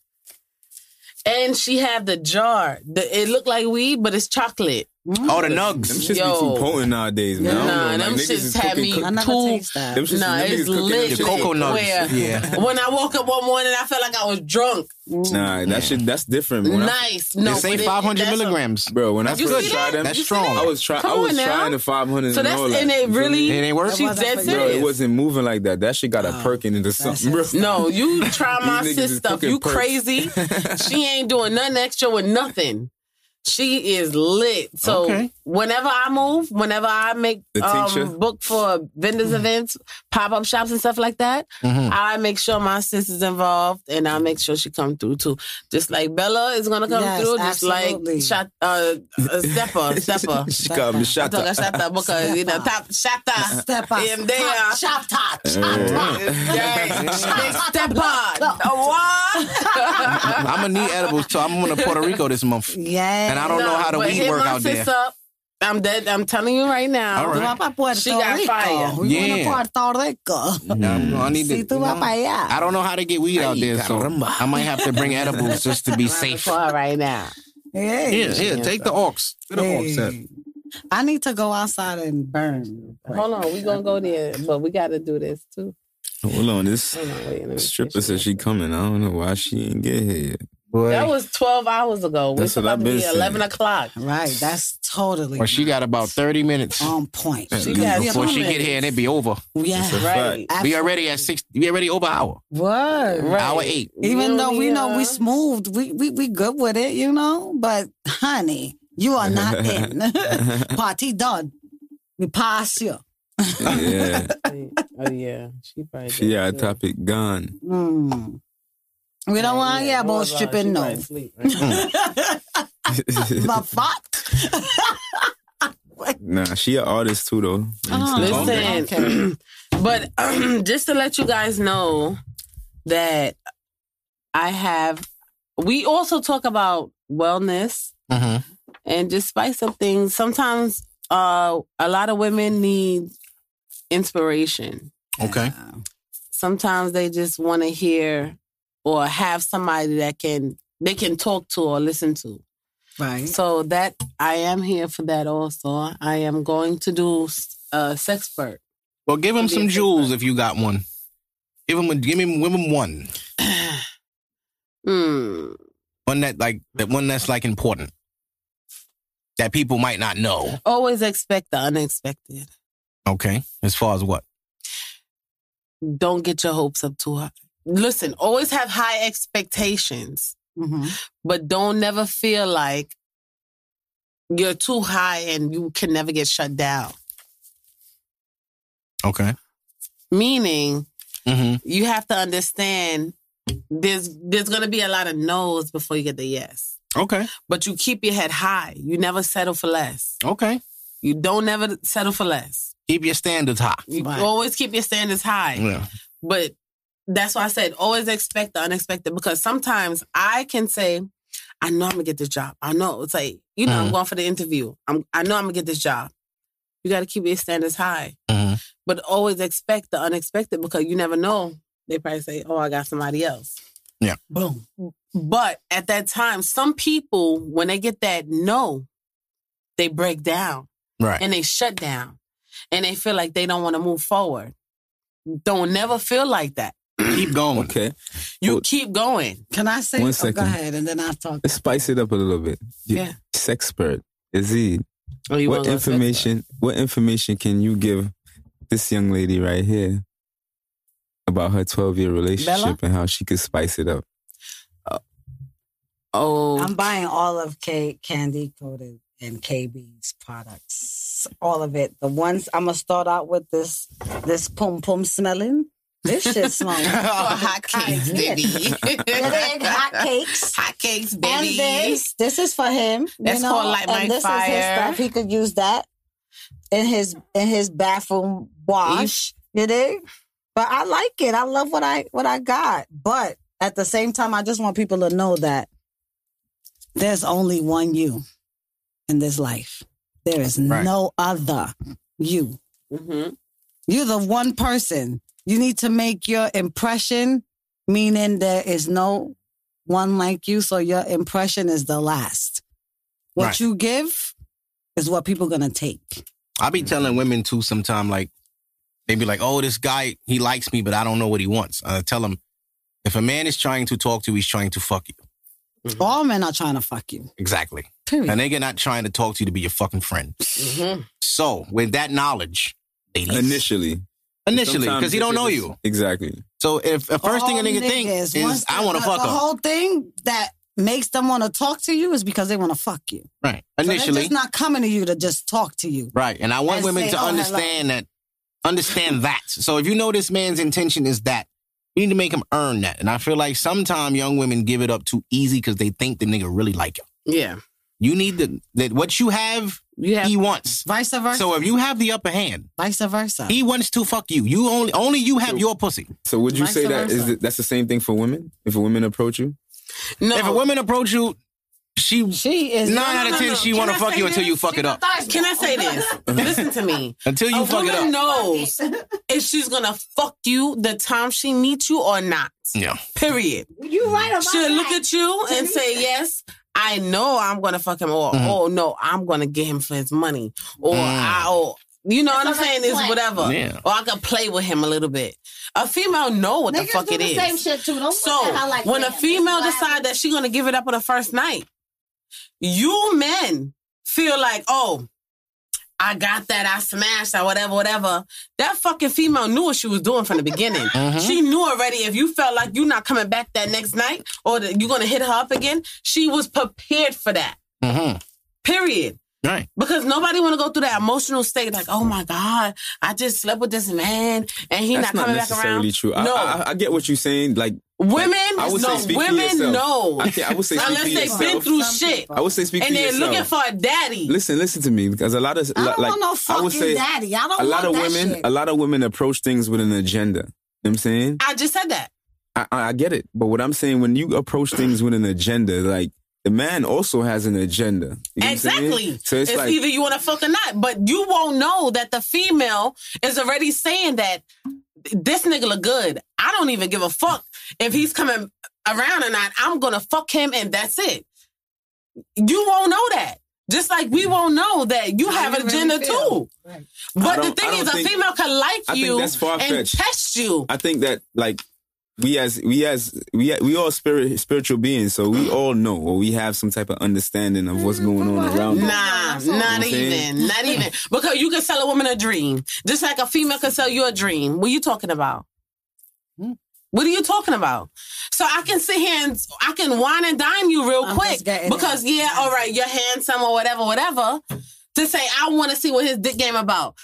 S1: And she have the jar. The, it look like weed, but it's chocolate.
S3: Oh, the
S4: Them
S3: nugs.
S4: shits
S1: Yo.
S4: be too potent nowadays, man. I don't
S1: Nah,
S4: know,
S1: them
S4: like, niggas
S1: shits
S4: is
S1: had
S4: cooking
S1: me
S4: cook-
S5: I never
S1: Two-
S5: taste that.
S4: Them shits,
S1: Nah,
S4: them
S1: it's
S4: niggas cooking them
S1: lit.
S3: The
S4: shits.
S3: cocoa nugs.
S1: Where-
S3: Yeah.
S1: When I woke up one morning, I felt like I was drunk.
S4: Nah, that shit, that's different. When I-
S1: nice. No,
S3: they say
S1: but it-
S3: 500
S1: that's a-
S3: milligrams.
S4: bro, when I
S1: You
S4: first
S1: see
S4: tried
S1: that?
S4: them,
S3: That's
S1: You see
S3: strong.
S1: that?
S4: I was trying. I
S1: Come
S4: was
S1: on now.
S4: trying the 500.
S1: So that's
S4: all that.
S1: and
S4: You
S1: it
S4: feel
S1: really
S3: It
S4: me?
S3: ain't work.
S1: She's
S5: wasn't
S1: dead
S5: for you.
S4: Bro, it
S1: serious.
S4: wasn't moving like that. That shit got a
S5: Oh,
S4: perking into something, bro.
S1: No, you try my
S4: These niggas
S1: sis
S4: is
S1: stuff.
S4: cooking
S1: You
S4: perks.
S1: crazy. she ain't doing nothing extra with nothing. She is lit. So
S3: Okay.
S1: whenever I move, whenever I make
S4: The Mm-hmm. tincture?
S1: um, book for vendors events, pop up shops and stuff like that,
S4: Mm-hmm.
S3: Mhm.
S1: I make sure my sis is involved, and I make sure she come through too. Just like Bella is gonna come
S5: Yes,
S1: through, just
S5: absolutely.
S1: like shot, uh, uh, Stepper, Stepper.
S4: she got me
S1: I
S4: shot.
S1: told her Shatta because you know top Shatta.
S5: Step up.
S1: And they are-
S5: Chop, top,
S4: Yeah.
S5: chop,
S1: Yeah, big Stepper. What?
S3: I'm gonna need edibles too. I'm going to Puerto Rico this month.
S5: Yeah.
S3: And I don't know how the
S1: but
S3: weed
S1: hit
S3: work
S1: my
S3: out
S1: sis
S3: there.
S1: Up. I'm dead. I'm telling you right now.
S3: All
S5: Tú
S3: right.
S5: vas pa Puerto
S1: She got
S5: Rico.
S1: fire.
S5: We going
S3: Yeah. Mm-hmm.
S5: to Puerto Rico.
S3: Yeah, I'm gonna- I need
S5: Si
S3: to.
S5: tú vas
S3: you know,
S5: pa allá.
S3: I don't know how to get weed out there, so I might have to bring edibles just to be safe.
S1: For her right now.
S5: Hey.
S3: Yeah, yeah. Take the aux. Get the aux out.
S5: Hey. I need to go outside and burn.
S1: Hold on, we gonna go there, but we gotta do this too.
S4: Hold on, this
S1: Hold on, wait, let me
S4: stripper
S1: finish
S4: said
S1: this.
S4: she coming. I don't know why she ain't get here. yet.
S1: That
S3: Boy.
S1: was twelve hours ago. We're
S4: That's what I've
S1: supposed to be
S4: been
S1: eleven
S4: saying.
S1: o'clock.
S5: Right. That's totally
S3: Well, she got about 30 minutes
S5: on point.
S1: She got
S3: before she
S1: something.
S3: get here, and it be over.
S5: Yeah.
S4: That's a
S1: Right.
S4: fact.
S3: We already at six. We already over hour.
S5: Word.
S1: Right.
S3: Hour eight.
S5: Even
S1: You
S5: though we know
S1: yeah.
S5: we smooth, we, we we good with it, you know. But honey, you are not in. Party done. We pass you.
S4: Yeah,
S1: Oh yeah, she probably.
S4: she
S1: dead,
S4: had a
S1: too.
S4: topic gone.
S5: Mm. We don't want yeah,
S1: Hold
S5: but
S1: on, she
S5: stripping
S1: probably
S5: no.
S1: asleep right now.
S3: Mm.
S5: But fuck.
S4: Nah, she an artist too though.
S5: Oh.
S1: Uh-huh. Listen,
S5: Okay.
S1: but just to let you guys know that I have, we also talk about wellness
S3: Mhm.
S1: and just spice up things. Sometimes uh, a lot of women need inspiration.
S3: Okay.
S1: Sometimes they just want to hear or have somebody that can they can talk to or listen to.
S5: Right.
S1: So that I am here for that also. I am going to do uh sexpert.
S3: Well, give him
S1: It'd be a
S3: some
S1: good
S3: jewels
S1: one.
S3: if you got one. Give him. A, give him. Give him one.
S1: Hmm.
S3: One that like that one that's like important. That people might not know.
S1: Always expect the unexpected.
S3: Okay. As far as what?
S1: Don't get your hopes up too high. Listen, always have high expectations,
S5: Mm-hmm.
S1: but don't never feel like you're too high and you can never get shut down.
S3: Okay.
S1: Meaning,
S3: Mm-hmm.
S1: you have to understand there's there's gonna be a lot of no's before you get the yes.
S3: Okay.
S1: But you keep your head high. You never settle for less.
S3: Okay.
S1: You don't never settle for less.
S3: Keep your standards high.
S1: You always keep your standards high.
S3: Yeah.
S1: But that's why I said always expect the unexpected because sometimes I can say, I know I'm gonna get this job. I know it's like, you know, I'm
S3: Mhm.
S1: going for the interview. I'm I know I'm gonna get this job. You gotta keep your standards high.
S3: Mhm.
S1: But always expect the unexpected because you never know. They probably say, Oh, I got somebody else.
S3: Yeah.
S1: Boom. But at that time, some people, when they get that no, they break down
S3: Right.
S1: and they shut down and they feel like they don't want to move forward. Don't never feel like that.
S3: Keep going.
S4: Okay.
S1: You
S4: Well-
S1: keep going.
S5: Can I say?
S4: One
S5: Oh, go
S4: second.
S5: ahead, and then I'll talk.
S4: Let's spice it up a little bit.
S1: Yeah.
S4: Sexpert. Is he?
S1: Oh, you
S4: what
S1: wanna go
S4: information what information can you give this young lady right here about her 12 year relationship
S1: Bella?
S4: and how she could spice it up
S1: first? Oh,
S5: I'm buying all of K Candy Coated and KB's products. All of it. The ones I'm gonna start out with this this pum pum smelling. This shit smells
S6: Oh,
S1: hot cakes, baby.
S5: hot cakes.
S1: hot cakes, baby.
S5: And this, this is for him. you
S1: That's
S5: know,
S1: called Light My
S5: and this Is his
S1: Fire.
S5: stuff. He could use that in his in his bathroom wash. You dig? But I like it. I love what I what I got. But at the same time, I just want people to know that there's only one you in this life. There is
S3: Right.
S5: no other you.
S1: Mhm.
S5: You're the one person. You need to make your impression, meaning there is no one like you. So your impression is the last. What
S3: Right.
S5: you give is what people gonna take.
S3: I
S4: Mm.
S3: be telling women too sometime like they be like, "Oh, this guy he likes me, but I don't know what he wants." I tell him, if a man is trying to talk to you, he's trying to fuck you. Mm-hmm.
S5: All men are trying to fuck you.
S3: Exactly.
S5: Period.
S3: And they're not trying to talk to you to be your fucking friend. Mm-hmm. So with that knowledge, ladies,
S4: initially
S3: initially,
S4: Sometimes
S3: because he don't
S4: it
S3: know
S4: is-
S3: you.
S4: Exactly.
S3: So if the first thing a
S5: All
S3: nigga think
S5: niggas,
S3: is,
S5: once
S3: I
S5: they-
S3: want to
S5: the-
S3: fuck
S5: The
S3: her,
S5: whole thing that makes them want to talk to you is because they want to fuck you.
S3: right?
S5: So they're
S3: Initially,
S5: just not coming to you to just talk to you.
S3: right? And I want
S5: And
S3: women
S5: say,
S3: to
S5: "Oh, hello."
S3: understand that, understand that. So if you know this man's intention is that, you need to make him earn that. And I feel like sometimes young women give it up too easy because they think the nigga really like you.
S1: Yeah.
S3: You need to that what you have,
S1: You have
S3: he wants.
S5: Vice versa.
S3: So if you have the upper hand,
S5: vice versa.
S3: he wants to fuck you. You only only you have your pussy.
S4: So would you
S5: Vice
S4: say that is
S5: versa.
S4: it, that's the same thing for women? If a woman approach you,
S1: no.
S3: If a woman approach you, she
S5: she is
S3: nine out
S1: no,
S3: of ten
S1: no.
S3: she
S1: Can
S3: want
S1: I
S3: to fuck
S1: say
S3: you until
S1: this?
S3: you fuck it up.
S1: Can I say this? Listen to me.
S3: Until you
S1: a
S3: fuck it
S1: woman
S3: up.
S1: knows if she's gonna fuck you the time she meets you or not.
S3: Yeah.
S1: Period.
S6: You right about
S1: She'll look
S6: that.
S1: at you and say, Yes, I know I'm gonna fuck him, or oh no, I'm gonna get him for his money. Or
S3: Mm.
S1: I oh you know what I'm
S6: It's a
S1: saying? It's
S6: play.
S1: whatever.
S3: Yeah.
S1: Or I can play with him a little bit. A female know what the
S6: Niggas
S1: fuck
S6: do
S1: it
S6: the
S1: is.
S6: Same shit too. Don't
S1: So
S6: look at her like
S1: when
S6: "Damn,
S1: a
S6: this
S1: female
S6: is what
S1: decide that she's gonna give it up on the first night, you men feel like, oh, I got that, I smashed, or whatever, whatever. That fucking female knew what she was doing from the beginning.
S4: Uh-huh.
S1: She knew already if you felt like you're not coming back that next night or that you're gonna hit her up again, she was prepared for that.
S3: Mhm.
S1: Period.
S3: Right.
S1: Because nobody want to go through that emotional state, like, oh my god, I just slept with this man and he
S4: that's
S1: not
S4: not,
S1: coming back
S4: necessarily
S1: around.
S4: true. I,
S1: No,
S4: I, I get what you're saying. Like
S1: women,
S4: I would say
S1: no,
S4: speak for
S1: women,
S4: yourself.
S1: no.
S4: I, think- I would say, speak
S1: Unless
S4: for
S1: they've
S4: yourself.
S1: been through
S5: Some
S1: shit
S5: people.
S4: I would say, speak for
S1: and they're
S4: yourself.
S1: looking for a daddy.
S4: listen, listen to me, because a lot of
S5: I don't
S4: like
S5: want no
S4: I
S5: fucking
S4: would say
S5: daddy. I don't
S4: a lot of
S5: want that
S4: women,
S5: shit.
S4: a lot of women approach things with an agenda. You know what I'm saying.
S1: I just said that.
S4: I, I I get it, but what I'm saying when you approach things with an agenda, like the man also has an agenda. You know what I'm saying?
S1: Exactly.
S4: So
S1: it's
S4: it's, like
S1: either you want to fuck or not, but you won't know that the female is already saying that this nigga look good. I don't even give a fuck if he's coming around or not. I'm gonna fuck him and that's it. You won't know that. Just like we won't know that you have an agenda too.
S4: I
S1: But the
S4: don't- I
S1: thing
S4: don't
S1: is, a
S4: think-
S1: female can like
S4: I think
S1: you
S4: that's
S1: and
S4: far-fetched.
S1: test you.
S4: I think that like we as we as we we all spirit spiritual beings, so we all know or we have some type of understanding of what's going on around us.
S1: Nah, not
S4: I'm saying?
S1: even, not even. Because you can sell a woman a dream, just like a female can sell you a dream. What are you talking about?
S5: Hmm.
S1: What are you talking about? So I can sit here and I can wine and dime you real
S5: I'm
S1: quick
S5: just getting
S1: because yeah, all right, you're handsome or whatever, whatever. To say I want to see what his dick game about.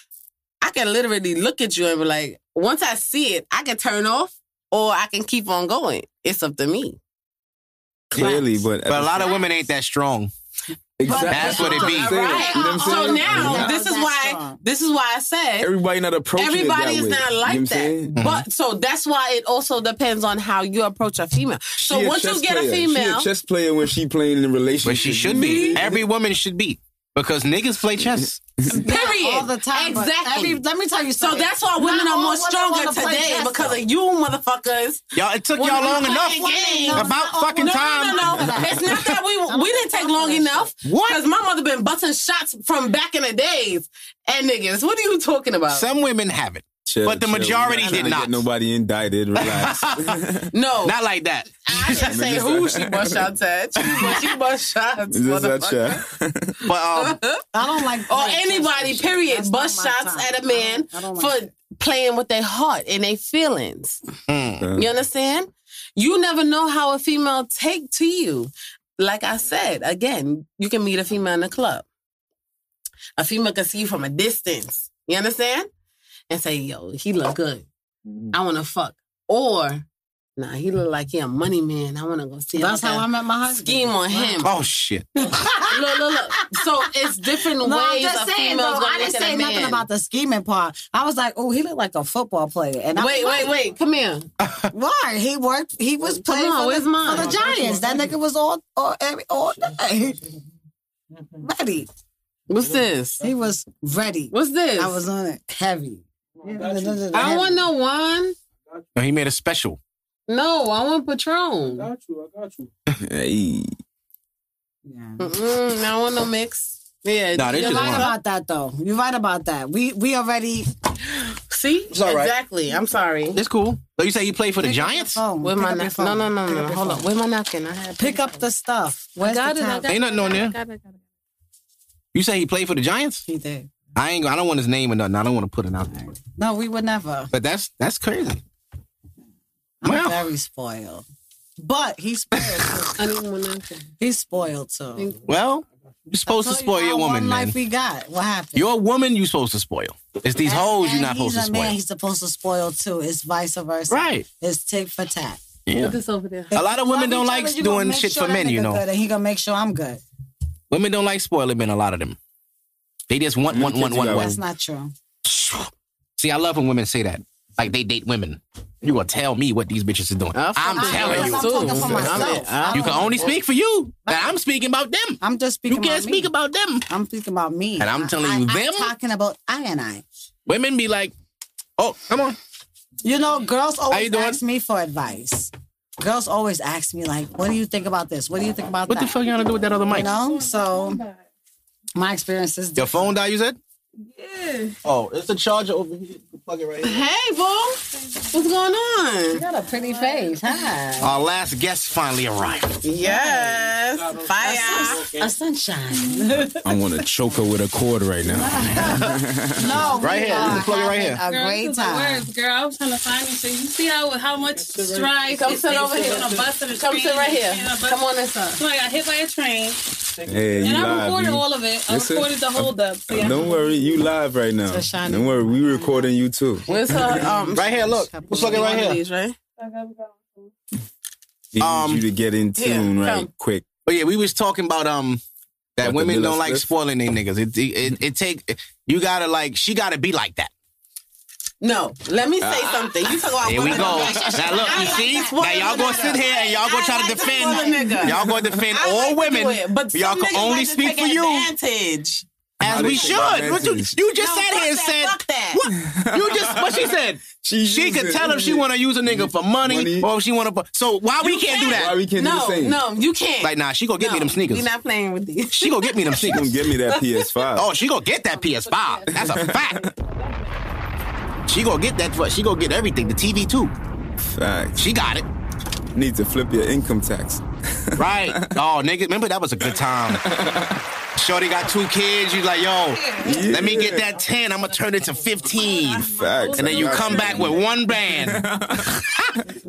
S1: I can literally look at you and be like, once I see it, I can turn off or I can keep on going. It's up to me.
S4: Clearly, but uh,
S3: But a lot of women ain't that strong.
S4: exactly.
S3: That's what it be.
S4: You know what I'm
S1: So
S4: saying?
S1: now
S5: Yeah.
S1: this is
S5: That's
S1: why
S5: strong.
S1: this is why I said
S4: everybody not approaching it that
S1: Everybody is
S4: way.
S1: not
S4: You know
S1: like
S4: what I'm
S1: that.
S4: saying? Mm-hmm.
S1: But so that's why it also depends on how you approach a female. So
S4: She a
S1: once you
S4: chess
S1: get
S4: player.
S1: a female,
S4: she a chess player when she playing in a relationship.
S3: But she should be. Every woman should be. Because niggas play chess.
S1: period.
S5: all the time. but
S1: Exactly.
S5: every- let me tell you
S1: so
S5: something.
S1: that's why women
S5: Not
S1: are
S5: all
S1: more
S5: women
S1: stronger
S5: wanna play
S1: today
S5: chess,
S1: because
S5: though.
S1: of you motherfuckers.
S3: Y'all, it took
S1: Women
S3: y'all
S1: be
S3: long
S1: playing
S3: enough.
S1: games.
S5: No,
S3: About
S5: not all
S3: fucking
S5: women.
S1: No, no,
S3: time.
S1: no, no. It's not that we we didn't take long enough.
S3: What?
S1: Because my mother been busting shots from back in the days. And niggas, what are you talking about?
S3: Some women have it.
S4: Chill,
S3: But the
S4: chill. We're
S3: majority
S4: trying
S3: did
S4: to get
S3: not.
S4: Nobody indicted. Relax.
S1: no,
S3: Not like that.
S1: I didn't say who she bust shots at. She bust, she bust shots.
S4: Is this that
S1: motherfucker.
S4: chat?
S3: But um,
S5: I don't like
S1: or
S5: playing
S1: anybody,
S5: chess and shit.
S1: period,
S5: That's
S1: bust
S5: not my
S1: shots
S5: time.
S1: at a man
S5: I don't- I don't
S1: for
S5: like
S1: playing with their heart and their feelings.
S3: Mm.
S1: You understand? You never know how a female take to you. Like I said, again, you can meet a female in the club. A female can see you from a distance. You understand? And say, yo, he look good.
S5: Mm-hmm.
S1: I want to fuck. Or, nah, he look like he a money man. I want to go see
S5: that.
S1: him.
S5: That's how I met my husband.
S1: scheme on him.
S3: oh shit.
S1: look, look, look. So it's different
S5: No, I'm
S1: ways
S5: just
S1: a
S5: saying
S1: female's
S5: though.
S1: gonna
S5: I
S1: look
S5: didn't
S1: at a
S5: say
S1: man.
S5: nothing about the scheming part. I was like, oh, he looked like a football player. And I
S1: Wait,
S5: was
S1: wait,
S5: like,
S1: wait. Come here.
S5: Why he worked? He was
S1: Come
S5: playing
S1: on,
S5: for,
S1: where's
S5: the,
S1: mine?
S5: for the Giants. That nigga was all all, every- all day. Ready.
S1: What's this?
S5: He was ready.
S1: What's this?
S5: I was on it heavy.
S1: I don't want no one.
S3: No, he made a special.
S1: No, I want Patron.
S7: got you. I got you.
S4: Hey,
S1: Mm-mm, I don't want no mix. Yeah,
S3: Nah, they
S1: you're
S3: just
S1: right
S5: You're right
S3: want-
S1: about-
S5: about that though. You're right about that. We we already
S1: See,
S3: all right.
S1: exactly. I'm sorry.
S3: It's cool. So you say you play for the Giants?
S5: phone.
S1: Where
S5: Pick
S1: my
S5: up your
S1: napkin?
S5: phone.
S1: No, no, no,
S5: Pick
S1: no. no.
S5: up your
S1: Hold
S5: phone.
S1: on. Where my napkin? I had
S5: Pick up the stuff. Where's
S1: Got
S5: the
S1: it. I
S5: time?
S1: got it.
S3: Ain't nothing on there.
S1: Got it, got it.
S3: You say he played for the Giants?
S5: He did.
S3: I ain't. I don't want his name or nothing. I don't want to put it out there.
S5: No, we would never.
S3: But that's that's crazy.
S5: I'm
S3: Wow.
S5: very spoiled. But he's spoiled. too.
S1: I didn't want nothing.
S5: he's spoiled too.
S3: Well, you're supposed to
S5: Told you
S3: spoil
S5: how
S3: your woman,
S5: one
S3: man.
S5: life we got. What happened?
S3: You're a woman. You supposed to spoil. It's these hoes you're
S5: And
S3: not supposed to
S5: he's a man.
S3: spoil.
S5: He's supposed to spoil too. It's vice versa.
S3: Right.
S5: It's tit for tat.
S3: Yeah.
S1: Put this over there.
S3: A lot of
S5: Love
S3: women don't
S5: each
S3: like
S5: other, you gonna
S3: doing
S5: make
S3: shit
S5: sure
S3: for
S5: that
S3: men. You
S5: nigga
S3: know,
S5: good, and he gonna make sure I'm good.
S3: women don't like spoiling men. A lot of them. They just want, want,
S4: kids
S3: want,
S4: you
S3: want,
S4: got?
S3: want.
S5: That's not true.
S3: See, I love when women say that. Like they date women. You gonna tell me what these bitches are doing.
S1: I
S3: I'm
S1: fucking
S3: telling
S1: love
S3: you.
S5: I'm
S1: too.
S5: talking for
S1: I'm-
S5: myself.
S1: I'm-
S5: I
S3: You
S5: don't-
S3: can only speak for you. And I'm speaking about them.
S5: I'm just speaking.
S3: You can't
S5: about me.
S3: speak about them.
S5: I'm speaking about me.
S3: And I'm telling you,
S5: I,
S3: them-
S5: I'm talking about I and I.
S3: Women be like, oh, come on.
S5: You know, girls
S3: you
S5: always
S3: doing?
S5: ask me for advice. Girls always ask me like, "What do you think about this? What do you think about
S3: What
S5: that?"
S3: the fuck you gonna do with that other
S5: You
S3: mic?
S5: know. So my experience is
S3: Your phone died, you said? Yeah. Oh, it's a charger over here. You Plug it right here.
S1: Hey, boo. What's going on?
S5: got a pretty face. Hi.
S3: Our last guest finally arrived.
S1: Yes. Fire.
S5: A sunshine.
S4: I want to choke her with a cord right now.
S5: No,
S3: Right
S5: we
S3: here.
S5: are
S3: Just plug it right here.
S5: having A great
S8: this is the
S5: time.
S8: worst, girl. I was trying to find it. So you see how how much strife.
S1: Come
S8: it
S1: sit
S8: takes
S1: over
S8: to
S1: here.
S8: get On a bus and a
S1: Come
S8: train
S1: sit right
S8: and a
S1: here.
S8: train and a bus.
S1: Come on this up.
S8: So I got hit by a train,
S4: Hey, you
S8: and I
S4: live.
S8: recorded
S4: you-
S8: all of it. I
S4: Listen,
S8: recorded the holdup. So yeah.
S4: Don't worry, you live right now.
S5: Shani.
S4: Don't worry, we recording you too.
S1: Where's her? Um,
S3: Right here, look. We're plugging right here.
S1: These, right?
S4: We
S3: Um,
S4: need you to get in
S1: here,
S4: tune right
S1: come.
S4: quick.
S3: But yeah, we was talking about um that
S4: What, the
S3: women
S4: Miller
S3: don't like
S4: Smith?
S3: spoiling their niggas. It it, it it take you gotta like she gotta be like that.
S1: No, let me say something. You talk about
S3: Here we
S1: women
S3: go.
S1: in relationships.
S3: Now look,
S1: I
S3: you
S1: like
S3: see?
S1: that.
S3: Now y'all gonna sit here and y'all gonna
S1: I
S3: try to
S1: like to spoil a
S3: defend.
S1: nigga.
S3: Y'all gonna defend
S1: I
S3: all
S1: like to do
S3: women.
S1: it, but
S3: y'all
S1: some
S3: can
S1: niggas
S3: only
S1: like to
S3: speak
S1: take
S3: for you.
S1: Advantage.
S3: As
S4: Not
S3: we
S4: a
S3: should.
S4: compliment.
S3: What you, you just
S1: No,
S3: sat here and
S1: fuck
S3: said
S1: that, fuck that.
S3: What? You just what she said. She,
S4: used
S3: could
S4: it.
S3: tell if she want to use a nigga for money,
S4: Money.
S3: or if she want to. So why we can't, do that?
S4: Why we can't do the
S1: No,
S4: same?
S1: no, you can't.
S3: Like nah, she gonna get me them
S1: we
S3: sneakers.
S1: not playing with these.
S3: She gonna get me them
S4: Don't
S3: sneakers.
S4: give me that PS5.
S3: Oh, she gonna get that PS5. That's a fact. She gonna get that. She gonna get everything. The TV too.
S4: Facts.
S3: She got it.
S4: Need to flip your income tax.
S3: Right. Oh, nigga, remember that was a good time. Shorty got two kids. You like, yo, let me get that ten. I'm gonna turn it to fifteen.
S4: Facts.
S3: And then you come back with one band.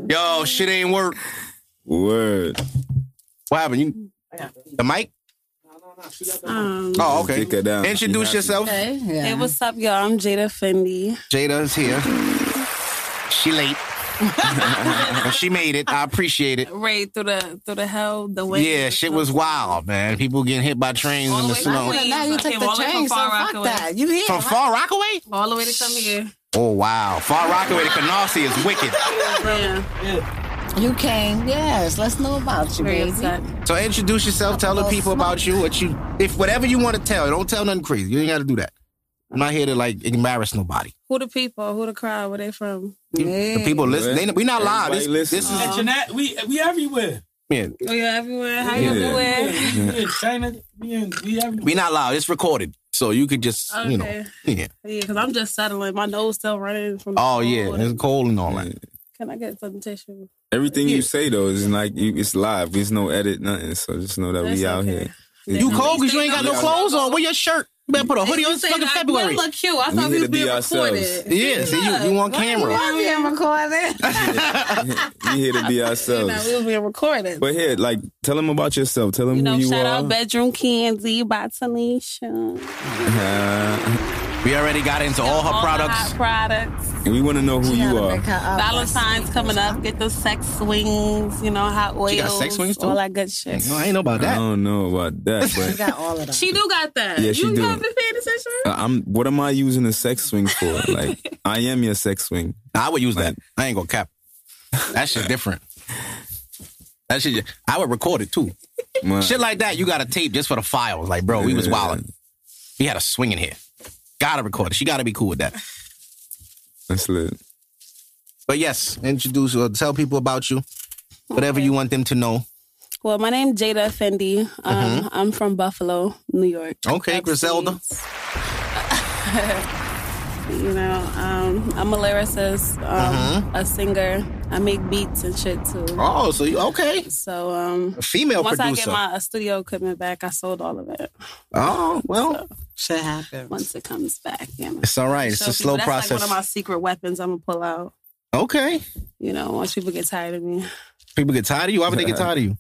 S3: yo, shit ain't work.
S4: Word.
S3: What happened? You the mic?
S7: Um,
S3: Oh, okay.
S4: Kick her down.
S3: Introduce
S4: She happy.
S3: yourself.
S7: okay.
S5: Yeah.
S7: Hey, what's up, y'all? I'm Jada Fendi.
S3: Jada's here. She late. But she made it. I appreciate it.
S7: Right through the through the hell, the way.
S3: Yeah, shit was wild, man. People getting hit by trains
S7: All
S3: in
S7: the
S3: the
S7: way
S3: snow.
S7: back.
S5: now you take
S7: Came
S5: the
S7: all the way from
S5: chain, so
S7: Far
S5: fuck
S7: Rockaway.
S5: that. You here?
S3: From Far Rockaway?
S7: all the way to come here.
S3: Oh wow. Far Rockaway to Canarsie is wicked.
S7: Yeah,
S5: You came. Yes. Let's know about you,
S7: very
S5: baby.
S7: upset.
S3: So introduce yourself, tell the people about you, what you if whatever you want to tell. Don't tell nothing crazy. You ain't gotta do that. I'm not here to like embarrass nobody.
S7: Who the people? Who the crowd? Where they from?
S3: The people listen. They, we not live. This,
S4: Everybody
S3: this is
S4: listen.
S9: Jeanette, we we everywhere.
S3: man,
S7: Oh yeah, everywhere. How
S4: Yeah.
S7: you everywhere?
S9: Yeah, yeah, China, we in, we everywhere.
S3: we not live. It's recorded, so you could just you know.
S7: Okay.
S3: Yeah.
S7: Yeah, because I'm just settling. My nose still running from. the
S3: Oh
S7: cold.
S3: yeah, it's cold and all that.
S7: Can I get some tissue?
S4: Everything you say though is like you, it's live. There's no edit, nothing. So just know that
S7: That's
S4: we out
S7: okay.
S4: here.
S3: You cold because you ain't got no
S4: Yeah.
S3: clothes on. Wear your shirt. You better put a hoodie on. It's
S7: They
S3: fucking
S7: say that
S3: February.
S7: We look cute. I
S4: We need
S7: thought we
S4: to
S7: was
S4: be
S7: being
S4: ourselves.
S7: recorded.
S3: Yeah, see you, you on uh, camera.
S5: I'm being recorded.
S4: we here to be
S7: You
S4: ourselves.
S7: know, we was being recorded.
S4: but here, like, tell them about yourself. Tell them
S7: you know,
S4: who you
S7: shout
S4: are.
S7: out Bedroom Candy by Tanisha.
S4: Uh,
S3: We already got into all her
S7: All the hot
S3: products.
S7: products.
S4: and we want to know who you are.
S7: uh, Valentine's coming up. Get those sex swings, you know, hot oils.
S3: She got sex swings, too?
S7: All that good shit.
S3: No, I ain't know about
S4: I
S3: that.
S4: don't know about that,
S5: You
S4: but
S5: got all of that.
S7: She do got that.
S4: Yeah, she
S7: you
S4: do.
S7: got the fantasy shirt?
S4: I- I'm. What am I using a sex swing for? Like, I am your sex swing.
S3: I would use that. I ain't gonna cap. That shit different. That shit. I would record it too.
S4: My-
S3: Shit like that. You got a tape just for the files. Like, bro, we was
S4: Yeah.
S3: wilding. We had a swing in here. Gotta record it. She gotta be cool with that.
S4: That's lit.
S3: But yes, introduce or tell people about you. Whatever you want them to know.
S7: Well, my name Jada Fendi. Um,
S3: Mm-hmm.
S7: I'm from Buffalo, New York.
S3: Okay,
S7: Upstate.
S3: Griselda.
S7: You know, um, I'm a lyricist, um, a singer. I make beats and shit too.
S3: Mm-hmm. Oh, so you okay.
S7: So um,
S3: A female
S7: once I get
S3: producer.
S7: my uh, studio equipment back, I sold all of it.
S3: oh, well.
S5: Shit happens.
S7: Once it comes back, you know.
S3: It's all right. It's
S7: Show
S3: a
S7: people-
S3: slow
S7: that's
S3: process.
S7: Like one of my secret weapons. I'm gonna pull out.
S3: okay.
S7: You know, once people get tired of me.
S3: People get tired of you. Why would they get tired of you?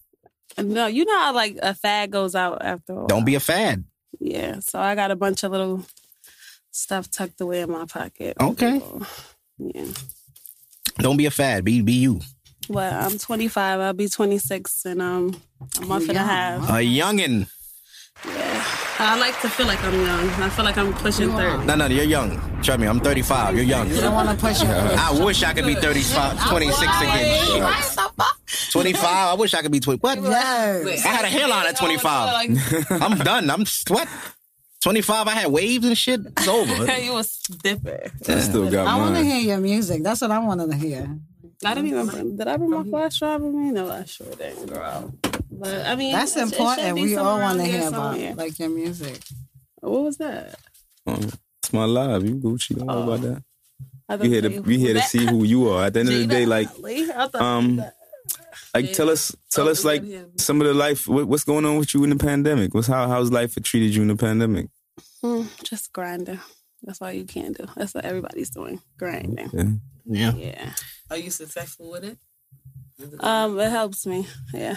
S7: No, you know how like a fad goes out after. A while.
S3: Don't be a fad.
S7: Yeah, so I got a bunch of little stuff tucked away in my pocket.
S3: Okay.
S7: So, yeah.
S3: Don't be a fad. Be be you.
S7: Well, I'm 25. I'll be 26 in um a month and a
S5: young,
S7: half.
S3: A youngin.
S7: I like to feel like I'm young. I feel like I'm pushing 30.
S3: No, no, you're young. Trust me, I'm 35. You're young.
S5: You don't want to push it.
S3: I wish I could be 35, 26 again.
S5: Right, so fuck.
S3: 25. I wish I could be 20. What?
S5: Yes.
S3: I had a hairline at 25. I'm done. I'm sweat. 25. I had waves and shit. It's over.
S7: you was dipping.
S4: I still got
S5: I want to
S4: mine.
S5: hear your music. That's what I wanted to hear.
S7: I didn't even bring, did I bring my flash drive with me? No, I sure didn't, girl. But I mean,
S5: That's
S7: it- it should
S5: important.
S7: be
S5: We all
S7: somewhere
S5: want to
S7: around here
S5: hear about
S7: somewhere.
S5: like your music.
S7: What was that?
S4: Um, It's my live. You Gucci. Don't know about that.
S7: Oh. I thought
S4: You here to
S7: you-
S4: we here to
S7: that-
S4: see who you are. At the end of the day, like
S7: Lee, I thought
S4: um, like tell us
S7: Oh,
S4: tell us like some of the life. What, what's going on with you in the pandemic? What's how how's life treated you in the pandemic?
S7: Mm, just grinding. That's all you can do. That's what everybody's doing. Grinding.
S4: Yeah.
S3: Yeah.
S7: Yeah.
S1: Are you successful with it?
S7: Um, it helps me. Yeah.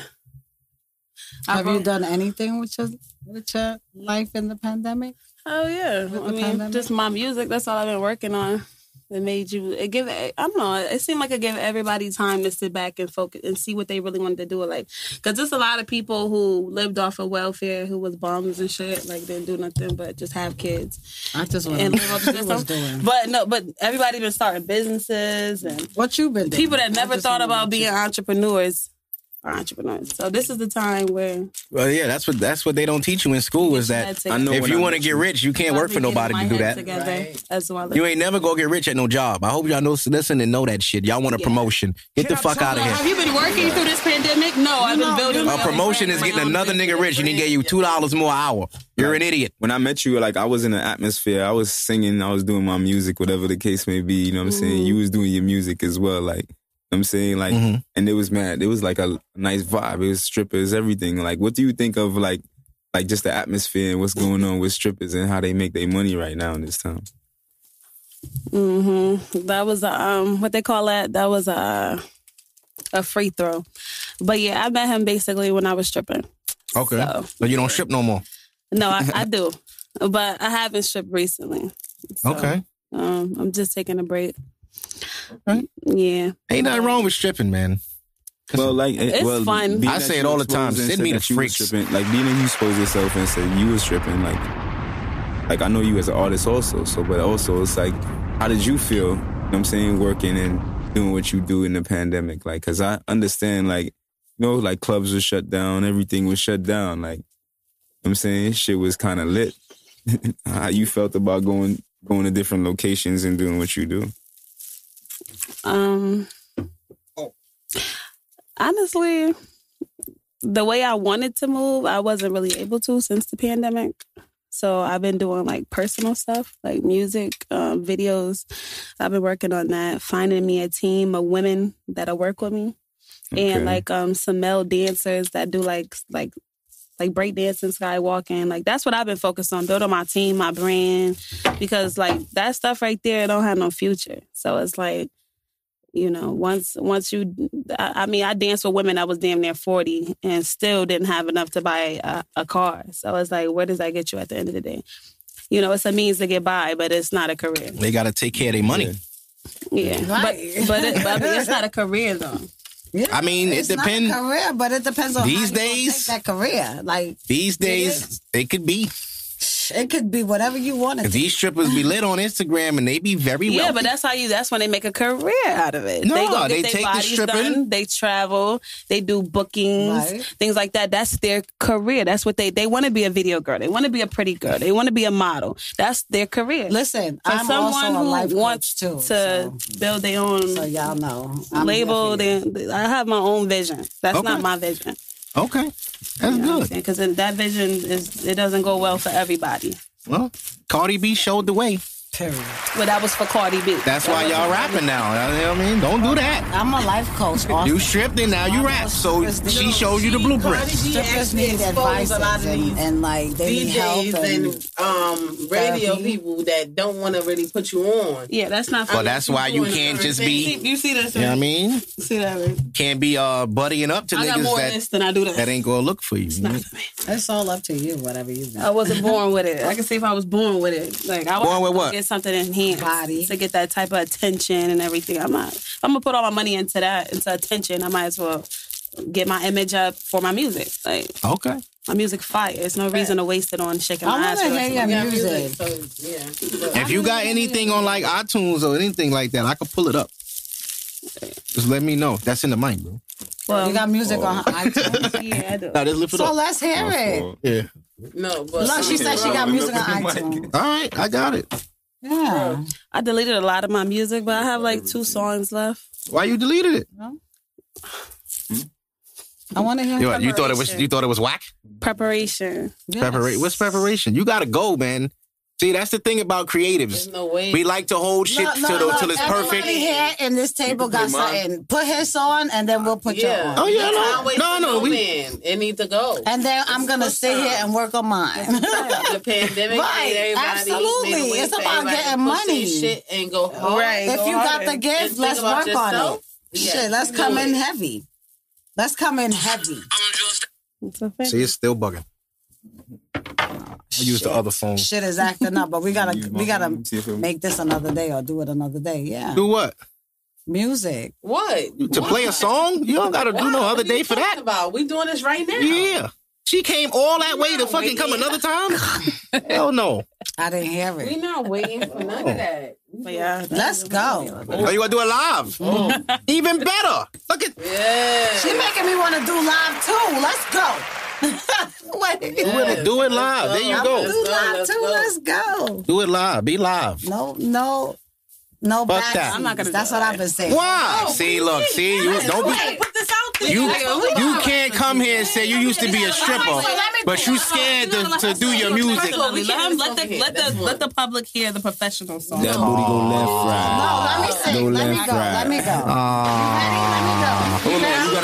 S5: Have you done anything with your with your life in the pandemic?
S7: Oh yeah.
S5: With
S7: I
S5: the
S7: mean,
S5: pandemic?
S7: just my music. That's all I've been working on. It made you. It give. I don't know. It seemed like it gave everybody time to sit back and focus and see what they really wanted to do. Like, because there's a lot of people who lived off of welfare, who was bums and shit, like didn't do nothing but just have kids.
S5: I just want to
S7: And
S5: know
S7: live off
S5: what you was doing.
S7: But no, but everybody been starting businesses and
S5: What you been doing?
S7: people that
S5: I
S7: never
S5: just
S7: thought
S5: wanna know
S7: about
S5: what
S7: being entrepreneurs are entrepreneurs. So this is the time where
S3: Well, yeah, that's what that's what they don't teach you in school is
S7: Get your head
S3: that
S7: together.
S4: I know
S3: if
S4: when
S3: you
S4: I'm
S3: want to
S4: with
S3: get
S4: you.
S3: rich, you can't work for
S7: Getting
S3: nobody
S7: my
S3: to do
S7: head
S3: that.
S7: Together as well.
S3: You ain't never gonna get rich at no job. I hope y'all know. Listen and know that shit. Y'all want a
S7: Yeah.
S3: promotion? Get the fuck out of
S7: Have
S3: here.
S7: you been working through this pandemic? No, I've been building.
S3: A
S7: my own
S3: promotion
S7: brand,
S3: is
S7: my
S3: getting
S7: own
S3: another
S7: business.
S3: nigga rich and he gave you two dollars more an hour. You're an idiot.
S4: when I met you, like I was in an atmosphere. I was singing, I was doing my music, whatever the case may be. You know what I'm saying? You was doing your music as well. Like know what I'm saying like, and it was mad. It was like a nice vibe. It was strippers, everything. Like, what do you think of like, like just the atmosphere and what's going on with strippers and how they make their money right now in this time?
S7: hmm That was a, um what they call that. That was a a free throw. But yeah, I met him basically when I was stripping.
S3: Okay. So, you don't strip no more.
S7: No, I, I do, but I haven't stripped recently. So,
S3: Okay.
S7: Um, I'm just taking a break. Yeah.
S3: Ain't nothing wrong with stripping, man.
S4: Well, like it-
S7: It's
S4: well,
S7: fun.
S4: being
S3: I
S4: that
S3: say
S4: you
S3: it all the
S4: exposed
S3: time.
S4: and
S3: Send
S4: said
S3: me the
S4: that you was
S3: freaks.
S4: Stripping, like being that you expose yourself and say you were stripping, like, like I know you as an artist also. So, but also it's like, how did you feel? You know what I'm saying working and doing what you do in the pandemic, like, cause I understand, like, you know, like clubs were shut down, everything was shut down, like, you know what I'm saying shit was kind of lit. how you felt about going going to different locations and doing what you do?
S7: Um. Honestly, the way I wanted to move, I wasn't really able to since the pandemic. So I've been doing like personal stuff, like music, um, videos. I've been working on that, finding me a team of women that'll work with me,
S6: Okay.
S7: and like um, some male dancers that do like like like breakdancing, skywalking. Like that's what I've been focused on, building my team, my brand, because like that stuff right there don't have no future. So it's like, you know, once once you, I, I mean, I danced with women I was damn near forty and still didn't have enough to buy a, a car. So it's like, where does that get you at the end of the day? You know, it's a means to get by, but it's not a career.
S3: They gotta take care of their money.
S7: Yeah, but but, it, but I mean, it's not a career though.
S3: I mean, it
S5: It's not
S3: depends.
S5: a career, but it depends on
S3: These
S5: how you gonna
S3: days-
S5: take that career. Like
S3: These days, it could be.
S5: it could be whatever you want it.
S3: 'Cause These strippers be lit on Instagram and they be very
S7: Yeah,
S3: wealthy.
S7: but that's how you. That's when they make a career out of it.
S3: No,
S7: they go
S3: they
S7: get
S3: take
S7: their
S3: the
S7: bodies
S3: stripping.
S7: done. They travel. They do bookings,
S5: Right.
S7: things like that. That's their career. That's what they. They want to be a video girl. They want to be a pretty girl. They want to be a model. That's their career.
S5: Listen,
S7: For
S5: I'm
S7: someone
S5: also a
S7: who
S5: life coach
S7: wants
S5: too,
S7: to
S5: so-
S7: build their own
S5: So y'all know. I'm here
S7: label,
S5: for you.
S7: then I have my own vision. That's
S3: Okay.
S7: not my vision.
S3: okay, that's good.
S7: Because that vision is it doesn't go well for everybody.
S3: Well, Cardi B showed the way.
S5: Period.
S7: Well, that was for Cardi B.
S3: That's why y'all rapping now. You know what I mean? Don't do that.
S5: I'm a life coach. Also.
S3: You stripped and now you rap. So she showed you the blueprint.
S1: Cardi B
S5: Strippers
S1: actually
S5: need advice
S1: exposed a lot of
S5: and,
S1: these
S5: and like they need help
S1: DJs
S5: and,
S1: and um, radio
S5: therapy.
S1: people that don't want to really put you on.
S7: Yeah, that's not. For
S3: Well, that's why you
S1: doing
S3: can't
S1: certain
S3: just
S1: things.
S3: be.
S7: you see this?
S3: You know what I mean?
S7: See that? Right?
S3: Can't be uh buddying up to
S7: I got
S3: niggas
S7: more of
S3: that
S7: this than I do that.
S3: that ain't gonna look for you.
S5: it's all up to you, whatever you want.
S7: I wasn't born with it. I can see if I was born with it. Like I
S3: Born with
S7: would
S3: what?
S7: get something in hand
S5: Body.
S7: to get that type of attention and everything. I'm not. if I'm gonna put all my money into that into attention. I might as well get my image up for my music. Like
S3: Okay.
S7: my music fire. There's no reason to waste it on shaking
S5: I
S7: my
S5: want
S7: ass.
S5: to
S7: for the rest of my-
S5: hear your
S1: Yeah, music.
S5: music.
S1: So yeah, but
S3: If you got anything on like iTunes or anything like that, I could pull it up. Just let me know. That's in the mic, bro.
S7: Well,
S5: You got music on iTunes.
S7: yeah, I do.
S3: Now just Oh. lift it
S5: So
S3: up.
S5: let's hear it.
S3: Yeah.
S1: no, but
S5: Look, she said she got music on iTunes.
S3: All right, I got it.
S5: Yeah.
S7: I deleted a lot of my music, but I have like two songs left.
S3: Why you deleted it? Hmm?
S5: I want to hear
S3: You, you thought it was you thought it was whack?
S7: Preparation.
S5: Yes.
S3: Preparation. What's preparation? You gotta go, man. See, that's the thing about creatives.
S1: there's no way.
S3: We like to hold shit
S5: Look,
S3: till,
S5: look,
S3: the-
S5: look,
S3: till it's
S5: everybody
S3: perfect.
S5: here in this table got
S4: can play mine.
S5: something. Put his on, and then we'll put
S1: yeah.
S5: your on.
S3: Oh, yeah, no.
S1: Time waits
S3: No,
S1: for
S3: no, we-
S1: man. It needs to go.
S5: And then I'm gonna sit here and work on mine.
S1: the pandemic,
S5: Right,
S1: made everybody
S5: absolutely.
S1: made a way
S5: It's
S1: for
S5: about
S1: everybody to
S5: getting
S1: push
S5: money.
S1: their shit and go hard.
S7: Right.
S5: if you got the
S1: And
S5: gift,
S1: think
S5: let's
S1: about
S5: work on
S1: yourself.
S5: it.
S1: Yeah,
S5: Shit, let's
S1: you
S5: come
S1: do
S5: in
S1: it.
S5: heavy. Let's come in heavy.
S7: It's a fact.
S3: See, it's still bugging. I use the other phone.
S5: Shit is acting up, but we gotta we gotta
S4: See if it-
S5: make this another day or do it another day. Yeah,
S3: Do what?
S5: music.
S1: What?
S3: To play a song? You don't gotta do no
S1: What
S3: other
S1: are
S3: day
S1: you
S3: for
S1: talking
S3: that.
S1: About we doing this right now.
S3: Yeah. She came all that way to
S1: not
S3: fucking come
S1: waiting.
S3: another time? Hell no.
S5: I didn't hear
S1: we
S5: it.
S1: not waiting for none of that.
S7: But yeah,
S5: Let's go.
S3: Oh, you gotta do it live.
S1: Oh.
S3: Even better. Look at
S1: Yeah.
S5: She making me want to do live too. Let's go. Wait.
S3: do it, do it live. There you
S5: I'm gonna
S3: go.
S5: do live
S1: Let's
S5: too.
S1: go.
S5: Let's go.
S3: Do it live. Be live.
S5: No, no, no.
S3: Fuck
S5: backseats.
S3: that. I'm
S7: not gonna do
S5: That's what
S7: that.
S5: I've been saying.
S3: Why? see, look, see, you don't be
S1: Put this out
S3: You you can't come here and say you used to be a stripper, but you scared to, to do your music.
S7: Personally, Let, him, let, the, let, the, let the public hear the professional song.
S4: That booty go left, right.
S3: Ah,
S5: Let me
S4: No
S5: sing. Let me
S4: left
S5: go. Let
S4: right.
S5: me go.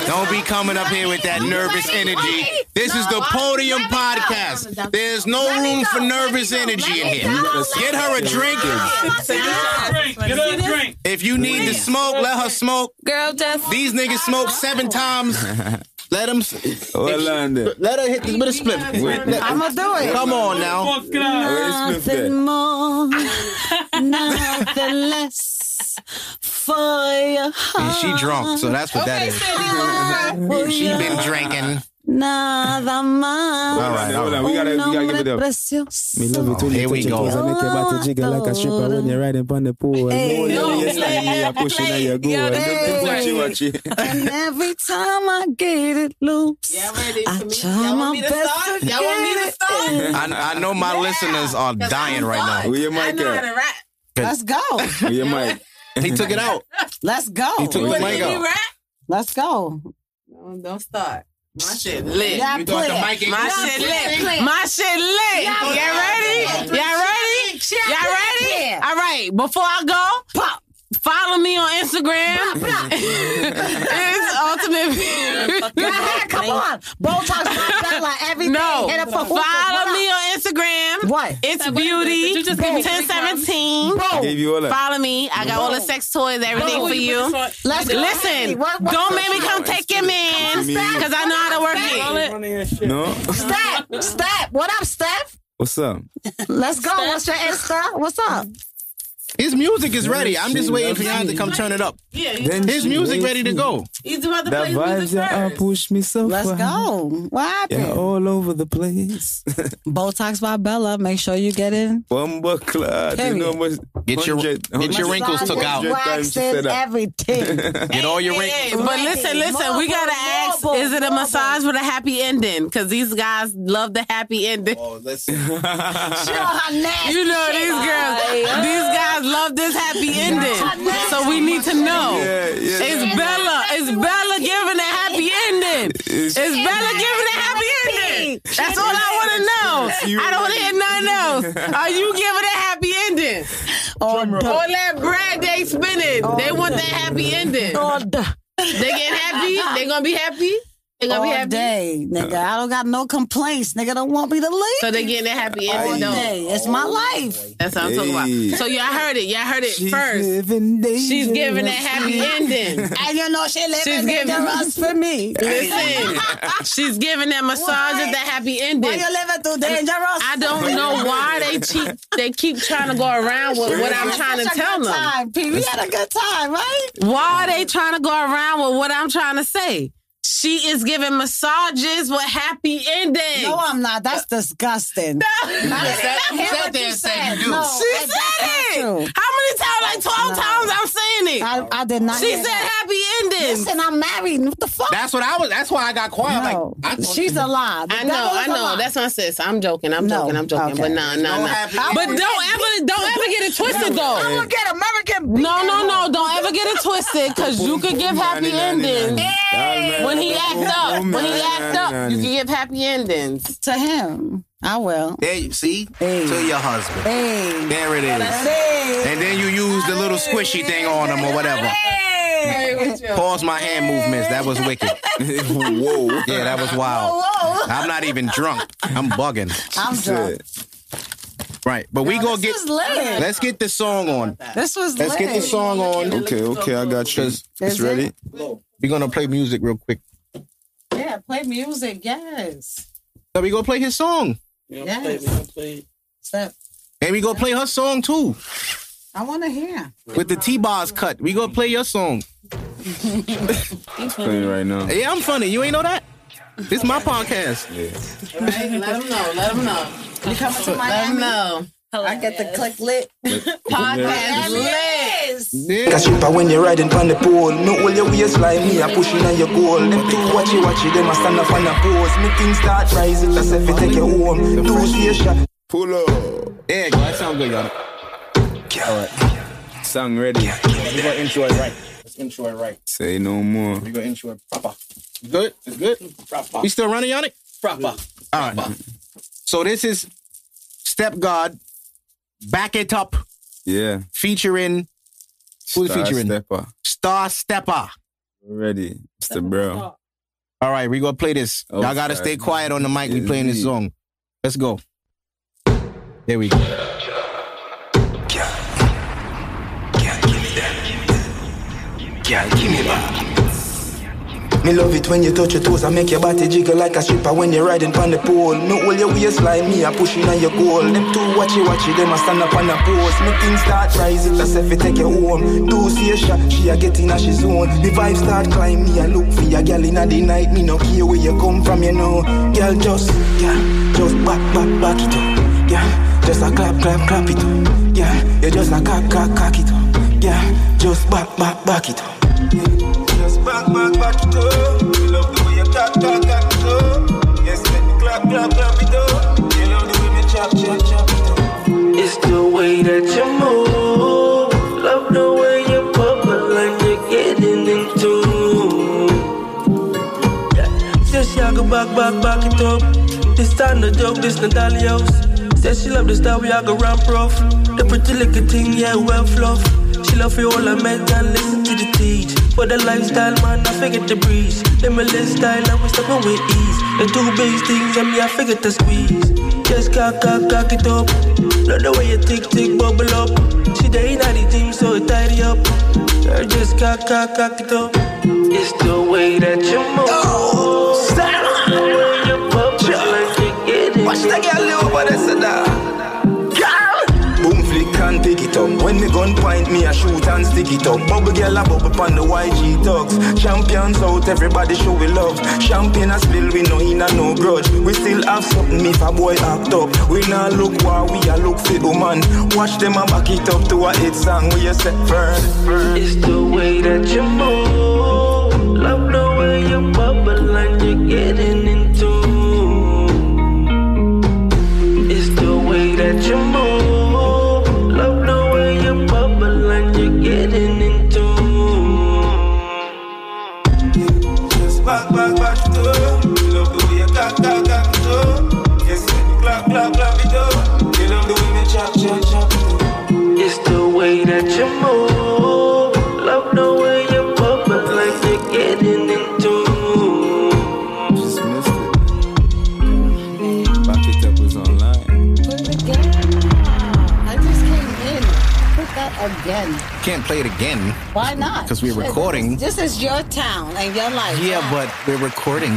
S3: Don't be coming up here with that nervous energy. This is the podium podcast. There's no room for nervous energy in here. Get her a drink.
S9: Get her a drink.
S3: If you need to smoke, let her smoke.
S7: Girl, just
S3: These niggas smoke seven times. Let them.
S4: Well, London.
S3: Let her hit this with a split.
S4: Wait, wait,
S5: I'm gonna do it.
S3: Come on now.
S9: Fuck it out.
S4: Smith at?
S5: Nothing more, nothing less for your
S3: And
S5: heart.
S3: she drunk, so that's what that is. She been drinking.
S5: Nada más.
S3: All right, all
S4: Hold
S3: right.
S4: on, we gotta, we gotta give it
S5: Nombre
S4: up.
S5: precioso.
S10: Me love it when
S3: Oh, Here
S10: you
S3: we
S10: touch your
S3: go.
S10: toes and make your body jiggle like a stripper when you're riding on the pole.
S5: Hey,
S4: Oh, yeah,
S5: no.
S4: yes, I hear you are pushing and you're going.
S5: Hey.
S4: Watch it, watch it.
S5: And every time I get it loose,
S1: Y'all ready
S5: I
S1: for me?
S5: try
S1: Y'all want
S5: my
S1: me to
S5: best
S1: start?
S5: to
S1: Y'all want me to
S5: get
S1: start?
S5: it.
S3: I, I know my listeners are dying right
S4: Where your
S1: I
S4: mic
S1: know how to
S4: at?
S1: rap.
S5: Let's go.
S4: Where your mic?
S3: now. He took it out.
S5: Let's
S3: He
S5: go.
S3: took
S1: What did
S3: his mic
S1: you
S3: out.
S1: rap?
S5: Let's go.
S1: No, don't start. My shit lit.
S5: Yeah,
S3: You
S5: play
S3: thought the
S5: it.
S3: mic ain't
S1: My
S3: good?
S1: shit lit. My shit lit. Y'all ready? Y'all ready? Y'all ready? All right. Before I go, pop. Follow me on Instagram. it's ultimate.
S5: Go ahead, come on. Botox, Bella, everything.
S1: No.
S5: Hit it for
S1: Follow me on Instagram.
S5: What?
S1: It's
S8: wait a minute, did
S1: beauty.
S8: you just give me three
S1: 1017.
S4: Gave you all that.
S1: Follow me. I got all the sex toys, everything for you.
S5: Let's go.
S1: Listen,
S5: What- what-
S1: don't make me come take your man because I know how to work it.
S9: Running that shit.
S4: No?
S5: Step, step. What up, Step?
S4: What's up?
S5: Let's go. What's your Insta? What's up?
S3: His music is ready. I'm just waiting for y'all to come turn it up.
S4: Then
S3: His
S4: she
S3: music
S4: wait
S3: ready to
S4: for-
S3: go.
S1: He's about to
S4: That vibes yeah, I push me so
S5: Let's
S4: far.
S5: go. What happened?
S4: Yeah, all over the place.
S5: Botox by Bella. Make sure you get in.
S4: Bumba club. You know how much?
S3: Get your-
S4: 100
S3: get your
S4: 100
S3: wrinkles took out.
S4: times she said
S5: Waxes,
S4: that.
S5: everything.
S3: Get all your rings.
S1: But
S5: Right.
S1: listen, listen, we
S5: Marble,
S1: gotta ask:
S5: marble,
S1: Is it a
S5: marble.
S1: massage with a happy ending? Because these guys love the happy ending.
S4: Oh,
S1: You know these girls, these guys love this happy ending. So we need to know:
S4: Yeah, yeah.
S1: Is Bella is Bella giving a happy ending? Is
S4: It's-
S1: Bella giving a happy ending? That's all I want to know. I don't hear nothing else. Are you giving a happy ending? All that bread they spinning, they want that happy ending.
S5: All day.
S1: They get happy. They gonna be happy. They gonna be
S5: All
S1: happy.
S5: day, nigga. I don't got no complaints. Nigga don't want me to leave.
S1: So they getting a happy
S5: All
S1: ending. No,
S5: day. It's my life.
S1: that's what I'm talking
S4: Hey.
S1: about. So y'all heard it. Y'all heard it
S4: She's
S1: first.
S4: living
S1: She's giving a
S4: dangerous.
S1: happy ending.
S5: And you know she
S1: She's
S5: living
S1: giving-
S5: dangerous for me.
S1: Listen, she's giving that massage at the happy
S5: Why
S1: ending.
S5: you living through dangerous?
S1: I don't know why they keep they keep trying to go around with what I'm trying to
S5: Such a
S1: tell
S5: good
S1: them.
S5: Time. P, we had a good time, right?
S1: Why are they trying to go around with what I'm trying to say? She is giving massages with happy endings.
S5: No, I'm not. That's disgusting.
S3: You sat there and said you do.
S5: No,
S1: She said it.
S5: that's
S1: How
S5: not
S1: many
S5: true.
S1: times? Like twelve
S5: No.
S1: times. I'm saying it.
S5: I, I did not.
S1: she
S5: hear
S1: said
S5: that.
S1: happy ending.
S5: Listen, I'm married. What the fuck?
S3: That's what I was. That's why I got quiet.
S5: no,
S3: Like, I thought-
S5: she's a lie. The
S1: I
S5: devil
S1: know.
S5: is
S1: I
S5: a
S1: know.
S5: lie.
S1: That's my sis. I'm joking. I'm
S5: No.
S1: joking. I'm joking.
S5: Okay.
S1: But nah, nah,
S3: No
S1: nah.
S3: happy
S1: But
S3: ending.
S1: don't ever, don't ever get it twisted
S5: I'm
S1: though.
S5: gonna get American.
S1: No, no, no. Don't ever get it twisted, cause you could give happy endings when he acts up. When he acts up, you can give happy endings.
S5: to him. I will.
S3: There you see
S5: Hey.
S3: to your husband.
S5: Hey,
S3: There it is.
S5: hey,
S3: And then you use the little squishy thing on him or whatever. Pause my hand movements. That was wicked.
S4: Whoa.
S3: Yeah, that was wild. I'm not even drunk. I'm bugging.
S5: I'm drunk.
S3: Right, but we gonna
S5: this
S3: get.
S5: was lit.
S3: Let's get this song on.
S5: This was
S3: Let's
S5: lit.
S3: get this song on.
S4: Okay, okay, I got you.
S3: Cause
S5: Is
S4: It's ready.
S5: it?
S3: we're gonna play music real quick.
S5: Yeah, play music. Yes,
S3: So we gonna play his song,
S5: yes. Step.
S3: and we gonna play her song too
S5: I want to hear.
S3: with the T-bars cut. We gonna play your song.
S4: Playing right now.
S3: Yeah, I'm funny. You ain't know that. This my podcast.
S1: Right? Let him know. Let him know.
S5: You coming to
S1: Let him
S5: Miami?
S1: know.
S5: I get the click lit.
S1: Podcast lit.
S3: Yeah.
S10: Catch up when you're riding on the pole. No, all your waistline, me, I pushing on your goal. Them two watch you, watch you, them a stand up on a pose. Me things start rising, just if you take your home. Two face shot.
S4: Pull up.
S3: There you go. That sound good, y'all.
S4: Song ready.
S3: We gonna intro it right. Let's intro it right.
S4: Say no more.
S3: We gonna intro it proper. Good. It's good.
S11: Proper.
S3: We still running on it?
S11: Proper.
S3: All right. So this is Step God, Back It Up,
S4: Yeah.
S3: featuring who's
S4: Star
S3: featuring?
S4: Stepper.
S3: Star Stepper.
S4: Already. Mr. Bro.
S3: All right, we gonna play this.
S4: Oh,
S3: Y'all gotta
S4: sorry.
S3: stay quiet on the mic. We
S4: Yes,
S3: playing this
S4: indeed.
S3: song. Let's go. Here we go.
S10: Girl, give me back. Me love it when you touch your toes I make your body jiggle like a stripper when you're riding on the pole. Me hold your waistline, me a pushing on your goal. Them two watchy watchy, them a stand up on a pose. Me things start rising, that's if you take you home. Do see a shot, she a get in a she zone. The vibe start climb, me a look for your girl in a the night. Me no care where you come from, you know. Girl, just, girl, just back, back, back it up. Girl, just a clap, clap, clap it up. Girl, you just a cock, cock, cock it up. Girl, just back, back, back it up. Just back, back, back it up. We love the way you clap, clap, clap it up. Yes, let me clap, clap, clap it up. You love the way me chop, chop, chop it up. It's the way that you move. Love the way you bubble and you're getting into. Says she a go back, back, back it up. This time the joke, this Natalia house. Says she love the style we a go ramp rough. The pretty little thing, yeah, well fluff. She love you all I met and listen to the teach. For the lifestyle, man, I forget to breeze. Let me live style and we stepping with ease. The two big things, and me, I forget to squeeze. Just cock, cock, cock it up. Love the way you tick, tick, bubble up. She the inna the team, so tidy up. Girl, just cock, cock, cock it up. It's the way that you move. Oh, stop. The way you bubble like you get it. Watch the girl over there, sit Boom flick and pick it up. When me gun point, me a shoot and stick it up. Bubble girl a bubble pon the YG talks. Champions out, everybody show we love. Champagne a spill, we no in and no grudge. We still have something if a boy act up. We not look why we a look for woman. Watch them a back it up to a hit song. We a set firm. It's the way that you move. Love the way you bubble and you're getting into. It's the way that you move. Love the way you bubble and you're getting into. Just back, back, back it up. Love the way you cock, cock, cock it up. Yes, let me clap, clap, clap it up. You love the way me chop, chop, chop it up. It's the way that you move. Love the way you bubble like you're getting into.
S4: Just missed it. Back it up was online.
S5: I just came in. Put that again.
S3: Can't play it again.
S5: Why not?
S3: 'Cause we're recording.
S5: This is your town and your life.
S3: Yeah, but we're recording,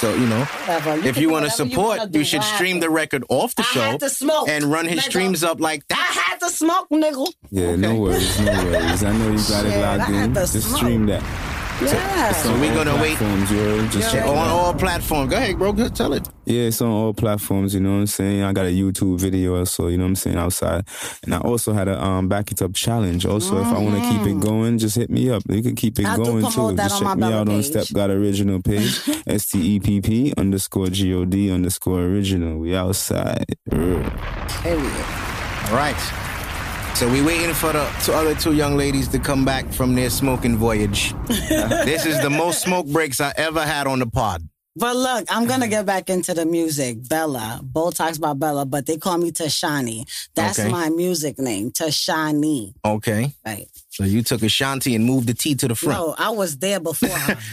S3: so you know.
S5: Whatever.
S3: if
S5: can
S3: you
S5: do
S3: want to
S5: whatever you
S3: support,
S5: wanna
S3: you,
S5: do.
S3: should
S5: I had
S3: stream the record off the show
S5: to smoke,
S3: and run his
S5: nigga.
S3: streams up like
S5: I
S3: that.
S5: had to smoke, nigga.
S4: Yeah, no worries, no worries. I know you got
S5: Shit,
S4: it
S5: I
S4: logged
S5: had
S4: in.
S5: to
S4: Just
S5: smoke.
S4: stream that.
S5: Yeah.
S4: It's
S3: So
S4: on
S3: we
S4: all
S3: gonna wait.
S4: platforms, yo. Just check it
S3: on
S4: out.
S3: all platforms. Go ahead, bro. Go tell it.
S4: Yeah, it's on all platforms, you know what I'm saying? I got a YouTube video also, you know what I'm saying, outside. And I also had a um, back it up challenge. Also, if I want to keep it going, just hit me up. You can keep it
S5: I Mm. do
S4: going
S5: promote
S4: too.
S5: that
S4: Just
S5: on
S4: check me
S5: my
S4: out
S5: Bella
S4: on
S5: page.
S4: Step God Original page, S T E P P underscore G O D underscore original. We outside. Real.
S3: All right. So we waiting for the two other two young ladies to come back from their smoking voyage. this is the most smoke breaks I ever had on the pod.
S5: But look, I'm
S3: Mm-hmm.
S5: gonna get back into the music, Bella. Botox by Bella, but they call me Tashani. That's
S3: Okay.
S5: my music name, Tashani.
S3: Okay.
S5: Right.
S3: So you took Ashanti and moved the T to the front.
S5: No, I was there before. her.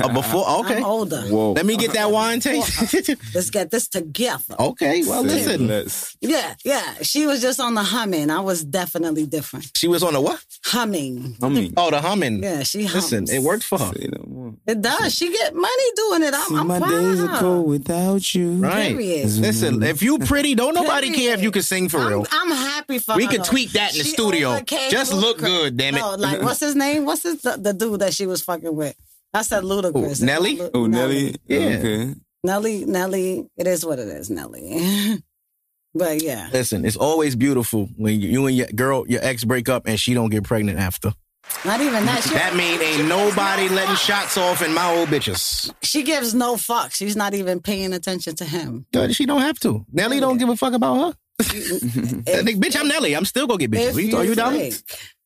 S3: Uh, before, okay.
S5: I'm older.
S4: Whoa.
S3: Let me get that wine taste.
S5: Let's get this together.
S3: okay. Well,
S4: Say
S3: listen.
S4: less.
S5: Yeah, yeah. She was just on the humming. I was definitely different.
S3: She was on the what?
S5: Humming.
S4: I mean,
S3: Oh, the humming.
S5: Yeah, she hums.
S3: Listen, it worked for her.
S4: say no more.
S5: It does. She get money doing it. I'm,
S4: See,
S5: I'm
S4: my
S5: proud
S4: days
S5: of
S4: are
S5: her.
S4: cold without you.
S3: Right.
S5: Ah. Period.
S3: Listen, if you pretty, don't nobody care if you
S5: Period.
S3: can sing for
S5: I'm,
S3: real.
S5: I'm happy for
S3: We
S5: her.
S3: could
S5: though.
S3: tweet that in the
S5: She
S3: studio.
S5: overcame
S3: Just look
S5: Ludacris.
S3: good, damn it. Mm-hmm.
S5: No, like what's his name? What's his the, the dude that she was fucking with? I said ludicrous.
S3: Who, Nelly?
S4: Oh, Nelly.
S3: Yeah.
S4: Okay.
S5: Nelly, Nelly. It is what it is, Nelly. but yeah,
S3: Listen, it's always beautiful when you, you and your girl, your ex break up and she don't get pregnant after.
S5: not even that. She,
S3: That mean ain't nobody letting shots off in my old bitches.
S5: she gives no fucks. She's not even paying attention to him.
S3: Yo, She don't have to. Nelly don't give a fuck about her.
S7: Mm-hmm.
S3: That nigga, bitch, I'm Nelly. I'm still gonna get bitches.
S5: If
S3: Are you, are you dumb?
S5: think-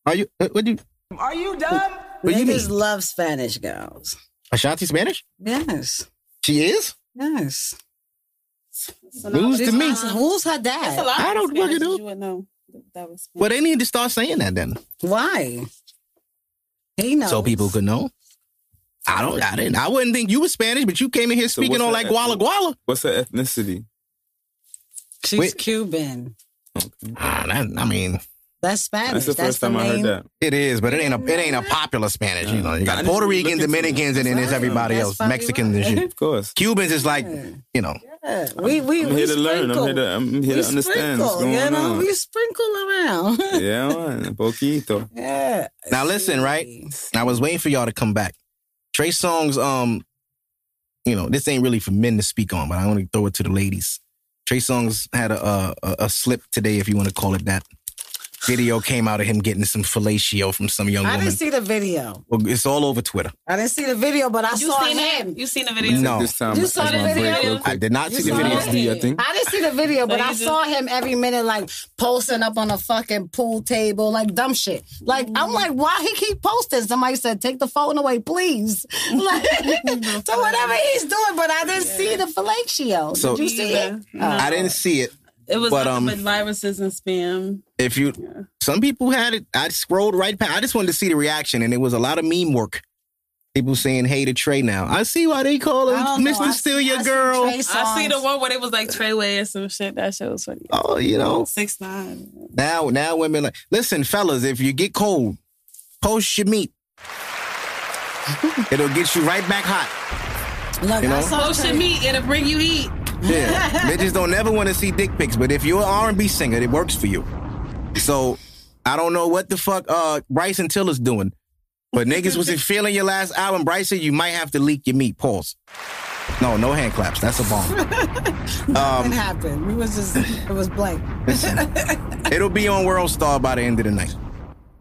S3: Are you? uh, What do you?
S6: Are you dumb?
S3: What do you
S5: Niggas
S3: mean?
S5: love Spanish girls.
S3: Ashanti Spanish?
S5: Yes.
S3: She is?
S5: Yes.
S3: News to me.
S5: Who's her dad?
S7: That's a lot
S3: I
S7: of
S3: don't
S7: Spanish
S3: fucking
S7: that
S3: know.
S7: You would know. That was
S3: Well, they need to start saying that then.
S5: Why? He knows.
S3: So people could know. I don't. I didn't. I wouldn't think you were Spanish, but you came in here
S4: So
S3: speaking
S4: what's
S3: on
S4: her
S3: like guala
S4: ethnic-
S3: guala.
S4: What's her ethnicity?
S5: She's
S3: Wait.
S5: Cuban.
S3: Ah, that, I mean,
S5: That's Spanish.
S4: That's the first time I heard
S5: main-
S4: that.
S3: it is, but it ain't a it ain't a popular Spanish. You know, you
S4: I
S3: got
S4: didn't
S3: Puerto
S4: look
S3: Rican,
S4: into it.
S3: Dominicans, and then there's everybody
S5: That's
S3: else,
S5: probably
S3: Mexicans and
S5: right.
S3: shit.
S4: Of course.
S3: Cubans is like you know.
S5: Yeah, we we
S4: I'm
S5: we
S4: here to learn.
S5: sprinkle.
S4: I'm here to, I'm here
S5: we
S4: to understand
S5: sprinkle,
S4: what's going
S5: you know,
S4: on.
S5: we sprinkle around.
S4: Yeah, man. Poquito.
S5: yeah.
S3: Now listen, right? I was waiting for y'all to come back. Trey Songz, um, you know, this ain't really for men to speak on, but I want to throw it to the ladies. Trey Songz had a, a a- a slip today, if you want to call it that. Video came out of him getting some fellatio from some young
S5: I
S3: woman.
S5: didn't see the video.
S3: Well, it's all over Twitter.
S5: I didn't see the video, but I
S7: You
S5: saw
S7: seen
S5: him.
S7: it? You seen the video?
S3: No.
S4: This time,
S5: You
S4: I
S5: saw
S4: just
S5: the
S4: wanna break
S5: video?
S4: real quick.
S3: I did not
S5: You
S3: see the
S5: saw
S3: video.
S5: it?
S4: Do your thing.
S5: I didn't see the video, but
S7: you
S5: I
S7: just-
S5: saw him every minute, like posting up on a fucking pool table, like dumb shit. Like I'm
S7: Mm-hmm.
S5: like, why he keep posting? Somebody said, take the phone away, please. Like, so whatever he's doing, but I didn't see the fellatio.
S3: So-
S5: Oh, Did you see
S7: Yeah.
S5: it? Oh.
S3: I didn't see it.
S7: It was
S3: But,
S7: but,
S3: um,
S7: um, viruses and spam.
S3: If you, some people had it. I scrolled right past. I just wanted to see the reaction, and it was a lot of meme work. People saying, "Hey, to Trey now." I see why they call
S5: I
S3: her
S5: don't know. I
S3: Mr.
S5: see-
S3: Steal
S5: I
S3: Your
S5: see
S3: Girl.
S7: I
S5: Trey
S7: see the
S5: Songz.
S7: one where it was like Treyway or some shit. That shit was funny.
S3: Oh, you know.
S7: Six nine.
S3: Now, now women like listen, fellas. If you get cold, post your meat. It'll get you right back hot.
S5: Look,
S3: You
S5: I
S3: know?
S5: saw
S7: Post your
S5: Trey.
S7: meat. It'll bring you heat.
S3: Yeah, bitches don't never want to see dick pics, but if you're an R&B singer, it works for you. So I don't know what the fuck uh Bryson Tiller's doing, but niggas was feeling your last album, Bryson. You might have to leak your meat. Pause. No, no hand claps. That's a bomb. Um,
S5: It happened. We was just it was blank.
S3: It'll be on World Star by the end of the night.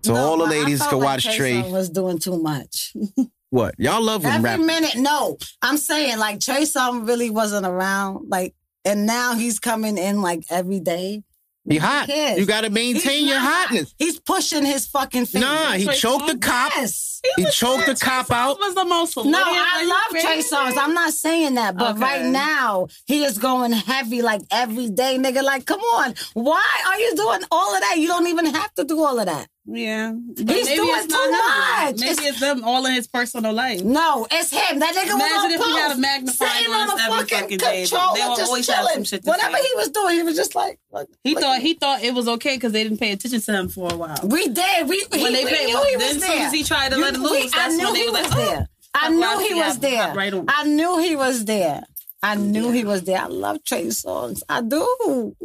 S3: So all the
S5: but I
S3: ladies
S5: felt
S3: can
S5: like
S3: watch
S5: Trey
S3: Trey.
S5: Songz was doing too much.
S3: What y'all love when
S5: Every
S3: rap?
S5: minute, no. I'm saying like Trey Songz really wasn't around, like, and now he's coming in like every day.
S3: Be hot.
S5: Yes.
S3: You gotta maintain
S5: He's
S3: your
S5: not hot.
S3: hotness.
S5: He's pushing his fucking face.
S3: Nah, he
S7: Trey
S3: choked the
S7: Songz?
S3: cop.
S5: yes.
S3: He choked the cop out.
S7: That was the most.
S5: No, I love Trey Songz. I'm not saying that, but
S7: Okay.
S5: right now he is going heavy like every day, nigga. Like, come on, why are you doing all of that? You don't even have to do all of that.
S7: Yeah, but
S5: He's doing too
S7: not him.
S5: much.
S7: Maybe
S5: It's-
S7: it's, them all in his personal life.
S5: No, it's him. That nigga
S7: Imagine
S5: was on
S7: if he had a
S5: post,
S7: magnifying
S5: sitting
S7: glass
S5: on a
S7: every
S5: fucking
S7: fucking day.
S5: controller,
S7: They will
S5: just
S7: always have
S5: chilling.
S7: some shit to
S5: Whatever
S7: say.
S5: he was doing, he was just like, like
S7: He
S5: like-
S7: thought he thought it was okay because they didn't pay attention to him for a while.
S5: We did. We
S7: When
S5: he,
S7: they
S5: we
S7: paid-
S5: knew he
S7: then
S5: was
S7: as
S5: there.
S7: soon as he tried to let it
S5: we-
S7: loose,
S5: I
S7: that's
S5: knew
S7: when they
S5: he
S7: was
S5: was
S7: like, "Oh,
S5: there. I
S7: I'm
S5: knew
S7: glad
S5: he
S7: he
S5: was
S7: got
S5: there.
S7: right on."
S5: I knew he was there. I knew he was there. I love Trey Songz. I do.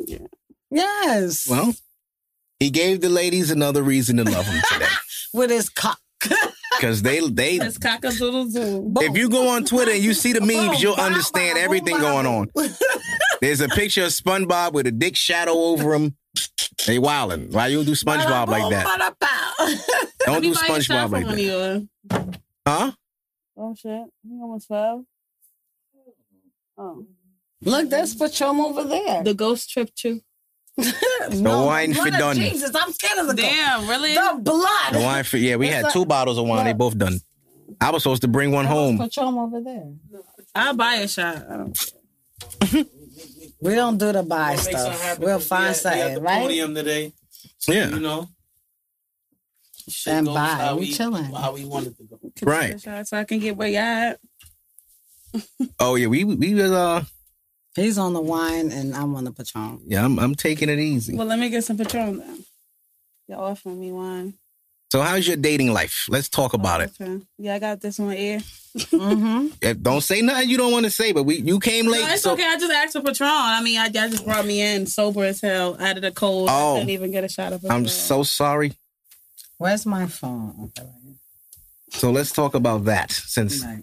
S5: Yes.
S3: Well, he gave the ladies another reason to love him today.
S5: With his cock.
S3: Cause they they
S7: It's cockadoodle zoo.
S3: if you go on Twitter and you see the memes, you'll understand everything going on. There's a picture of SpongeBob with a dick shadow over him. They wildin'. Why you don't do SpongeBob like that?
S5: that.
S3: Don't do
S7: Everybody shot
S3: SpongeBob
S7: from
S3: like
S7: one of
S3: that.
S7: yours.
S3: Huh?
S7: Oh shit! You almost fell. Oh,
S5: Look, that's Patron over there.
S7: the ghost trip too.
S3: The wine
S5: blood
S3: for
S5: of
S3: done.
S5: Jesus, I'm scared of the ghost.
S7: Damn, really?
S5: The blood.
S3: The wine for yeah, we had
S5: It's
S3: two bottles of wine. They both done. I was supposed to bring one home.
S5: Patron over there.
S7: I'll buy a shot. I don't
S5: We don't do the buy stuff. We'll find something, right?
S9: Podium today, you
S3: Yeah.
S9: know.
S5: And
S9: goes
S5: bye.
S9: how
S5: We chilling.
S9: How we wanted to go.
S3: Right.
S7: a shot so I can get where y'all at.
S3: Oh yeah, we we was uh
S5: He's on the wine and I'm on the Patron.
S3: yeah, I'm I'm taking it easy.
S7: Well, let me get some Patron then. Y'all offering me wine.
S3: So how's your dating life? Let's talk about it.
S7: Okay. Yeah, I got this one here.
S5: Mm-hmm.
S3: Eh, Don't say nothing you don't want to say, but we you came late.
S7: No, it's
S3: so
S7: okay. I just asked for Patron. I mean, I, I just brought me in sober as hell out of the cold.
S3: Oh.
S7: I couldn't even get a shot of
S3: I'm
S7: Patron.
S3: so sorry.
S5: Where's my phone? Okay, right here.
S3: So let's talk about that. Since
S5: Right.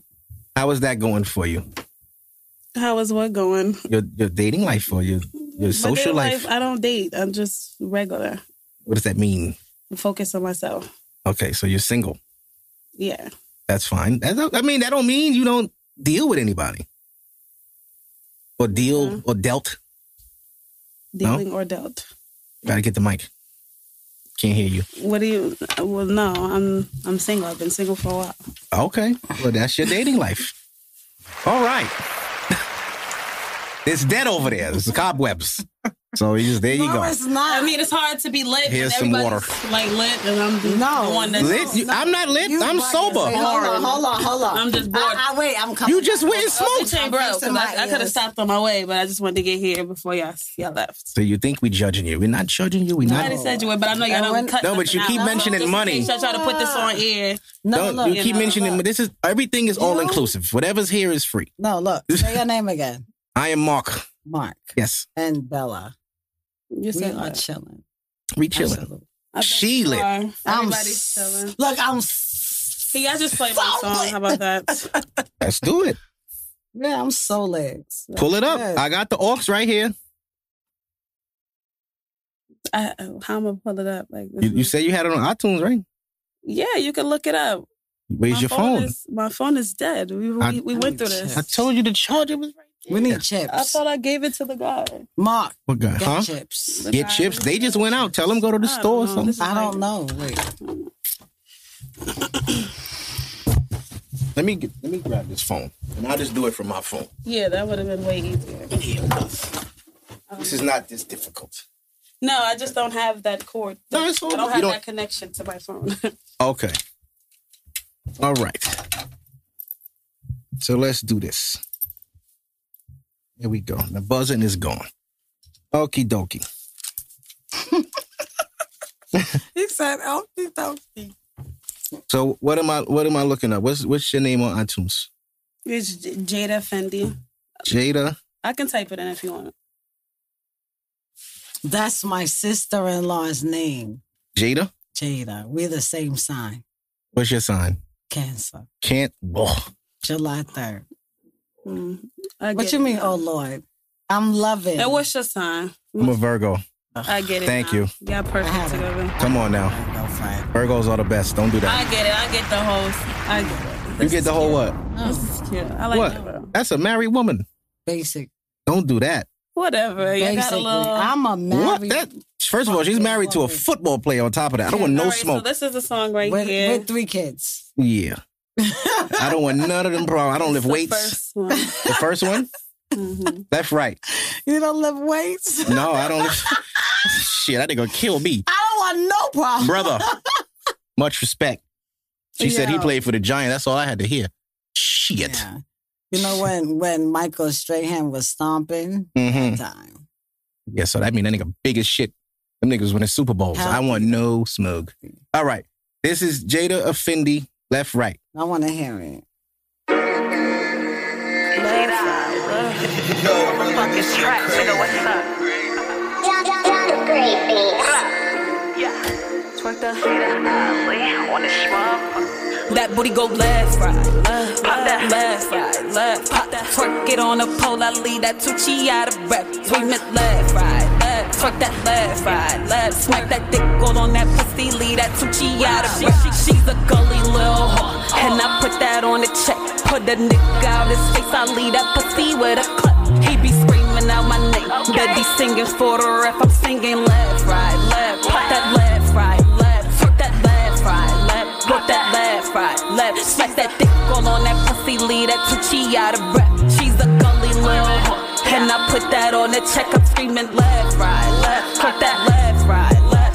S3: how is that going for you?
S7: How is what going?
S3: Your your dating life for you? Your
S7: My
S3: social
S7: daily
S3: life?
S7: I don't date. I'm just regular.
S3: What does that mean?
S7: I'm focused on myself.
S3: Okay, so you're single.
S7: Yeah.
S3: That's fine. That's not- I mean, that don't mean you don't deal with anybody. Or deal
S7: Mm-hmm.
S3: or dealt.
S7: Dealing or dealt.
S3: Gotta get the mic. can't hear you.
S7: What do you? Well, no, I'm I'm single. I've been single for a while.
S3: Okay. Well, that's your dating life. All right. It's dead over there. It's cobwebs. So he's there. You go.
S7: not. I mean, it's hard to be lit.
S3: Here's some water.
S7: Like lit, and I'm no one that's
S3: Lit? You- I'm not lit. I'm sober.
S5: Hold on, hold on, hold on.
S7: I'm just bored.
S5: I, I- wait, I'm coming.
S3: You just went and smoked.
S7: Okay, bro, 'cause I, I could have stopped on my way, but I just wanted to get here before y'all y'all left.
S3: So you think we're judging you? We're not judging you. We're
S7: I
S3: not.
S7: already said you would, but I know y'all don't cut.
S3: No, but you
S7: nothing
S3: keep
S7: out.
S3: mentioning
S7: Just in
S3: money.
S7: case I try to put this on E. air.
S3: No, you keep mentioning. This is everything is all inclusive. Whatever's here is free.
S5: No, look. Say your name again.
S3: I am Mark.
S5: Mark.
S3: Yes,
S5: And Bella.
S7: You
S5: we are chilling.
S3: we chilling. She lit.
S7: I'm
S5: Everybody's
S7: chilling.
S5: Look, I'm.
S7: Hey, y'all just play my song. How about that?
S3: Let's do it.
S5: Yeah, I'm so lit.
S3: Pull it up.
S5: Yes.
S3: I got the aux right here.
S7: I, oh, how am I gonna pull it up? Like,
S3: You, you said you had it on iTunes, right?
S7: yeah, you can look it up.
S3: Where's
S7: My
S3: your phone?
S7: is- my phone is dead. We we,
S3: I-
S7: we went through this.
S3: I told you the charger was right
S5: We need chips.
S7: I thought I gave it to the guy.
S5: Mark.
S3: What guy?
S5: Get
S3: huh?
S5: chips.
S3: Get chips. They just went out. Tell them go to the store or something.
S5: I don't know. Wait.
S3: Let me get, let me grab this phone, and I'll just do it from my phone.
S7: Yeah, that would have been way easier.
S3: This is not this difficult.
S7: No, I just don't have that cord.
S3: No, it's all
S7: I don't
S3: right.
S7: have
S3: You
S7: that connection to my phone.
S3: Okay. All right. So let's do this. Here we go. The buzzing is gone. Okie dokie.
S5: He said, "Oh, dokie."
S3: So what am I what am I looking at? What's what's your name on iTunes?
S7: It's J- Jada Fendi.
S3: Jada.
S7: I can type it in if you want.
S5: That's my sister in law's name,
S3: Jada?
S5: Jada. We're the same sign,
S3: What's your sign?
S5: Cancer.
S3: Can't oh,
S5: July 3rd.
S7: Hmm. I
S5: What
S7: get
S5: you
S7: it
S5: mean,
S7: now.
S5: oh Lord? I'm loving.
S7: And what's your sign?
S3: I'm a Virgo.
S7: I get it.
S3: Thank
S7: now.
S3: you.
S7: Y'all perfect together.
S3: Come on now. Virgos are the best. Don't do
S7: I
S3: that.
S7: get it. I get the whole. s- I get it.
S3: You get the whole what?
S7: This
S5: Mm.
S7: is cute. I like
S3: What?
S7: that. bro.
S3: That's a married woman.
S5: Basic.
S3: Don't do that.
S7: Whatever. You got a
S5: Basically,
S7: little.
S5: I'm a married.
S3: What? That first of all, she's married to a football player on top of that. I don't want no
S7: All right, So
S3: smoke.
S7: this is the song right
S5: with,
S7: here.
S5: with three kids.
S3: Yeah. I don't want none of them problems. I don't lift weights.
S7: First one.
S3: The first one?
S7: Mm-hmm.
S3: That's right.
S5: You don't lift weights.
S3: No, I don't. Shit, that nigga kill me.
S5: I don't want no problem.
S3: Brother, much respect. She said he
S5: Yeah.
S3: played for the Giant. That's all I had to hear. Shit.
S5: You know when when Michael Strahan was stomping
S3: Mhm.
S5: time.
S3: Yeah, so that mean that nigga big as shit. Them niggas winning Super Bowls. I want no smug. All right. This is Jada Effendi, left, right.
S5: I want to hear it.
S11: That booty go left, right, left, pop that left, right, left, pop that. Twerk it on a pole, I leave that Tucci out of breath. Swing it left, right, left, twerk that left, right, left. Smack that dick all on that pussy, leave that Tucci out of breath. She, she's a gully little whore, and I put that on the check. Put the nigga out his face, I leave that pussy with a clip. He be screaming out my name, that he singing for the ref. I'm singing left, right, left, pop that left, right, left, twerk that left, right, left, work that left, right, left. Smack that dick all on that pussy, leave that Tucci out of breath. She's a gully little whore, and I put that on the check. I'm screaming left, right, left, twerk that left, right, left.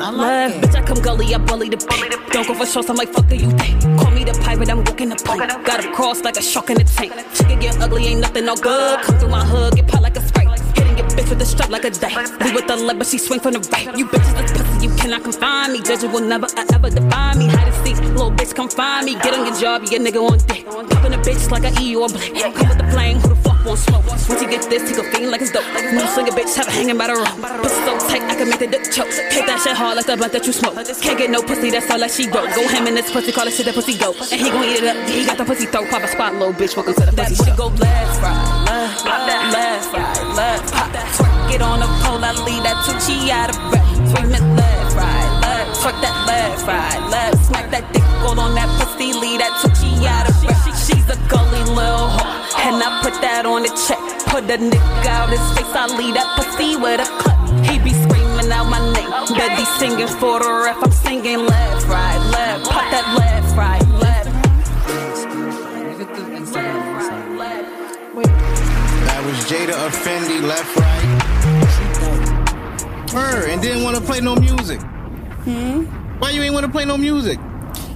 S11: I like Bitch, I come gully, I bully the bully Don't go for shots, I'm like, fuck do you think? Call me the pirate, I'm walking the plank. Got a cross like a shark in the tank. Chicken get ugly, ain't nothing all good. Come through my hood, get pot like a sprite. Hitting your bitch with a strap like a dice. We with the left, but she swing from the right. You bitches like pussy, you cannot confine me. Judges will never uh, ever define me. Hide and seek, little bitch, come find me. Get on your job, you a nigga on dick. Popping a bitch like I eat or blick. Come with the flame, who the fuck won't smoke? Once you get this, take a fiend like it's dope. No slinger bitch, have it hanging by the rope. Pussy so tight, I can make the dick choke. Hit that shit hard like the blunt that you smoke. Can't get no pussy, that's all that she wrote. Go him in this pussy, call it shit that pussy go. And he gon' eat it up, yeah, he got the pussy throat. Pop a spot, little bitch, welcome to the pussy show. go left, right, left, pop that left, right, left, pop that. Twerk it on a pole, I leave that Tucci out of breath. Swing it left, right, left, twerk that left, right, left. Smack that dick all on that pussy, leave that Tucci out of breath. She's a gully little hoe, and I put that on the check. Put the nigga out his face, I leave that pussy with a clip. He be screaming out my name. Bet these singers for the ref. I'm singing left, right, left. Pop that left, right, left.
S3: That was Jada Effendi, left, right. Her and didn't want to play no music. Hmm? Why you ain't want to play no music?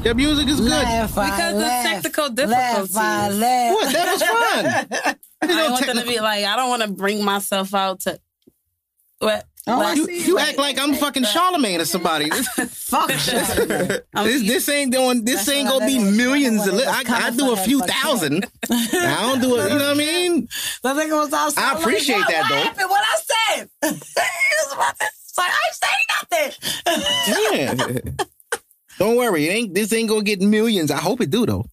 S3: Your music is good.
S7: because of technical difficulties.
S3: What? That was fun.
S7: I don't want them to be like, I don't want to bring myself out to. What? Like-
S3: you you act like I'm fucking Charlemagne or somebody. Fuck this, this ain't doing. This
S6: That's
S3: ain't
S6: what
S3: gonna
S6: I
S3: be
S6: did.
S3: millions.
S6: That's
S3: Of
S6: what
S3: li-
S6: it was
S3: I, I
S6: coming
S3: do a
S6: for,
S3: few
S6: that's what
S3: thousand. I don't do it. You know what I mean?
S5: The nigga was outside.
S3: I appreciate
S5: like,
S3: that
S5: what,
S3: though.
S5: What happened? What I said? he was about to say, I ain't say nothing.
S3: Yeah. Don't worry, it ain't this ain't gonna get millions. I hope it do though.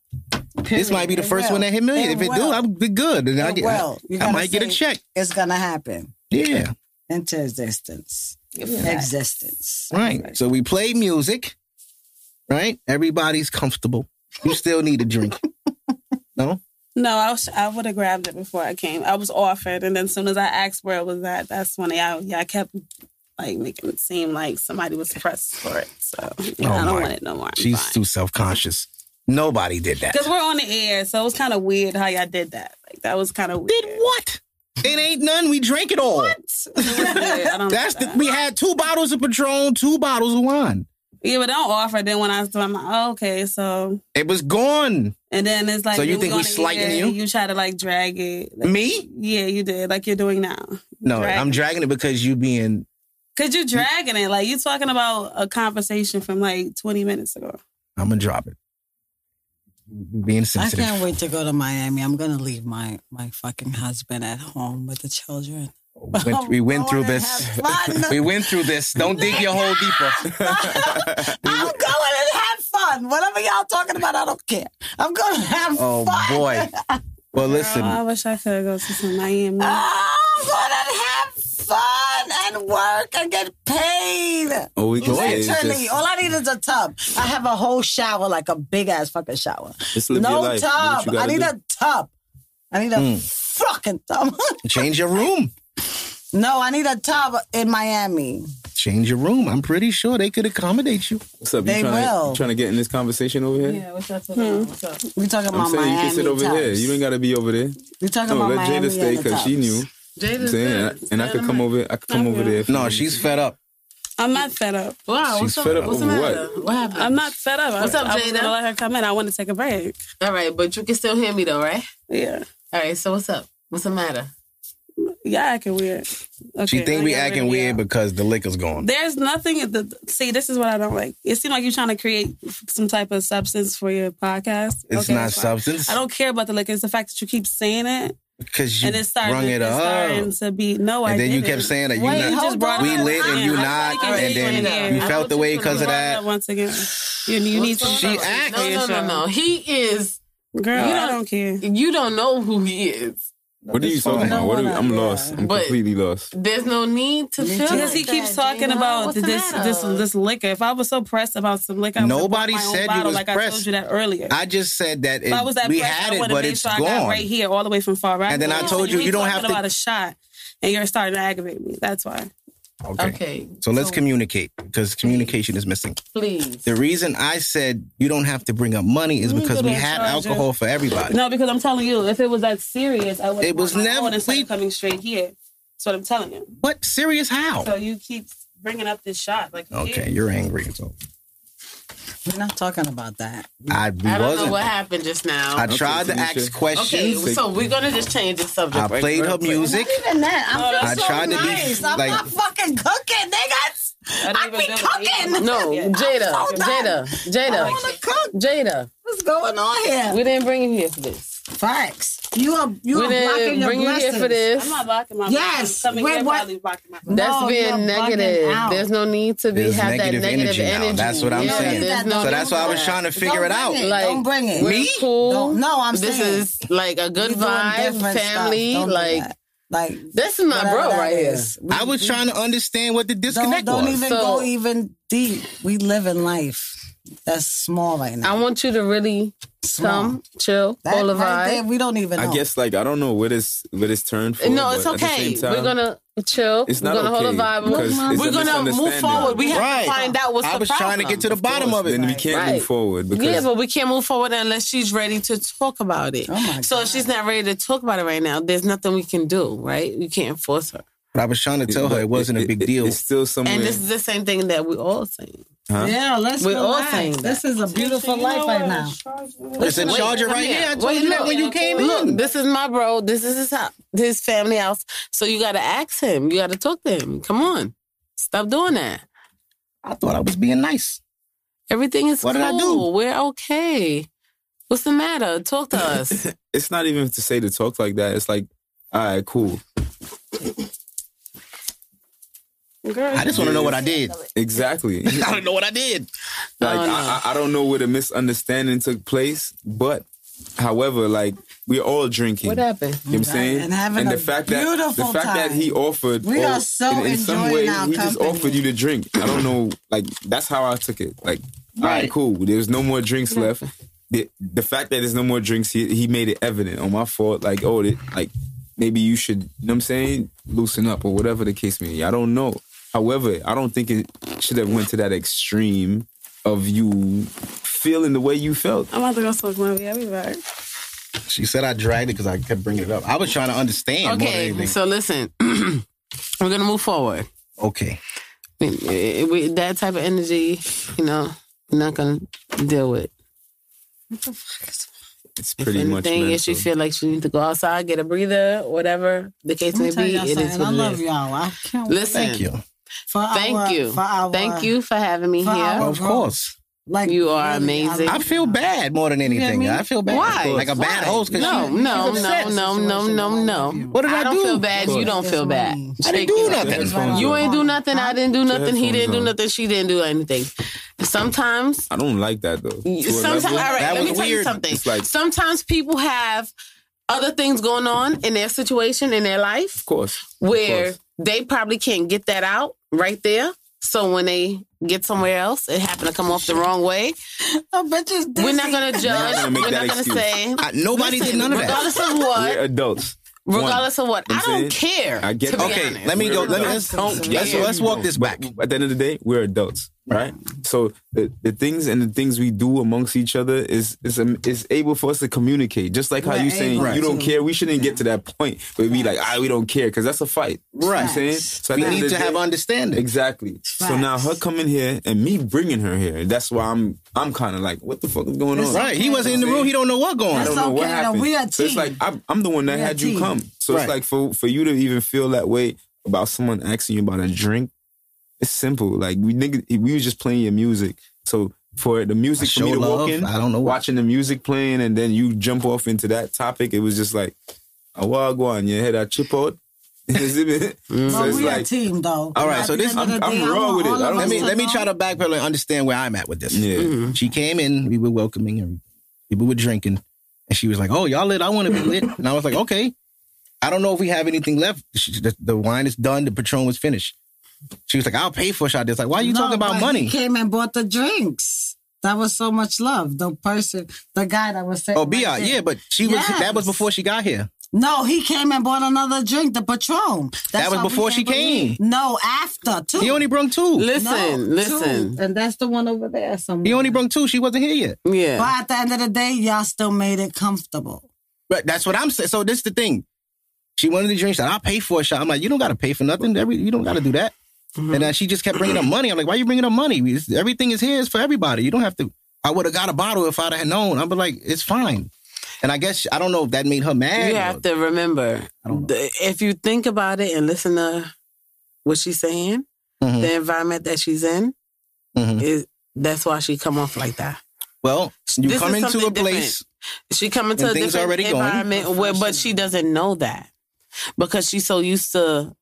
S3: This might be the
S5: It
S3: first one
S5: will.
S3: that hit million.
S5: It
S3: if it
S5: will.
S3: do, I'm be good. And I get,
S5: well, you
S3: I
S5: gotta
S3: might get a
S5: say
S3: check.
S5: It's gonna happen
S3: Yeah,
S5: into existence.
S3: Yeah.
S5: Existence.
S3: right. So we play music, right? Everybody's comfortable. You still need a drink. no,
S7: No, I, was- I would have grabbed it before I came. I was offered, and then as soon as I asked where it was at, that's when y'all, y'all kept like making it seem like somebody was pressed for it. So
S3: Oh
S7: yeah, I don't want it no more.
S3: She's too self conscious. Nobody did that.
S7: Because we're on the air, so it was kind of weird how y'all did that. Like that was kind of weird. Did
S3: what? It ain't none. We drank it all. That's the, we had two bottles of Patron, two bottles of wine.
S7: Yeah, but don't offer. Then when I was, I'm like, oh, okay, so.
S3: It was gone.
S7: And then it's like,
S3: So you
S7: then
S3: think
S7: go
S3: we
S7: on the
S3: slighting
S7: air,
S3: you?
S7: You try to like drag it. Like,
S3: Me?
S7: Yeah, you did. Like you're doing now.
S3: No,
S7: Dragging.
S3: I'm Mm. dragging it because you being
S7: Cause you're dragging it. Like you talking about a conversation from like 20 minutes ago.
S3: I'm gonna drop it. Being
S5: I
S3: sensitive.
S5: can't wait to go to Miami. I'm gonna leave my my fucking husband at home with the children.
S3: Went- we
S7: Oh,
S3: went through this. we went through this. Don't dig your hole deeper.
S5: I'm going to have fun. Whatever y'all talking about, I don't care. I'm going to have
S3: Oh
S5: fun.
S3: boy.
S7: Girl, Oh, I
S3: Well, listen.
S7: wish I could go to some Miami.
S5: I'm going to have fun and work and get paid.
S4: Oh, we can say
S5: Literally,
S4: it's just-
S5: all I need is a tub. I have a whole shower, like a big ass fucking shower.
S4: Just live your
S5: No
S4: life. Do what
S5: tub.
S4: you
S5: I
S4: gotta
S5: need
S4: do.
S5: a tub. I need a
S4: Mm.
S5: fucking tub.
S3: Change your room.
S5: no, I need a tub in Miami.
S3: Change your room. I'm pretty sure they could accommodate you.
S4: What's up? You
S5: They
S4: trying
S5: will.
S4: To, trying to get in this conversation over here?
S5: Yeah, what's up?
S1: Hmm.
S5: We talking
S4: I'm
S5: about
S4: saying you
S5: Miami
S4: can sit over
S5: tubs.
S4: here. You ain't gotta be over there.
S5: We talking
S4: no,
S5: about
S4: let
S5: Miami
S4: Jada stay
S5: and the
S4: because she
S5: tubs.
S4: knew. I'm saying, and I- and I could come over. I could come over there.
S3: No, she's fed up.
S7: I'm not fed up. Wow,
S4: She's what's up- fed up what's the over matter?
S7: What happened? I'm not fed up.
S1: What's
S7: I,
S1: up,
S7: I was
S1: Jada?
S7: gonna let her come in. I want to take a break.
S1: All right, but you can still hear me though, right?
S7: Yeah.
S1: All right, so what's up? What's the matter?
S7: Yeah, acting weird. Okay,
S3: she think
S7: I
S3: we
S7: got rid
S3: acting
S7: of
S3: weird because the liquor's gone.
S7: There's nothing. at The, see, this is what I don't like. It seems like you're trying to create some type of substance for your podcast.
S3: It's not
S7: that's fine.
S3: substance.
S7: I don't care about the liquor. It's the fact that you keep saying it,
S3: Because you
S7: and it started,
S3: rung it
S7: it's
S3: up.
S7: starting to be no. I
S3: and then you
S7: didn't.
S3: kept saying that you
S7: Wait,
S3: not,
S7: you just brought
S3: we
S7: it up.
S3: lit and
S7: Yeah,
S3: you
S7: I
S3: not,
S7: like it.
S3: and then you
S7: Yeah.
S3: felt the way because of
S7: Brought it
S3: that.
S7: up Once again, you, you need to.
S1: She asked. No, no, no, no. He is.
S7: Girl,
S1: you
S7: I don't care.
S1: You don't know who he is.
S4: What are you talking about? What are we, I'm lost. I'm
S1: But-
S4: completely lost.
S1: There's no need to feel.
S7: Because
S1: like
S7: he keeps
S1: that,
S7: talking
S1: Jada.
S7: about
S1: What's the
S7: this,
S1: matter?
S7: this this liquor. If I was so pressed about some liquor, I would've bought
S3: Nobody
S7: my own
S3: said you
S7: bottle,
S3: was
S7: like I told
S3: pressed.
S7: you that earlier.
S3: I just said that
S7: If I was
S3: it,
S7: that
S3: we
S7: pressed,
S3: had
S7: I
S3: it,
S7: would've
S3: but
S7: made
S3: it's
S7: sure I got
S3: gone.
S7: right here, all the way from Far Rockaway.
S3: And then I told you,
S7: keep
S3: you don't have
S7: talking
S3: to-
S7: about a shot, and you're starting to aggravate me. That's why.
S3: Okay. So let's communicate because communication is missing.
S1: Please.
S3: The reason I said you don't have to bring up money is
S7: Mm,
S3: because
S7: good
S3: we
S7: old
S3: had
S7: charger.
S3: alcohol for everybody.
S7: No, because I'm telling you, if it was that serious, I would.
S3: It was never-
S7: instead of coming straight here. That's what I'm telling you.
S3: What serious how?
S7: So you keep bringing up this shot, like you
S3: Okay,
S7: did.
S3: you're angry. So
S5: We're not talking about that.
S3: I, we
S1: I don't
S3: wasn't.
S1: know what happened just now.
S3: I tried to ask questions.
S1: Okay, so we're gonna just change the subject.
S3: I
S1: right
S3: played
S1: real
S3: her
S1: quick.
S3: music.
S5: Even that, I'm
S1: Oh,
S5: feeling
S1: that's
S5: so
S1: I tried to be,
S5: nice. I'm
S3: like-
S5: not fucking cooking, niggas. I be cooking.
S1: No, Jada,
S5: I'm so
S1: Jada,
S5: done. I
S1: Jada,
S5: wanna cook.
S1: Jada.
S5: What's going on here?
S1: We didn't bring you here for this.
S5: Facts. You are you
S1: We
S5: are
S1: didn't
S5: blocking your
S1: bring you here
S5: blessings.
S1: for this. I'm
S7: not blocking my
S5: Yes.
S7: blessings. Coming
S5: Wait,
S7: here
S5: what?
S7: probably blocking my blessings.
S1: That's
S5: No, you're
S1: being
S5: bugging
S1: negative.
S5: out.
S1: There's no need to be
S3: There's
S1: have
S3: negative
S1: that negative
S3: energy,
S1: energy.
S3: now. That's what I'm
S1: Yeah,
S3: saying.
S1: there's no
S3: so that's why I was trying to figure
S5: Don't
S3: it out.
S5: bring it. Don't bring it.
S1: we're
S5: Me?
S1: Cool.
S5: Don't- no, I'm
S1: This
S5: saying.
S1: is like a good
S5: You're doing
S1: vibe,
S5: different stuff.
S1: family.
S5: Don't do
S1: Like,
S5: that. like
S1: this is my
S5: whatever
S1: bro
S5: that
S1: right here.
S5: is.
S3: I was trying to understand what the disconnect
S5: Don't, don't
S3: was.
S5: even go even deep. We live in life. That's small right now.
S1: I want you to really come, chill,
S5: That
S1: pull a
S5: right there,
S1: vibe.
S5: we don't even know.
S4: I guess like I don't know where this where this turned for.
S1: no,
S4: but
S1: it's
S4: at the
S1: okay.
S4: same time-
S1: We're gonna
S8: Chill.
S3: It's
S8: We're
S3: not
S8: gonna hold
S3: okay,
S8: a vibe.
S3: because it's a
S1: We're gonna move
S3: misunderstanding.
S1: forward. We have
S3: Right.
S1: to find out what's
S3: I
S1: the
S3: was
S1: problem.
S3: trying to get to the bottom of it.
S4: Then we can't
S1: Right.
S4: move forward because
S1: yeah, but we can't move forward unless she's ready to talk about it. so if she's not ready to talk about it right now, there's nothing we can do, right? You can't force her.
S3: But I was trying to tell her it wasn't a big deal. It's
S4: still
S1: And this is the same thing that we all saying.
S3: Huh?
S5: Yeah, let's
S1: We're all
S5: relax.
S1: saying that.
S5: This is a beautiful life right now.
S1: It's a
S5: charger right here. I told you that when you came
S1: look,
S5: in.
S1: this is my bro. This is his house, his family house. So you got to ask him. You got to talk to him. Come on, stop doing that.
S3: I thought I was being nice.
S1: Everything is
S4: What did I do?
S1: cool. We're okay. What's the matter? Talk to us.
S4: it's not even to say to talk like that. It's like, all right, cool.
S1: Girl,
S3: I just want to know what I did.
S4: Exactly.
S3: I don't know what I did.
S1: Oh,
S4: Like I, I I don't know where the misunderstanding took place, but however, like we're all drinking.
S1: What happened?
S4: You know what I'm saying?
S5: And having a
S4: the fact that
S5: beautiful
S4: the fact that
S5: time.
S4: he offered
S5: We
S4: or
S5: are so
S4: in, in some
S5: enjoying
S4: way
S5: our
S4: he just
S5: company.
S4: offered you the drink. I don't know like that's how I took it. Like all right, cool. There's no more drinks left. The, the fact that there's no more drinks, he, he made it evident on my fault. Like, oh, it, like maybe you should, you know what I'm saying, loosen up or whatever the case may be. I don't know. However, I don't think it should have went to that extreme of you feeling the way you felt.
S7: I'm about to go smoke my weed. I'll be back.
S3: She said I dragged it because I kept bringing it up. I was trying to understand. more than
S1: Okay,
S3: anything.
S1: so listen, we're gonna move forward.
S3: Okay.
S1: I mean, eh, eh, we- that type of energy, you know, we're not gonna deal with.
S4: It's
S1: If
S4: pretty much
S1: anything, if she
S4: mental.
S1: feel like she need to go outside, get a breather, whatever the case
S5: Let me
S1: may
S5: tell
S1: be,
S5: y'all
S1: it is
S5: something.
S1: what
S5: I
S1: it
S5: love
S1: is.
S5: y'all. I can't wait.
S1: Listen,
S5: For
S1: thank
S5: our-
S1: you,
S5: for our-
S1: thank you for having me
S5: for
S1: here.
S5: our
S3: Of course.
S5: Like
S1: you are amazing.
S3: I feel bad more than
S1: get
S3: anything.
S1: me?
S3: I feel bad.
S1: Why?
S3: Like a bad
S1: Why?
S3: host. 'cause
S1: No,
S3: she-
S1: no,
S3: she's
S1: no,
S3: upset.
S1: no, no, no, no. What did I, do? not feel bad. You don't feel bad.
S3: I didn't do nothing.
S1: You ain't do nothing. I didn't do nothing. He didn't do
S4: on.
S1: nothing. She didn't do anything. Sometimes
S4: I don't like that though. To a
S1: Sometimes, all
S4: level,
S1: right,
S4: that
S1: let me
S4: was
S1: tell you
S4: weird.
S1: something.
S4: It's like, of
S1: Sometimes people have other things going on in their situation in their life
S4: course.
S1: where they probably can't get that out right there. So when they get somewhere else, it happened to come off the wrong way. we're not gonna
S5: dizzy.
S1: judge.
S5: We're not gonna make
S1: we're not
S5: that
S1: gonna
S5: excuse.
S1: say
S5: I- nobody did
S1: Listen,
S5: none of that.
S1: Regardless of what,
S4: We're adults.
S1: regardless of what,
S4: You know
S1: I
S4: what I'm
S1: don't
S4: saying?
S1: care.
S4: I get
S1: to be
S4: okay.
S1: honest.
S4: Let me go. Let me
S1: I
S4: let's,
S1: don't
S4: let's,
S1: care.
S4: let's walk this back. At the end of the day, we're adults, right? So the, the things and the things we do amongst each other is is um, is able for us to communicate. Just like how
S3: We're
S4: you saying
S3: able
S4: you don't
S3: to.
S4: care, we shouldn't get to that point where we like ah we don't care because that's a fight, You know what I'm
S3: Right.
S4: saying so at
S3: We
S4: the end
S3: need
S4: of the
S3: to have
S4: day-
S3: understanding.
S4: Exactly. So now her coming here and me bringing her here. That's why I'm I'm kind of like what the fuck is going
S3: It's
S4: on?
S3: Right. He wasn't in the room. He don't know what going
S4: I
S3: on.
S4: don't know what
S3: It's okay, though.
S4: happened.
S3: We a
S4: So it's
S3: team.
S4: like I'm, I'm the one that
S3: We a
S4: had you
S3: team.
S4: come. So
S3: Right.
S4: it's like for for you to even feel that way about someone asking you about a drink, it's simple. Like we nigga, we was just playing your music. So for the music for
S3: show
S4: me to
S3: love,
S4: walk in,
S3: I don't know
S4: watching the music playing, and then you jump off into that topic. It was just like a wagwan. You head that chip out. so
S5: But
S4: it's
S5: we a
S4: like
S5: team, though.
S3: All right, so this
S4: I'm- I'm raw with it. I don't-
S3: let me let me try to backpedal and understand where I'm at with this.
S4: Yeah.
S1: Mm-hmm.
S3: She came in, we were welcoming her, people were drinking, and she was like, "Oh, y'all lit. I want to be lit." And I was like, "Okay." I don't know if we have anything left. She- the, the wine is done. The Patron was finished. She was like, "I'll pay for a shot." It's like, why are you
S5: No,
S3: talking about
S5: but He
S3: money?
S5: came and bought the drinks. That was so much love. The person, the guy that was saying.
S3: Oh, be out. Yeah, but she was. That was before she got here.
S5: No, he came and bought another drink, the Patron. That's
S3: That was
S5: why we
S3: before she
S5: can't believe-
S3: came.
S5: No, after two.
S3: He only brung two.
S5: No, two. and that's the one over there somewhere.
S3: He only brung two. She wasn't here yet.
S1: Yeah.
S5: But at the end of the day, y'all still made it comfortable.
S3: But that's what I'm saying. So this is the thing. She wanted the drink. She said, I'll pay for a shot. I'm like, you don't got to pay for nothing. Every, you don't got to do that.
S1: Mm-hmm.
S3: And uh, she just kept bringing up money. I'm like, why you bringing up money? We- it's- everything is here. It's for everybody. You don't have to. I would have got a bottle if I'd have known. I'm like, it's fine. And I guess I don't know if that made her mad.
S1: You have to remember the- if you think about it and listen to what she's saying,
S5: Mm-hmm.
S3: Mhm.
S1: the environment that she's in
S3: Mhm.
S1: is that's why she come off like that.
S3: Well, you
S1: This
S3: come
S1: is
S3: into a
S1: something
S3: place.
S1: different. She come into
S3: and
S1: a
S3: things
S1: different
S3: already going.
S1: environment where, but she doesn't know that because she's so used to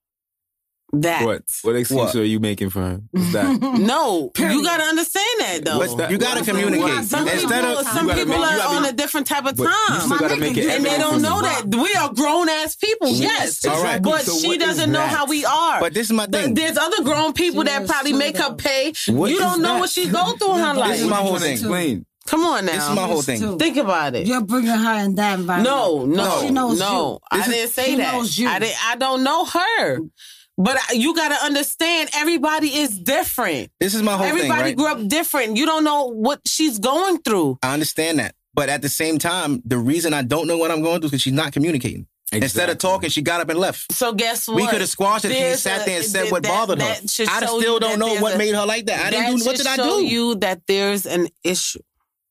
S1: that.
S4: what what excuse
S3: What?
S4: are you making for her? Is that
S1: No, you gotta understand that though.
S4: What's that? You gotta
S1: Some
S4: communicate.
S1: people- Some
S4: Instead
S1: people,
S4: of-
S1: some
S4: you gotta
S1: people
S4: make- you
S1: are
S4: gotta
S1: on
S4: make-
S1: a different type of
S4: but you
S1: time,
S4: still gotta make it
S1: and they don't know that
S4: evident.
S1: we are grown ass people. Yes,
S3: All right.
S1: but
S3: So
S1: she
S3: what is
S1: doesn't know
S3: that?
S1: how we are.
S3: But this is my
S1: Th-
S3: thing.
S1: There's other grown people that probably make her pay.
S3: What
S1: you
S3: is
S1: don't know
S3: that?
S1: what she go through in her life.
S3: This is my whole thing.
S1: Come on now.
S3: This is my whole thing.
S1: Think about it.
S5: You're bringing her in that environment.
S1: No, no,
S5: She knows
S1: no.
S5: you.
S1: I didn't say
S5: She
S1: that.
S5: knows you.
S1: I didn't. I don't know her. But I- you got to understand, everybody is different.
S3: This is my whole thing,
S1: everybody
S3: right?
S1: grew up different. You don't know what she's going through.
S3: I understand that. But at the same time, the reason I don't know what I'm going through is because she's not communicating. Instead of talking, she got up and left.
S1: So guess
S3: We
S1: what?
S3: could have squashed it if she
S1: There's
S3: just sat
S1: a-
S3: there and said
S1: th-
S3: what
S1: that-
S3: bothered her.
S1: that should
S3: I
S1: show
S3: still
S1: you
S3: don't
S1: that
S3: know
S1: there's
S3: what
S1: a-
S3: made her like that. I didn't
S1: that
S3: do- what
S1: should
S3: did I
S1: show
S3: do?
S1: you that there's an issue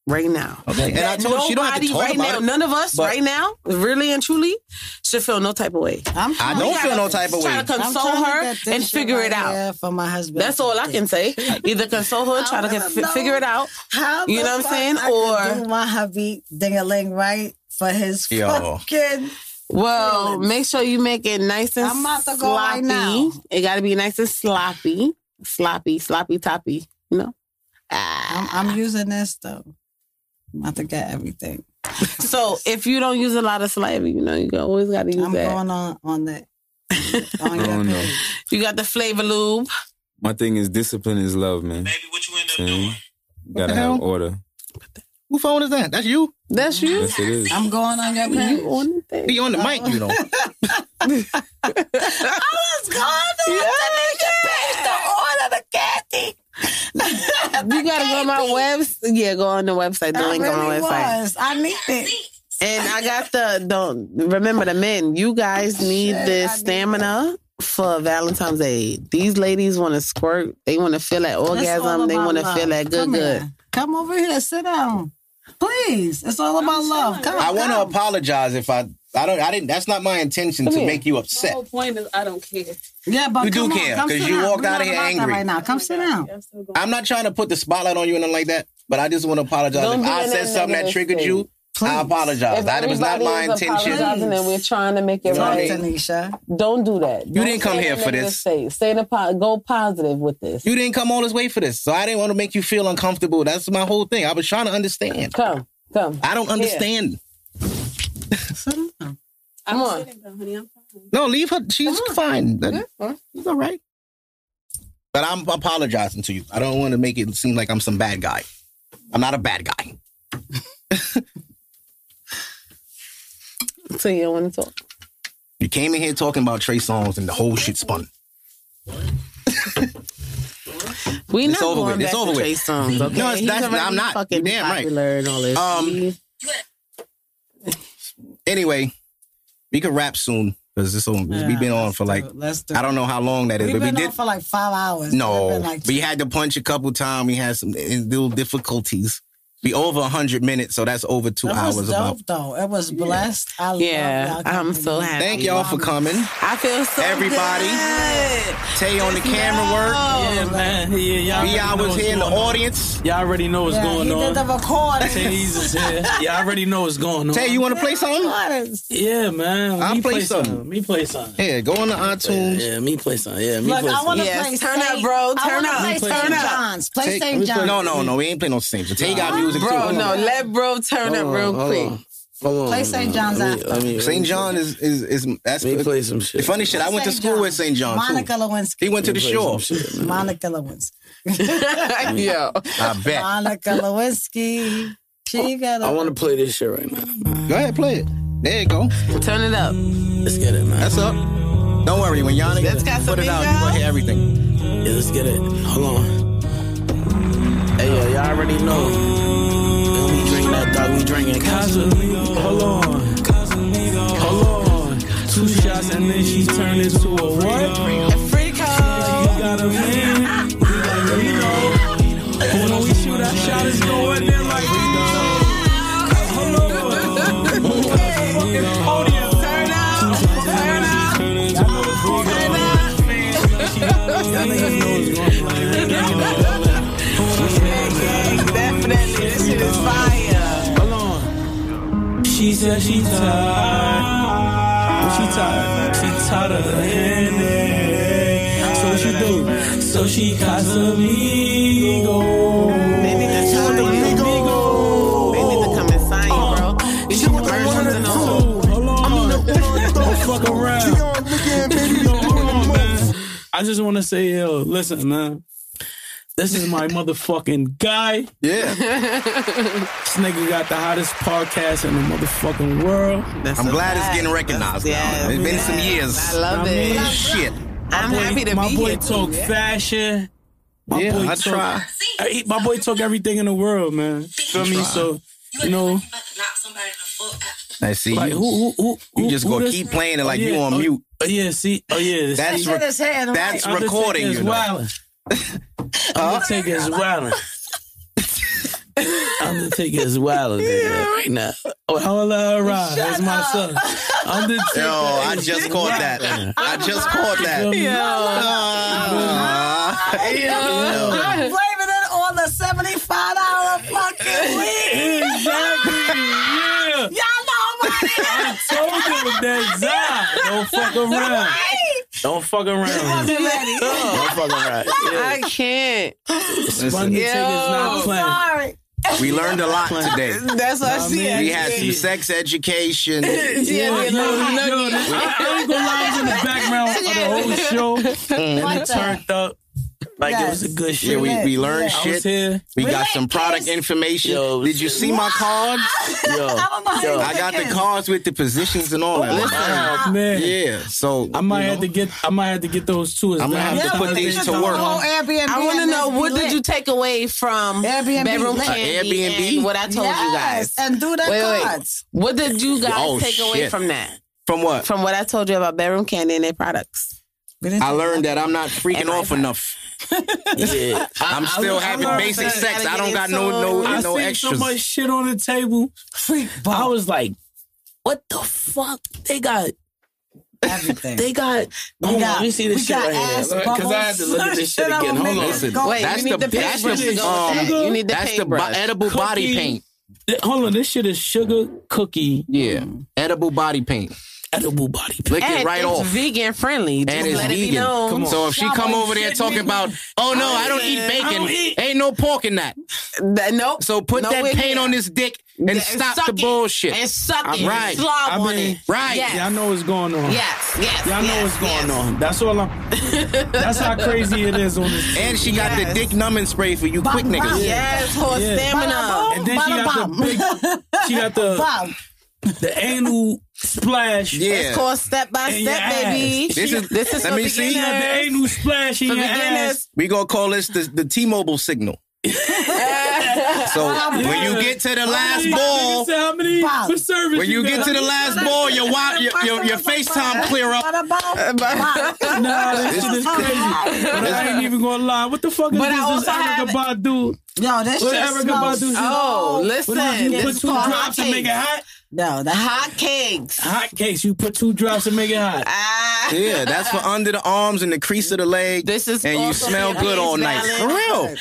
S1: right now.
S3: Okay, and I
S1: That
S3: told her she don't have to
S1: nobody
S3: talk
S1: right
S3: about
S1: now,
S3: it,
S1: None of us
S3: but-
S1: right now, really and truly, should feel no type of way. I'm
S3: I don't feel no type of
S1: Try to
S3: way.
S1: console
S5: I'm trying to
S1: her
S5: get this
S1: and
S5: shit
S1: figure
S5: right
S1: it
S5: here
S1: out.
S5: for my husband.
S1: That's all I can say. Either console her, try to get,
S5: wanna know
S1: figure it out.
S5: How
S1: you
S5: the
S1: know what I'm
S5: fuck
S1: saying?
S5: I could
S1: or
S5: do my hubby ding a ling right for his
S1: Yo.
S5: fucking.
S1: well, make sure you make it nice and
S5: I'm about to go right
S1: sloppy.
S5: now.
S1: It got to be nice and sloppy, sloppy, sloppy toppy. You know.
S5: I'm, I'm using this though. I'm about to get everything.
S1: So if you don't use a lot of saliva, you know you got- always got to use
S5: I'm
S1: that.
S5: going on on that.
S4: I don't know.
S1: You got the flavor lube.
S4: My thing is discipline is love, man. Baby, what you end up doing? You gotta
S1: the hell?
S4: have order.
S3: Who phone is that? That's you.
S1: That's you.
S4: Yes, it is.
S5: I'm going on your
S1: You on the thing?
S3: You on the mic, you know.
S5: I was going to Tanisha page to order the candy.
S1: you gotta go on my webs. Yeah, go on the website. The
S5: I
S1: link on my
S5: really
S1: website.
S5: was. I need it.
S1: And I got the don't remember the men. You guys need
S5: Oh, Shit,
S1: the
S5: I need
S1: stamina for Valentine's Day. These ladies want to squirt. They want to feel that
S5: It's all
S1: orgasm. They
S5: about
S1: want to
S5: love.
S1: feel that good,
S5: Come
S1: good.
S5: here. Come over here. Sit down. Please. It's all about love. Come
S3: I
S5: on.
S3: want to apologize if I I don't I didn't. That's not my intention to
S5: Come here.
S3: make you
S7: The
S3: upset.
S7: whole point is I don't care. Oh
S5: Yeah, but
S3: You do
S5: come on,
S3: care,
S5: come
S3: 'cause
S5: sit
S3: you
S5: down.
S3: walked
S5: We not
S3: outta here
S5: about that
S3: angry.
S5: Right now. Come sit down.
S3: I'm not trying to put the spotlight on you or nothing like that, but I just want to apologize.
S1: Don't
S3: if
S1: do
S3: I
S1: it
S3: said
S1: in a
S3: something that
S1: negative
S3: triggered you, I apologize.
S1: If
S3: That was not my
S1: everybody is
S3: intention.
S1: apologizing And we're trying to make it
S3: Talk,
S1: right.
S5: Tanisha.
S1: Don't do that.
S3: You
S1: Don't
S3: didn't come
S1: stay
S3: here
S1: in a
S3: for
S1: negative
S3: this.
S1: State. Stay in a po- go positive with this.
S3: You didn't come all this way for this, so I didn't want to make you feel uncomfortable. That's my whole thing. I was trying to understand.
S1: Come, come.
S3: I don't
S1: Here.
S3: understand.
S1: Come
S12: I'm
S1: on.
S12: sitting down, honey. I'm
S3: No, leave her. She's fine.
S12: good. Huh?
S3: She's all right. But I'm apologizing to you. I don't want to make it seem like I'm some bad guy. I'm not a bad guy.
S1: So you don't want to talk.
S3: You came in here talking about Trey Songs and the whole shit spun.
S1: We
S3: It's
S1: not
S3: over
S1: going
S3: with. It's
S1: back
S3: over
S1: to
S3: with.
S1: Trey Songz. Okay?
S3: No, it's-
S1: He's
S3: that's-
S1: already
S3: I'm not.
S1: Fucking
S3: You're damn right.
S1: popular and all this.
S3: Um,
S1: He-
S3: Anyway, we could wrap soon because this one
S5: Yeah,
S3: we've been on for like
S5: Let's do
S3: I don't know how long that is,
S5: We've
S3: but we
S5: been
S3: did.
S5: on for like five hours. We've
S3: no,
S5: been like
S3: we had to punch a couple times. We had some eh, little difficulties. We over hundred minutes, so that's over two
S5: It
S3: hours.
S5: was
S3: about.
S5: dope though. It was blessed. I
S1: Yeah,
S5: love
S1: I'm so happy.
S3: Thank y'all for coming.
S1: I feel so
S3: Everybody, Tay on the camera work.
S13: Yeah, man. Yeah, y'all.
S3: B.I.
S13: already know
S3: Oh. was
S13: what's
S3: here in the
S13: going on.
S3: audience.
S13: Y'all already know what's
S5: Yeah,
S13: going
S5: he
S13: on.
S5: did the recording.
S13: Tay Jesus here. Y'all already know what's going on.
S3: Tay, you want to play something?
S13: Yeah, man.
S3: I'll
S13: me
S3: play
S13: something.
S3: something.
S13: Me play something.
S3: Yeah, go on the iTunes.
S13: Yeah, me play something. Yeah, me
S5: Look,
S13: play
S5: I want
S13: something.
S5: to
S1: Yes,
S5: play.
S1: turn up,
S5: Saint-
S1: bro.
S5: I
S1: Turn
S5: wanna
S1: up.
S5: Play
S1: Turn
S5: Saint
S1: up.
S5: John's. Play
S3: Tay-
S5: St. John's.
S3: No, no, no. We ain't playing no Saint John's. Tay got music
S1: Bro,
S3: too.
S1: no, let bro turn up real quick.
S5: Play St. John's after.
S3: St. John is is is that's
S13: Let me play some shit.
S3: The funny shit. I went to
S5: Saint
S3: school with St. John too.
S5: Monica Lewinsky.
S3: He went to the shore.
S5: Monica Lewinsky.
S1: Yo.
S3: I bet.
S5: Monica Lewinsky. She got
S13: I
S5: a
S13: want to play this shit right now.
S3: Go ahead, play it. There you go.
S1: Turn it up.
S13: Let's get it, man.
S3: That's up. Don't worry. When y'all
S1: That's got some
S3: put it out, you gonna hear everything.
S13: Yeah, let's get it. Hold on. Hey, yo, y'all already know. When we drink that dog, we drinking Casa. Hold on. Hold on. Two shots and then she turned into a what? You got a man. We like Reno. When we shoot our shot, it's going in like Reno.
S1: Definitely, this shit is fire.
S13: Hold on. She said she tired. Well, she tired. She tired of the ending. So what she do? So she Casamigo.
S1: They need to come
S13: Casamigo.
S1: They need to come and sign, bro. These
S13: She want the
S1: commercials
S13: one
S1: and
S13: and the
S1: all.
S13: two. Hold on. Don't fuck around. You know, hold on, man. I just want to say, yo, listen, man. This is my motherfucking guy.
S3: Yeah.
S13: This nigga got the hottest podcast in the motherfucking world.
S1: That's
S3: I'm
S1: a
S3: glad it's
S1: fact.
S3: getting recognized.
S1: That's-
S3: now. It's been some
S1: yes.
S3: years.
S1: I love it.
S3: Shit.
S1: I'm
S13: boy,
S1: happy to
S13: my
S1: be
S13: boy
S1: here,
S13: talk
S1: too.
S13: fashion. My
S1: Yeah,
S13: boy
S1: I
S13: talk,
S1: try.
S13: I- he- my boy talk everything in the world, man. Feel me?
S3: try.
S13: So you know,
S3: I see.
S13: Like,
S3: you,
S13: who, who,
S3: you just
S13: who
S3: gonna
S13: this-
S3: keep playing it like
S13: Oh,
S3: you
S13: yeah.
S3: on
S13: Oh,
S3: mute.
S13: Oh, yeah, see, oh yeah,
S3: That's re- that's recording. You know.
S13: Undertaker is wilding. Undertaker is wilding man, right now. Oh, hold on, Rob. That's my son. Undertaker.
S3: Yo, I
S13: is
S3: just caught that.
S13: wildin'.
S3: I just caught that.
S13: You feel me?
S5: I'm
S3: Yo.
S5: blaming it on the seventy-five dollar fucking weed.
S13: Exactly. Yeah.
S5: Y'all know my
S13: I told you that Zah. Don't fuck around. Don't fuck around.
S1: wasn't ready.
S13: Don't fuck around. Yeah.
S1: I can't.
S13: Undertaker's not
S1: Yo.
S13: playing.
S3: We learned a lot today.
S1: That's what I
S3: Nah,
S1: see,
S3: We
S1: actually.
S3: had some sex education.
S1: Yeah,
S13: Yo,
S1: we
S13: yo,
S1: learned
S13: yo,
S1: nugget.
S13: I I ain't gonna lie, I was in the background of the whole show, and it
S3: Like that.
S13: turned up like it
S3: Yes.
S13: was a good
S3: Yeah,
S13: shit.
S3: we, we learned
S13: I was
S3: shit.
S13: here.
S3: We got some product information. Did you see my cards?
S13: Yo, yo.
S3: I got the cards with the positions and all that. Listen,
S13: Oh, man.
S3: Yeah, so
S13: I might
S3: you
S13: have to get. I might have to get those two.
S3: I'm gonna have to put these to work.
S13: Oh,
S1: I want to know what did you take away from Airbnb bedroom
S3: Uh,
S1: candy
S3: Airbnb?
S1: and what I told you guys
S5: Yes, and do that cards.
S1: What did you guys
S3: Oh,
S1: take away
S3: shit.
S1: from that?
S3: From what?
S1: From what I told you about bedroom candy and their products.
S3: I learned that I'm not freaking off enough.
S13: Yeah.
S3: I'm still having basic sex. I don't got no no
S13: I
S3: no
S13: seen
S3: extras.
S13: so much shit on the table. Freak. I was like, what the fuck? They got everything. They got.
S5: We
S13: Hold
S5: got-
S13: on, let me see this
S5: we
S13: shit
S5: got
S13: right here
S5: ass
S13: because I had to look at
S5: bubbles.
S13: this shit
S5: Shut up,
S13: again. Hold
S5: nigga.
S13: on.
S5: Listen, Go. Wait,
S3: that's
S5: we need
S3: the
S5: the
S3: that's
S5: paintbrush to
S3: the
S5: go with
S3: um,
S5: that. You
S1: need the
S3: that's the bo-
S1: paintbrush.
S3: edible body
S13: Cookie.
S3: paint.
S13: Th- Hold on, this shit is sugar cookie.
S3: Yeah, edible body paint.
S13: Edible body paint.
S3: Lick it
S1: And
S3: right
S1: it's
S3: off.
S1: vegan friendly. Just
S3: And it's
S1: let it be
S3: vegan.
S1: known.
S13: Come on.
S3: So if she
S13: Y'all
S3: come
S13: ain't
S3: over there
S13: shit,
S3: talking
S13: nigga.
S3: about, oh no, I don't eat
S13: I
S3: bacon.
S13: don't eat-
S3: Ain't no pork in that.
S1: Th- nope.
S3: So put that
S1: Nowhere
S3: paint
S1: near.
S3: on this dick and
S1: And
S3: stop
S1: suck
S3: the
S1: it.
S3: bullshit.
S1: And suck it.
S3: Right.
S1: And slob
S13: I
S1: on
S13: mean-
S1: it.
S3: Right.
S1: Yes.
S13: Y'all know what's going on.
S1: Yes. Yes.
S13: Y'all know
S1: yes,
S13: what's going
S1: yes.
S13: on. That's all I'm. That's how crazy it is on this.
S3: And she got the dick numbing spray for you quick niggas.
S1: Yes, for
S13: Yeah.
S1: stamina.
S13: And then she got the big. She got the the anal splash.
S1: It's
S3: Yeah.
S1: called step by
S13: In your
S1: step, baby.
S13: ass.
S3: This is-
S1: this is
S3: let
S1: for
S3: me see.
S13: She got the
S1: beginners.
S13: anal splash in
S1: For
S13: your
S1: beginners.
S13: ass.
S3: We gonna call this the, the T-Mobile signal. So when you get to the last ball,
S13: how many for service?
S3: when you get to the last ball, your wi- your your, your FaceTime clear up.
S13: Nah, this shit is
S5: This-
S13: crazy. But I ain't even gonna lie. What the fuck is
S1: But I
S13: this? This
S1: also have-
S13: Erica Badu.
S5: Yo, this
S13: What
S5: shit
S13: Erica
S5: smells
S13: Badu?
S1: Oh,
S5: so-
S1: listen.
S13: What if you
S1: This
S13: put
S1: is
S13: two
S1: called
S13: drops
S1: hot
S13: and make it
S1: cakes.
S13: hot?
S5: No, the hot.
S1: Hot cakes.
S13: Hot case. You put two drops and make it hot.
S1: Ah.
S3: Yeah, that's for under the arms and the crease of the leg.
S1: This is
S3: and you
S1: also
S3: smell
S1: for
S3: good all
S1: penis
S3: night. For
S1: balance.
S3: real.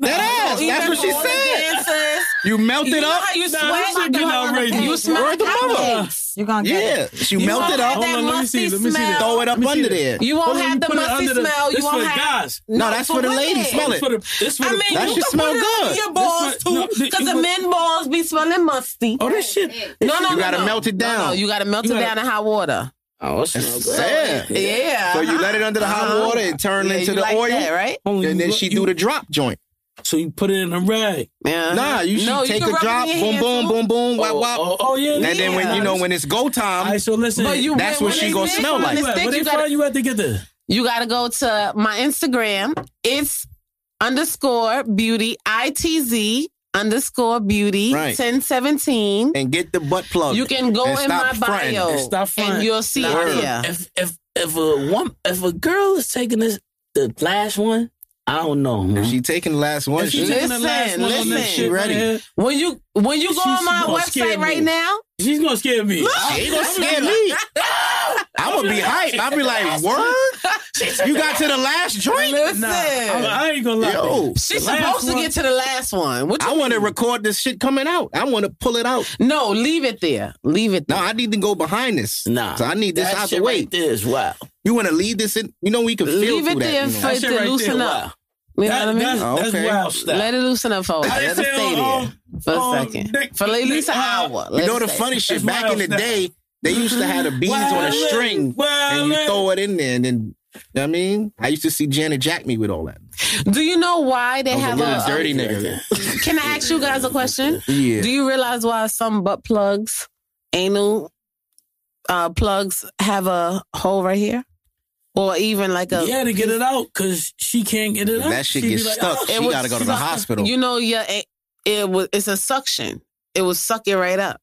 S3: That ass.
S1: You
S3: That's
S1: know
S3: what she
S1: all the
S3: said.
S1: dancers.
S3: You melt
S1: You
S3: it
S1: know
S3: up.
S1: how you
S13: Nah,
S1: sweat?
S13: this shit getting outrageous.
S1: you smell
S3: Word to
S1: hot
S3: mother.
S1: cakes.
S5: You're gonna get
S3: Yeah,
S5: it.
S3: she melt
S1: won't
S3: it
S1: have
S3: up.
S1: that musty smell.
S3: Throw it
S13: Let
S3: up
S13: me see
S3: under
S13: that.
S3: there.
S1: You won't
S13: Hold on,
S1: have
S13: you
S1: the
S13: put it
S1: musty
S13: under the-
S1: smell.
S13: this
S1: You won't
S13: for
S1: have
S13: guys.
S3: No, that's for the
S1: women.
S3: ladies. Smell
S13: It's
S3: it.
S13: for the, it's for
S1: I
S13: the,
S1: mean,
S3: That
S1: you
S3: shit
S1: can
S3: smell
S1: put it
S3: good.
S1: under your balls
S13: This one-
S1: too,
S13: no, the-
S1: because
S13: you
S1: the
S13: would-
S1: men balls be smelling musty.
S13: oh, this shit.
S1: No, no,
S3: You
S1: no,
S3: gotta
S1: no.
S3: melt it
S1: No, no,
S3: down.
S1: you gotta melt
S13: You
S1: it
S13: gotta-
S1: down in hot water.
S13: Oh, it smells
S3: Yeah.
S1: Yeah.
S3: So you let it under the hot
S1: Uh-huh.
S3: water, it turned
S1: Yeah,
S3: into
S1: you
S3: the
S1: like
S3: oil,
S1: that, right?
S13: Only
S3: And then
S13: you-
S3: she
S13: you-
S3: do the drop joint.
S13: So you put it in a rag.
S1: Yeah.
S3: Nah, you should
S1: No,
S3: take
S1: can
S3: a
S1: rub it
S3: drop,
S1: in your
S3: boom,
S1: hand,
S3: boom,
S1: too.
S3: boom, boom, whap,
S13: Oh,
S3: whap.
S13: oh, oh, yeah.
S3: And then when you know when it's go
S13: All right,
S3: time,
S13: so listen.
S1: But you-
S3: that's
S1: when- when
S3: what she
S1: they
S3: gonna
S1: make
S3: smell
S1: one,
S3: like.
S1: it's
S13: Where
S1: Stick,
S13: where
S1: you
S13: they
S1: gotta-
S13: find you at to get there?
S1: You gotta go to my Instagram. It's underscore beauty itz underscore beauty
S3: Right.
S1: ten seventeen.
S3: And get the butt plug.
S1: You can go
S3: and
S1: in
S3: stop
S1: my
S3: fronting.
S1: bio
S13: And stop fronting.
S1: and you'll see
S13: Word.
S1: it there.
S13: If if if a woman, if a girl is taking this the last one, I don't know, man.
S3: If she taking the last one,
S13: If she
S3: she
S1: Listen,
S13: taking the last one on
S1: listen.
S13: this shit right
S3: Ready.
S13: here,
S1: When you when you go
S13: She's
S1: on my
S13: gonna scare
S1: website right
S13: me.
S1: now,
S13: she's gonna scare me.
S3: she ain't gonna scare me. I'ma be hyped. I'll be like, word? You got to the last joint?
S1: listen.
S13: I, I ain't gonna lie.
S3: Yo.
S1: She's
S13: Last
S1: supposed to
S13: one.
S1: get to the last one. What
S3: I
S1: you
S3: want to record this shit coming out. I want to pull it out.
S1: No, Oh, leave it there. Leave it
S3: No,
S1: there.
S3: I need to go behind this.
S13: Nah,
S3: So I need this
S13: that
S3: out
S13: shit
S3: the way.
S13: Right there is wild.
S3: You want to leave this in? You know, we can feel
S1: leave
S3: through
S1: it there
S3: that. you know.
S1: for it
S13: That shit
S1: to
S13: right
S1: loosen
S13: there,
S1: up.
S13: wow.
S1: You
S13: That-
S1: know what I
S13: that's,
S1: mean?
S13: that's
S3: Okay.
S13: wild stuff.
S1: Let it loosen up for a
S13: How they
S1: Let it
S13: say
S1: stay
S13: on,
S1: there
S13: um,
S1: for a
S13: um,
S1: second.
S13: Nick-
S1: for at least an
S13: Nick, uh,
S1: hour.
S3: You
S1: Let
S3: know
S1: it
S3: the
S1: stay.
S3: funny shit.
S13: That's
S3: Back
S13: wild
S3: in the
S13: stuff.
S3: day, they used to have the beads on a
S13: Wild,
S3: string and you
S13: wild.
S3: throw it in there, and then you know what I mean, I used to see Janet jack me with all that.
S1: Do you know why they
S3: I was a
S1: have
S3: little
S1: a,
S3: dirty nigga.
S1: Can I ask you guys a question?
S3: Yeah.
S1: Do you realize why some butt plugs, anal uh, plugs, have a hole right here? Or even like a
S13: yeah to get it out because she can't get it out.
S3: That shit
S13: She be
S3: gets
S13: like,
S3: stuck.
S13: "Oh."
S3: She
S13: It was-
S3: gotta go to the hospital.
S1: You know, yeah, it, it was. It's a suction. It will suck it right up.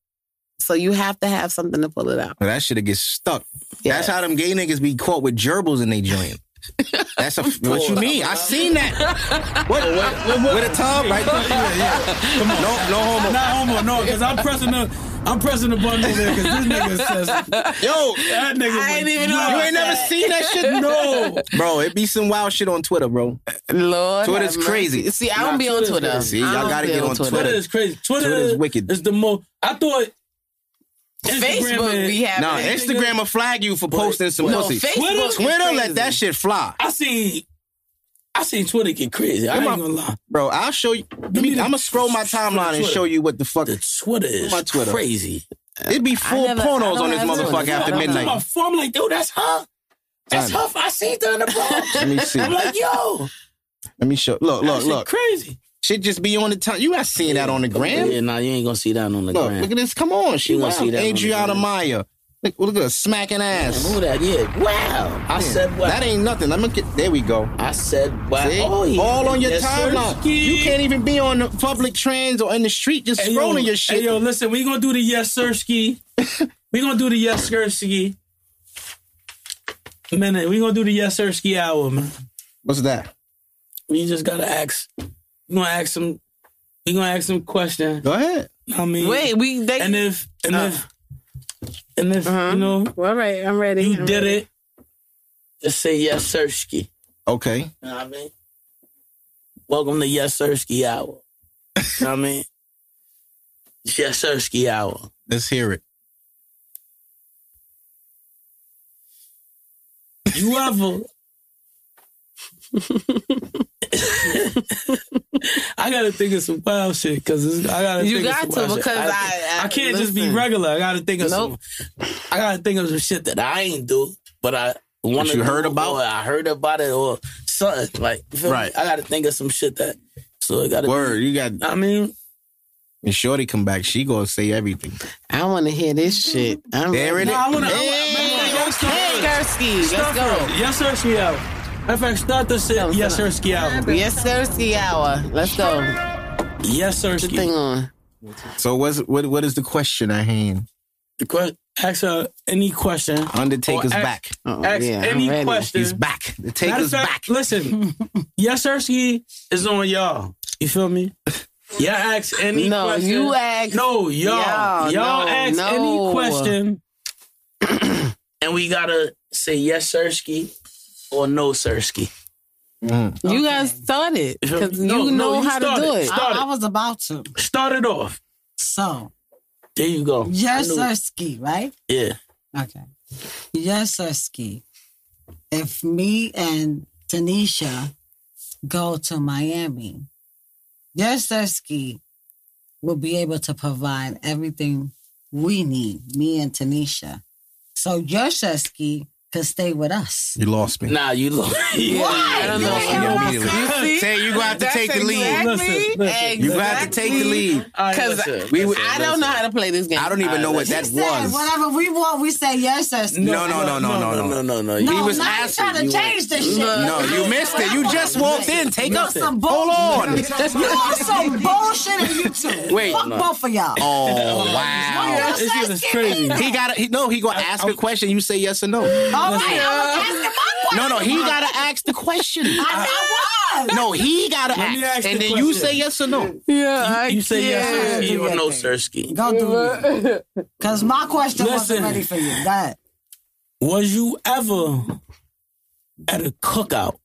S1: So you have to have something to pull it out.
S3: Well, that shit get stuck. That's how them gay niggas be caught with gerbils in they joint. That's a what you mean. I seen that. What, with a tub right there.
S13: Yeah, yeah. Come on.
S3: No, no homo.
S13: Not homo, no, because I'm pressing the I'm pressing the button over there because this nigga says
S3: Yo,
S13: that nigga
S3: I ain't
S13: went
S3: even know
S13: nuts.
S3: you ain't never seen that shit?
S13: No.
S3: Bro, it be some wild shit on Twitter, bro.
S1: Lord,
S3: Twitter's
S1: have
S3: crazy.
S1: mercy. See, I don't
S3: Nah,
S1: be on
S3: Twitter's
S1: Twitter.
S3: crazy. See,
S1: I
S3: y'all
S1: don't
S3: gotta
S1: be
S3: get
S1: on
S3: on Twitter.
S1: Twitter.
S13: Twitter is crazy. Twitter,
S3: Twitter is
S13: wicked. It's the most I thought
S1: Facebook
S13: Instagram
S1: be having
S3: Nah,
S1: it.
S3: Instagram will flag you for posting some
S13: No,
S3: pussy.
S13: Facebook
S3: Twitter,
S13: is
S3: Twitter
S13: crazy.
S3: let that shit fly.
S13: I seen I seen Twitter get crazy. I ain't
S3: Come on.
S13: gonna lie.
S3: Bro, I'll show you. I'm gonna scroll my timeline and
S13: Twitter.
S3: show you what the fuck.
S13: Twitter is
S3: my Twitter.
S13: crazy.
S3: It'd be full
S13: never- I
S3: pornos
S13: don't
S3: on this
S13: have Twitter.
S3: motherfucker after
S13: I'm
S3: midnight.
S13: on my phone, I'm like, dude, that's her. That's
S3: Son.
S13: her. I seen that in the Bronx.
S3: Let me see.
S13: I'm like, yo,
S3: Let me show. Look,
S13: that
S3: look,
S13: shit
S3: look.
S13: crazy.
S3: Shit just be on the time. You not seeing that on the gram.
S13: Yeah, nah, you ain't gonna see that on the
S3: Look,
S13: gram.
S3: look at this. Come on, she
S13: You gonna
S3: wild.
S13: see that on the
S3: Adriana
S13: gram.
S3: Maya. Look, look at her smacking ass.
S13: Who that? Yeah, wow. I
S3: Yeah.
S13: said wow.
S3: That ain't nothing. Let me get. There we go.
S13: I said wow.
S3: See?
S13: Oh, yeah.
S3: All on your
S13: Yes, sir.
S3: timeline. You can't even be on the public trends or in the street just
S13: Hey,
S3: scrolling
S13: yo,
S3: your shit.
S13: Hey, yo, listen, we gonna do the yes sir ski. we gonna do the yes sir ski. Minute, we gonna do the yes sir ski hour, man.
S3: What's that?
S13: You just gotta ask. You gonna ask some. You gonna ask some question.
S3: Go ahead.
S13: I mean,
S1: Wait, we they, Uh. Uh-huh.
S13: and if and if and if you know,
S1: all right, I'm ready.
S13: you
S1: I'm
S13: did
S1: ready.
S13: it. Just say yes sir ski.
S3: Okay.
S13: You know what I mean? Welcome to Yes Sirski Hour. You know what I mean? It's Yes Sirski Hour.
S3: Let's hear it.
S13: You ever? I gotta think of some wild shit because I gotta.
S1: You
S13: think
S1: got
S13: of
S1: to,
S13: some wild shit.
S1: because I- I-
S13: I can't just be
S1: listen.
S13: regular. I gotta think of
S1: Nope.
S13: some. I gotta think of some shit that I ain't do, but I want
S3: you heard
S13: about. Or I heard about it or something like. you feel me?
S3: Right.
S13: I gotta think of some shit that. So I gotta.
S3: Word, you got.
S13: I mean,
S3: And Shorty come back, she gonna say everything.
S1: I want to hear this shit. I'm
S3: There it
S1: ready.
S3: is.
S13: No, I wanna.
S1: Hey, okay, Gursky, let's
S13: Start
S1: go.
S13: first. Yes, sir, ski out. Matter of fact, start this shit. Yes, sir, ski out.
S1: Yes, sir. Ski hour. Let's go.
S13: Yes, sir,
S1: Put the
S13: ski.
S1: thing on.
S3: So what's what? What is the question at hand?
S13: The que- ask her any question.
S3: Undertaker's
S13: Or ask-
S3: back.
S1: Oh,
S13: Ask
S1: yeah, I'm
S13: any
S1: ready.
S13: question.
S3: He's back. The
S13: Matter
S3: taker's
S13: of fact,
S3: back.
S13: Listen, yes, sir, ski is on y'all. You feel me? Y'all ask any
S1: No,
S13: question.
S1: you ask-
S13: No, y'all. Y'all,
S1: Y'all, no,
S13: ask any
S1: no.
S13: question. and we gotta say yes, sir, ski or no, sir, ski.
S3: Mm.
S1: You guys started because you
S13: No, no,
S1: know
S13: you
S1: how
S13: started.
S1: to do it.
S13: Stop. Got
S5: I,
S13: it.
S5: I was about to.
S13: Start it off.
S5: So,
S13: There you go.
S5: yes,
S13: I knew-
S5: sir, ski, right?
S13: Yeah.
S5: Okay. Yes, sir, ski. If me and Tanisha go to Miami, yes, sir, ski will be able to provide everything we need, me and Tanisha. So, yes, sir, ski could stay with us.
S3: You lost me.
S13: Nah, you look.
S1: I don't
S3: You
S1: know.
S3: lost me immediately.
S1: see?
S3: Tay, you gonna have to
S1: That's
S3: take the lead.
S1: exactly-
S13: Listen, listen.
S3: You gonna have to take the lead.
S1: Because
S3: We would-
S1: I don't know how to play this game.
S3: I don't even know what
S5: She
S3: that
S5: said,
S3: was.
S5: whatever we want, we say yes, sir, ski.
S3: No, no, no, no, no, no.
S13: no, no, no.
S5: No,
S3: he was
S5: now you
S3: asking,
S5: trying
S3: you
S5: to change this shit.
S3: No, you missed it. You just walked in. Take
S5: You
S3: up.
S5: on some
S3: Hold on.
S5: bullshit. You on some bullshit and you too.
S3: Wait,
S5: Fuck
S3: no.
S5: both of y'all.
S3: Oh
S5: Yeah.
S3: wow.
S13: This shit is crazy.
S3: He got to He, no, he gonna ask a question. You say yes or no.
S5: All right, I'm asking my
S3: No, no, he gotta ask the question.
S5: I know what.
S3: No, he gotta
S13: Let me
S3: ask,
S13: ask
S3: and
S13: the
S3: then you
S13: question.
S3: say yes or no.
S1: Yeah,
S13: You say yes,
S5: Yeah,
S13: sir, ski
S5: do
S13: or
S5: your
S13: no,
S5: thing.
S13: sir, ski.
S5: Go do it. Because my question wasn't
S13: Listen.
S5: ready for you. Go ahead.
S13: Was you ever at a cookout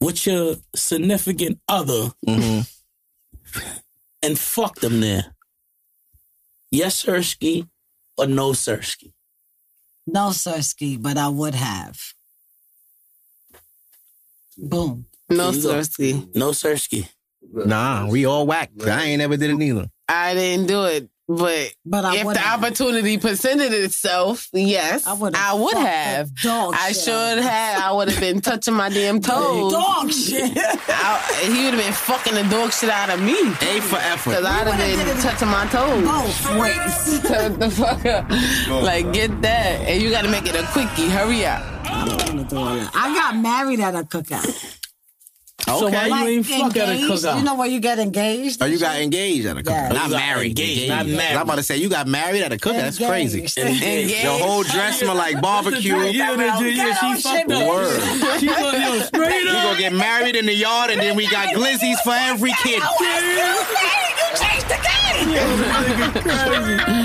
S13: with your significant other
S3: Mm-hmm.
S13: and fucked them there? Yes, sir, ski or no, sir, ski?
S5: No, sir, ski, but I would have. Boom.
S1: No,
S13: Here you go.
S1: Sirski.
S13: No, sir, ski.
S3: Nah, we all whack. I ain't never did it neither.
S1: I didn't do it. But,
S5: But I
S1: if
S5: wouldn't
S1: the
S5: have.
S1: opportunity presented itself, yes, I, would
S5: fucked
S1: have.
S5: the dog
S1: I
S5: shit
S1: should
S5: out of
S1: have. I would have been touching my damn toes.
S5: Dog shit.
S1: I- he would have been fucking the dog shit out of me. A
S3: for effort.
S1: Because I'd have been touching my toes.
S5: Both ways.
S1: Touch the fuck up. like, get that. And you got to make it a quickie. Hurry up.
S5: I got married at a cookout.
S3: So why you ain't fuck at a
S5: engaged,
S3: cookout?
S5: You know where you get engaged?
S3: Oh, you got engaged at a cookout.
S5: Yeah.
S3: Not
S5: You got
S3: married.
S13: engaged,
S3: Engaged.
S13: not married.
S3: I'm about to say you got married at a cookout. That's crazy.
S13: Engaged. Engaged.
S3: Your whole dress smell like barbecue.
S13: Yeah, yeah, yeah, she fucked up.
S3: Word.
S13: She gonna, yo, straight
S3: we
S13: up.
S3: gonna get married in the yard, and then we got glizzies for every kid.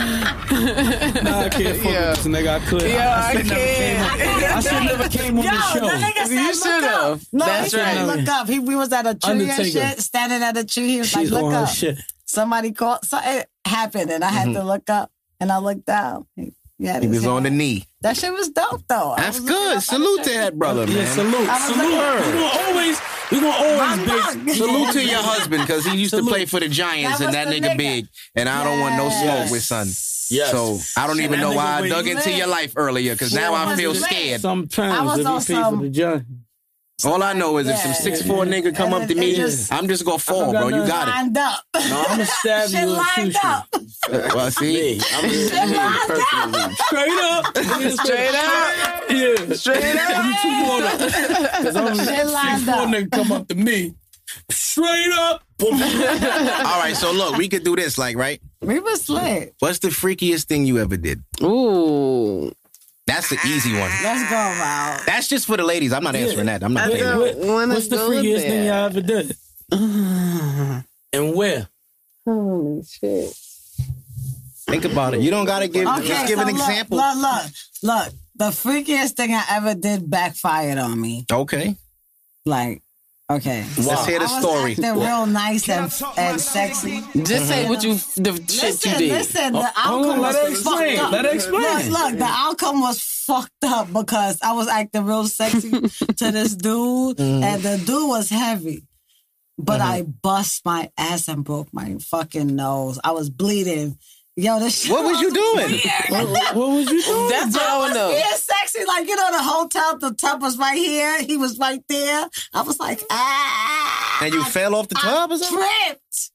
S4: Nah, I can't fuck with this nigga. I could.
S1: Yo, I
S4: shoulda never
S1: can't.
S4: came on- I should never came on
S5: Yo,
S4: this show.
S5: the nigga said,
S1: You
S5: look
S1: should
S5: up.
S1: have.
S5: No,
S1: That's
S5: he said,
S1: right.
S5: Look up. He, we was at a tree and
S1: Undertaker.
S5: shit, standing at a tree. He was
S1: She's
S5: like, look
S1: on her
S5: up.
S1: shit. Mm-hmm.
S5: Somebody called. So it happened, and I had
S3: Mhm.
S5: to look up, and I looked down. Yeah,
S3: He was on the knee.
S5: That shit was dope, though. I
S3: That's
S5: was
S3: good. Salute to that brother,
S13: Yeah,
S3: man.
S13: salute.
S5: I was
S13: Salute.
S5: like-
S13: we gonna always, we gonna
S5: My
S13: always
S5: dog.
S13: base.
S3: Salute to your husband because he used to play for the Giants
S13: That was
S3: and that
S13: the
S3: nigga,
S13: nigga.
S3: big. And I don't want no smoke
S13: Yes.
S3: with son.
S13: Yes.
S3: So I don't
S13: Shit,
S3: even
S13: that
S3: know
S13: nigga
S3: why I
S13: went
S3: dug into
S13: lit.
S3: your life earlier because now I feel scared.
S13: Sometimes
S5: I was
S13: if
S5: on
S13: you pay
S5: some-
S13: for the Giants.
S3: All I know is if some six four nigga come up to me, I'm just gonna fall, bro. You got it.
S5: Lined up.
S3: No, I'ma stab
S5: Shit
S3: you in the
S5: lined
S3: future.
S5: up.
S3: Well, see, I'm
S5: Shit lined up.
S13: Straight up.
S1: Straight up.
S13: Yeah.
S1: Straight up.
S13: You two wanna. Because I'm
S5: Shit lined
S13: six four
S5: up.
S13: nigga come up to me. Straight up. Boom.
S3: All right, so look, we could do this, like, right?
S5: We was slick.
S3: What's the freakiest thing you ever did?
S1: Ooh.
S3: That's the easy one.
S5: Let's go,
S13: Ah.
S5: Val.
S3: That's just for the ladies. I'm not answering that. I'm not
S13: What-
S3: paying
S13: what-
S3: that.
S1: wanna
S13: What's the
S1: go
S13: freakiest
S1: there.
S13: thing y'all ever did? and where?
S1: Holy shit.
S3: Think about it. You don't gotta give just give
S5: so
S3: an
S5: look,
S3: example.
S5: Look, look, look. The freakiest thing I ever did backfired on me.
S3: Okay.
S5: Like, okay.
S3: Let's hear the
S5: I was
S3: story.
S5: acting real nice and, and sexy.
S1: Just
S13: Mm-hmm.
S1: say what you the shit you
S5: Listen,
S1: did.
S5: listen, the
S13: hold
S5: outcome
S13: on, let
S5: was
S13: her explain,
S5: fucked up.
S13: let her explain.
S5: Look, look, the outcome was fucked up because I was acting real sexy to this dude, and the dude was heavy. But I bust my ass and broke my fucking nose. I was bleeding. Yo, this shit
S3: What was you doing?
S5: weird.
S13: was you
S1: doing? That's what I
S5: I
S1: wanna
S5: was
S1: know.
S5: being sexy, like you know, the hotel, the tub was right here. He was right there. I was like, ah,
S3: And you fell off the tub or something?
S5: tripped.